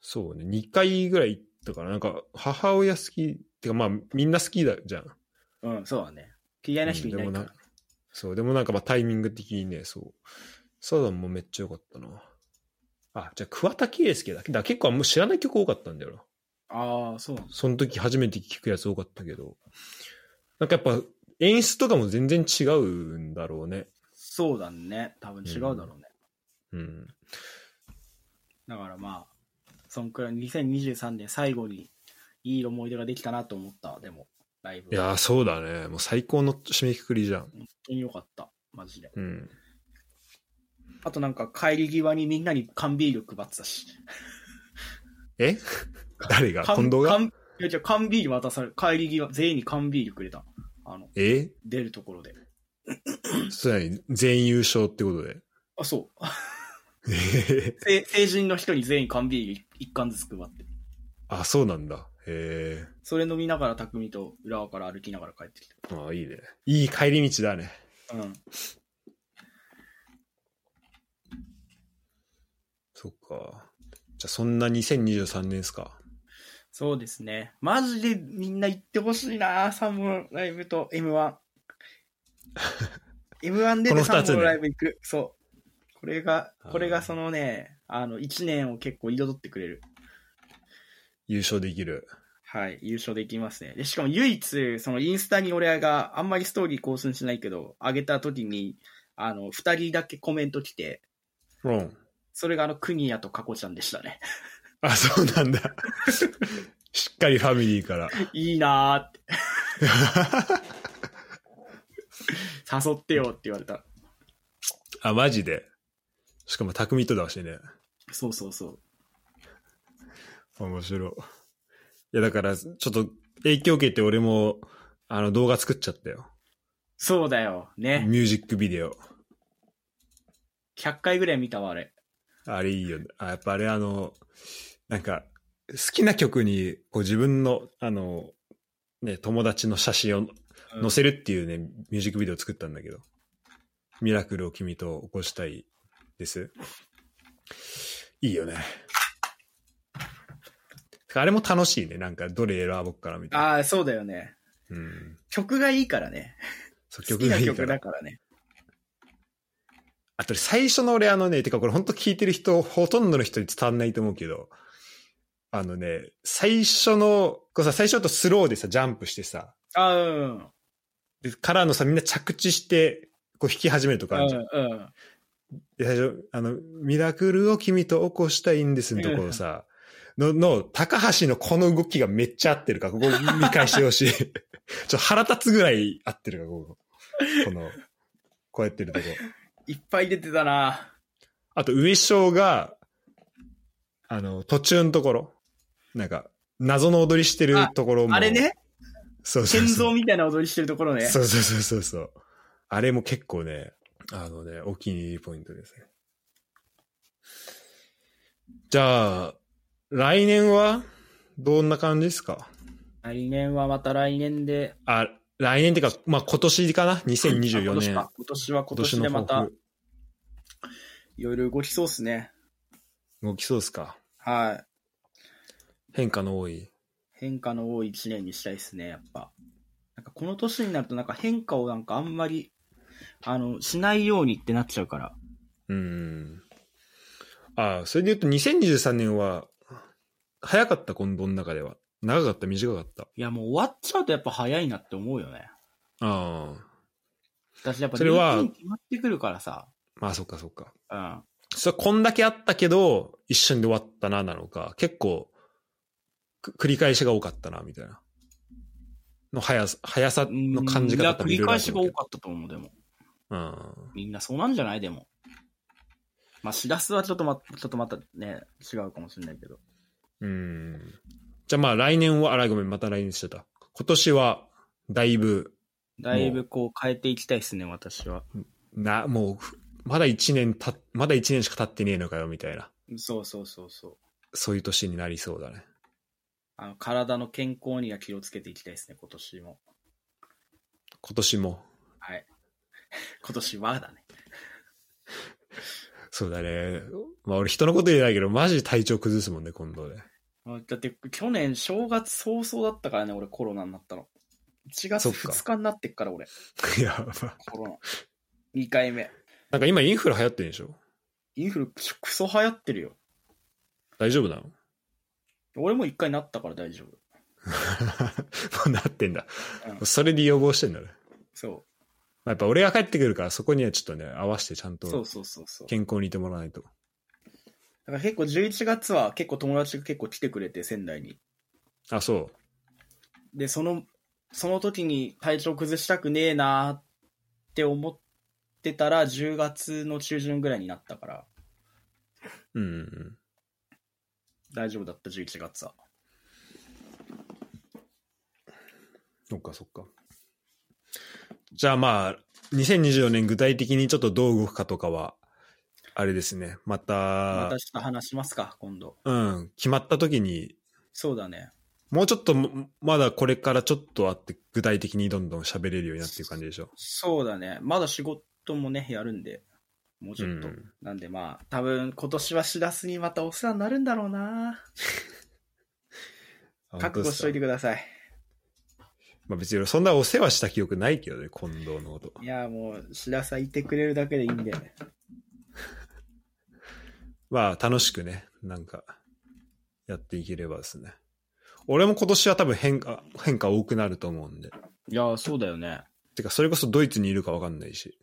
Speaker 1: そうね、2回ぐらい行ったから、なんか母親好き、てかまあみんな好きだじゃん。
Speaker 2: うん、そうだね。嫌いな人いな
Speaker 1: う
Speaker 2: い
Speaker 1: んで
Speaker 2: か
Speaker 1: も
Speaker 2: ら
Speaker 1: な。そう、でもなんかまあタイミング的にね、そう。サザンもめっちゃ良かったな。あ、じゃあ桑田佳祐だけだ。結構あんま知らない曲多かったんだよな。
Speaker 2: ああ、そうなんだ
Speaker 1: その時初めて聞くやつ多かったけど。なんかやっぱ演出とかも全然違うんだろうね。
Speaker 2: そうだね。多分違うだろうね。
Speaker 1: うん。
Speaker 2: だからまあ、そんくらい2023年最後にいい思い出ができたなと思った、でも、ライブ。
Speaker 1: いやー、そうだね。もう最高の締めくくりじゃん。
Speaker 2: 本当に良かった、マジで。
Speaker 1: うん。
Speaker 2: あとなんか帰り際にみんなに缶ビール配ってたし。
Speaker 1: え 誰が近
Speaker 2: 缶
Speaker 1: 藤が
Speaker 2: 缶いや、じゃ缶ビール渡され、帰り際、全員に缶ビールくれた。あの、
Speaker 1: え
Speaker 2: 出るところで。
Speaker 1: それなに全員優勝ってことで。
Speaker 2: あ、そう。
Speaker 1: えー
Speaker 2: せ成人の人に全員缶ビール一缶ずつ配って。
Speaker 1: あ、そうなんだ。へ
Speaker 2: それ飲みながら匠と浦和から歩きながら帰ってき
Speaker 1: え。ああ、いいね。いい帰り道だね。
Speaker 2: た。うん。
Speaker 1: そっか。じゃあそんな2023年ですか。
Speaker 2: そうですね。マジでみんな行ってほしいな、サンボのライブと M1。M1 で
Speaker 1: この二つ
Speaker 2: ね
Speaker 1: ね
Speaker 2: サンボのライブ行く。そう。これが、これがそのね、あの、1年を結構彩ってくれる。
Speaker 1: 優勝できる。
Speaker 2: はい、優勝できますね。で、しかも唯一、そのインスタに俺があんまりストーリー更新しないけど、上げた時に、あの、2人だけコメント来て、
Speaker 1: うん。
Speaker 2: それがあの、クニヤとカコちゃんでしたね。
Speaker 1: あ、そうなんだ。 しっかりファミリーから。
Speaker 2: いいなーって。誘ってよって言われた。
Speaker 1: あ、マジで。しかも匠とだしね。
Speaker 2: そうそうそう。
Speaker 1: 面白い。いや、だから、ちょっと影響受けて俺も、あの、動画作っちゃったよ。
Speaker 2: そうだよ。ね。
Speaker 1: ミュージックビデオ。
Speaker 2: 100回ぐらい見たわ、あれ。
Speaker 1: あれいいよね。あ、やっぱあれあの、なんか、好きな曲に、こう自分の、あの、ね、友達の写真を
Speaker 2: うん
Speaker 1: 載せるっていうね、ミュージックビデオ作ったんだけど。ミラクルを君と起こしたいです。いいよね。あれも楽しいね。なんか、どれ選ぼっからみたいな。
Speaker 2: ああ、そうだよね。
Speaker 1: うん。
Speaker 2: 曲がいいからね。
Speaker 1: そう
Speaker 2: 好
Speaker 1: 曲
Speaker 2: き
Speaker 1: が
Speaker 2: ない
Speaker 1: い
Speaker 2: 曲
Speaker 1: から
Speaker 2: だ。からね。
Speaker 1: あと最初の俺あのね、てかこれ本当聞いてる人、ほとんどの人に伝わんないと思うけど、あのね、最初の、こうさ、最初だとスローでさ、ジャンプしてさ、
Speaker 2: ああ、うん。
Speaker 1: で、からのさ、みんな着地して、こう弾き始めるとかあるじゃん。
Speaker 2: うんうん。
Speaker 1: で、最初、あの、ミラクルを君と起こしたいんですのところさ、の、の、高橋のこの動きがめっちゃ合ってるから、ここ見返してほしい。ちょっと腹立つぐらい合ってるから、ここ。この、こうやってるとこ。
Speaker 2: いっぱい出てたな。
Speaker 1: あと、上昇が、あの、途中のところ、なんか、謎の踊りしてるところも。
Speaker 2: あれね、
Speaker 1: そうそう
Speaker 2: 建
Speaker 1: そう
Speaker 2: 造みたいな踊りしてるところね。
Speaker 1: そうそうそうそうそう。あれも結構ね、あのね、お気に入りポイントですね。じゃあ、来年はどんな感じですか
Speaker 2: 来年はまた来年で、
Speaker 1: あ、来年ってか、まあ今年かな ?2024
Speaker 2: 今
Speaker 1: 年。
Speaker 2: 年か。今年は今年で
Speaker 1: 今
Speaker 2: ま
Speaker 1: の抱
Speaker 2: た
Speaker 1: 負、
Speaker 2: いろいろ動きそうっすね。
Speaker 1: 動きそうですか
Speaker 2: はい。
Speaker 1: 変化の多い。
Speaker 2: 変化の多い一年にしたいですね、やっぱ。なんかこの年になるとなんか変化をなんかあんまり、あの、しないようにってなっちゃうから。
Speaker 1: うん。ああ、それで言うと2023年は、早かった、今度の中では。長かった、短かった。
Speaker 2: いや、もう終わっちゃうとやっぱ早いなって思うよね。
Speaker 1: ああ。
Speaker 2: 私やっぱ
Speaker 1: それは
Speaker 2: ルーティン決まってくるからさ。
Speaker 1: まあそっかそっか。
Speaker 2: うん。
Speaker 1: それこんだけあったけど、一瞬で終わったな、なのか、結構、く繰り返しが多かったな、みたいな。の速さ、速さの感じ
Speaker 2: いや
Speaker 1: 方多
Speaker 2: 繰
Speaker 1: 分い
Speaker 2: り
Speaker 1: ろいろあ
Speaker 2: 返
Speaker 1: ると
Speaker 2: しが
Speaker 1: 思う
Speaker 2: 多
Speaker 1: けど
Speaker 2: かったと思う、でも。
Speaker 1: うん。
Speaker 2: みんなそうなんじゃないでも。まあ、しらすはちょっとま、ちょっとまたね、違うかもしれないけど。
Speaker 1: うん。じゃあまあ来年は、あら、ごめん、また来年してた。今年は、だいぶ、
Speaker 2: だいぶこう変えていきたいですね、私は。
Speaker 1: な、もうふ、まだ一年た、まだ一年しか経ってねえのかよ、みたいな。
Speaker 2: そうそうそうそう。
Speaker 1: そういう年になりそうだね。
Speaker 2: あの、体の健康には気をつけていきたいですね、今年も。
Speaker 1: 今年も。
Speaker 2: はい。今年はだね。
Speaker 1: そうだね。まあ俺人のこと言えないけど、マジ体調崩すもんね、今度で。
Speaker 2: あだって、去年正月早々だったからね、俺コロナになったの。1月
Speaker 1: そっか
Speaker 2: 2日になってっから、俺。
Speaker 1: いや、まあ
Speaker 2: コロナ。2回目。
Speaker 1: なんか今インフル流行ってるんでしょ
Speaker 2: インフルクソ流行ってるよ。
Speaker 1: 大丈夫なの も
Speaker 2: 俺も1回なったから大丈夫。
Speaker 1: うなってんだ
Speaker 2: う。ん
Speaker 1: それで予防してんだね。
Speaker 2: そ
Speaker 1: まあやっぱ俺が帰ってくるから、そこにはちょっとね、合わせてちゃん
Speaker 2: う。そ
Speaker 1: と
Speaker 2: うそうそうそう。
Speaker 1: 健康にいてもらわないと。
Speaker 2: だから結構11月は結構友達が結構来てくれて、仙台に。
Speaker 1: あ、そう。
Speaker 2: で、その、その時に体調崩したくねえなーって思ってたら、10月の中旬ぐらいになったから、
Speaker 1: うんうんうん。
Speaker 2: 大丈夫だった、11月は。
Speaker 1: そっかそっか。じゃあまあ、2024年具体的にちょっとどう動くかとかは、あれですね。また、
Speaker 2: またちょっと話しますか、今度。
Speaker 1: うん、決まった時に、
Speaker 2: そうだね。
Speaker 1: もうちょっとも、まだこれからちょっとあって、具体的にどんどん喋れるようになっていう感じでしょ。
Speaker 2: そうだね。まだ仕事もね、やるんで、もうちょっと。
Speaker 1: うん
Speaker 2: なんでまあ、多分今年はしらすにまたお世話になるんだろうな覚悟しといて
Speaker 1: く
Speaker 2: ください。
Speaker 1: まあ別に俺そんなお世話した記憶ないけどね、近藤のこと。
Speaker 2: いやーもう、しらさいてくれるだけでいいんで。
Speaker 1: まあ楽しくね、なんか、やっていければですね。俺も今年は多分変化、変化多くなると思うんで。
Speaker 2: いやーそうだよね。
Speaker 1: てか、それこそドイツにいるかわかんないし。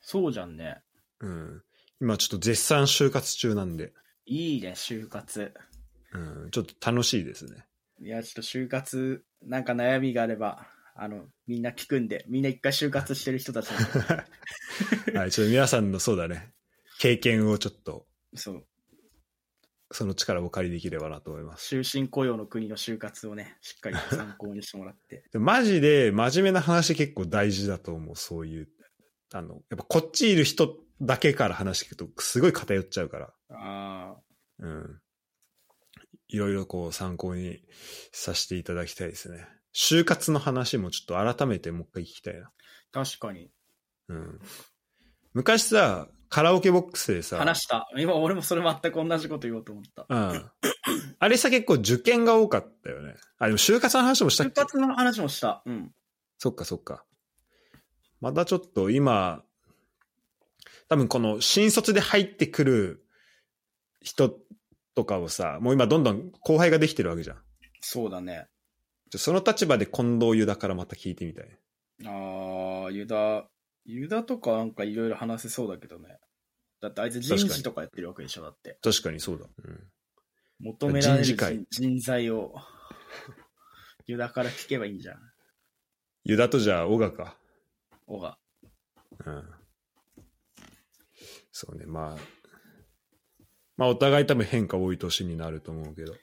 Speaker 2: そうじゃんね。
Speaker 1: うん。今ちょっと絶賛就活中なんで、
Speaker 2: いいね、就活。
Speaker 1: うん、ちょっと楽しいですね。
Speaker 2: いや、ちょっと就活、なんか悩みがあれば、あの、みんな聞くんで、みんな一回就活してる人たちなん で
Speaker 1: はい、ちょっと皆さんのそうだね、経験をちょっと、
Speaker 2: そう、
Speaker 1: その力をお借りできればなと思います。
Speaker 2: 終身雇用の国の就活をね、しっかり参考にしてもらって。
Speaker 1: でマジで真面目な話結構大事だと思う、そういう。あの、やっぱこっちいる人だけから話聞くとすごい偏っちゃうから。
Speaker 2: ああ、
Speaker 1: うん。いろいろこう参考にさせていただきたいですね。就活の話もちょっと改めてもう一回聞きたいな。
Speaker 2: 確かに。
Speaker 1: うん。昔さ、カラオケボックスでさ、
Speaker 2: 話した。今俺もそれ全く同じこと言おうと思った。
Speaker 1: うん。あれさ結構受験が多かったよね。あ、でも就活の話もしたっ
Speaker 2: 就
Speaker 1: け
Speaker 2: 活の話もした。うん。
Speaker 1: そっかそっか。またちょっと今、多分この新卒で入ってくる人とかをさ、もう今どんどん後輩ができてるわけじゃん。
Speaker 2: そうだね。
Speaker 1: ちょその立場で近藤優だからまた聞いてみたい。
Speaker 2: ああ、ユダ、ユダとかなんかいろいろ話せそうだけどね。だってあいつ人事とかやってるわけでしょ、だって。
Speaker 1: 確かにそうだ。うん
Speaker 2: 求められる
Speaker 1: 人事会
Speaker 2: 人人材を、 ユダから聞けばいいんじゃん、
Speaker 1: 優だとじゃあ、小川か。
Speaker 2: オガ。
Speaker 1: うん。そうね、まあ。まあお互い多分変化多い年になると思うけど。
Speaker 2: そ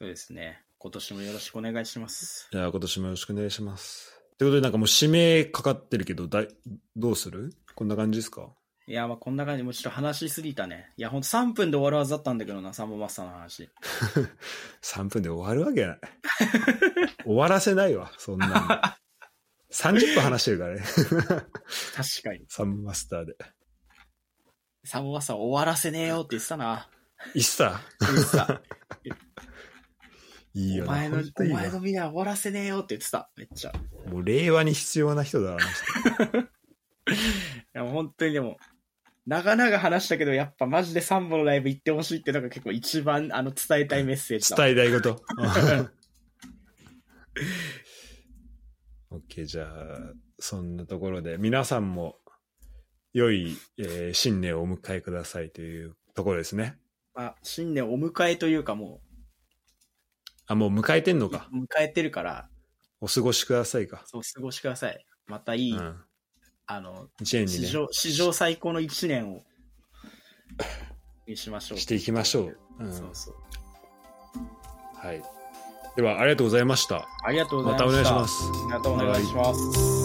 Speaker 2: うですね。今年もよろしくお願いします。
Speaker 1: いや、今年もよろしくお願いします。ってことでなんかもう指名かかってるけど、だいどうするこんな感じですか
Speaker 2: いや、まあこんな感じでもうちょっと話しすぎたね。いや、ほんと3分で終わるはずだったんだけどな、サンボマスターの話。
Speaker 1: 3分で終わるわけ ない。終わらせないわ、そんなの。30分話してるから ね。
Speaker 2: 確かに。
Speaker 1: サンマスターで。
Speaker 2: サンボマスター終わらせねえよって言って たな。
Speaker 1: いっさ。
Speaker 2: 言ってた
Speaker 1: いいよ
Speaker 2: お
Speaker 1: な。
Speaker 2: 前の
Speaker 1: ほんといい
Speaker 2: お
Speaker 1: な
Speaker 2: 前の未来終わらせねえよって言ってた。めっちゃ。い
Speaker 1: もう令和に必要な人だな。
Speaker 2: や、もう本当にでも、長々話したけど、やっぱマジでサンボのライブ行ってほしいってのが結構一番あの伝えたいメッセージだ。
Speaker 1: 伝えたいこと。OK、じゃあ、そんなところで、皆さんも、良い、えー新年をお迎えくださいというところですね。
Speaker 2: まあ、新年お迎えというかも
Speaker 1: あ、もう迎えてんのか。
Speaker 2: う、迎えてるから、
Speaker 1: お過ごしくださいか。
Speaker 2: そう、過ごしてください。またいい、
Speaker 1: うん。
Speaker 2: あの、
Speaker 1: 一年に
Speaker 2: 史
Speaker 1: ね、
Speaker 2: 上、史上最高の一年を、にしましょう。
Speaker 1: していきましょう。うん。
Speaker 2: そうそう。
Speaker 1: はい。では、ありがとうございました。
Speaker 2: ありがとうござ
Speaker 1: ま
Speaker 2: い
Speaker 1: たお
Speaker 2: ま
Speaker 1: 願い
Speaker 2: し。
Speaker 1: したます。
Speaker 2: またお願いします。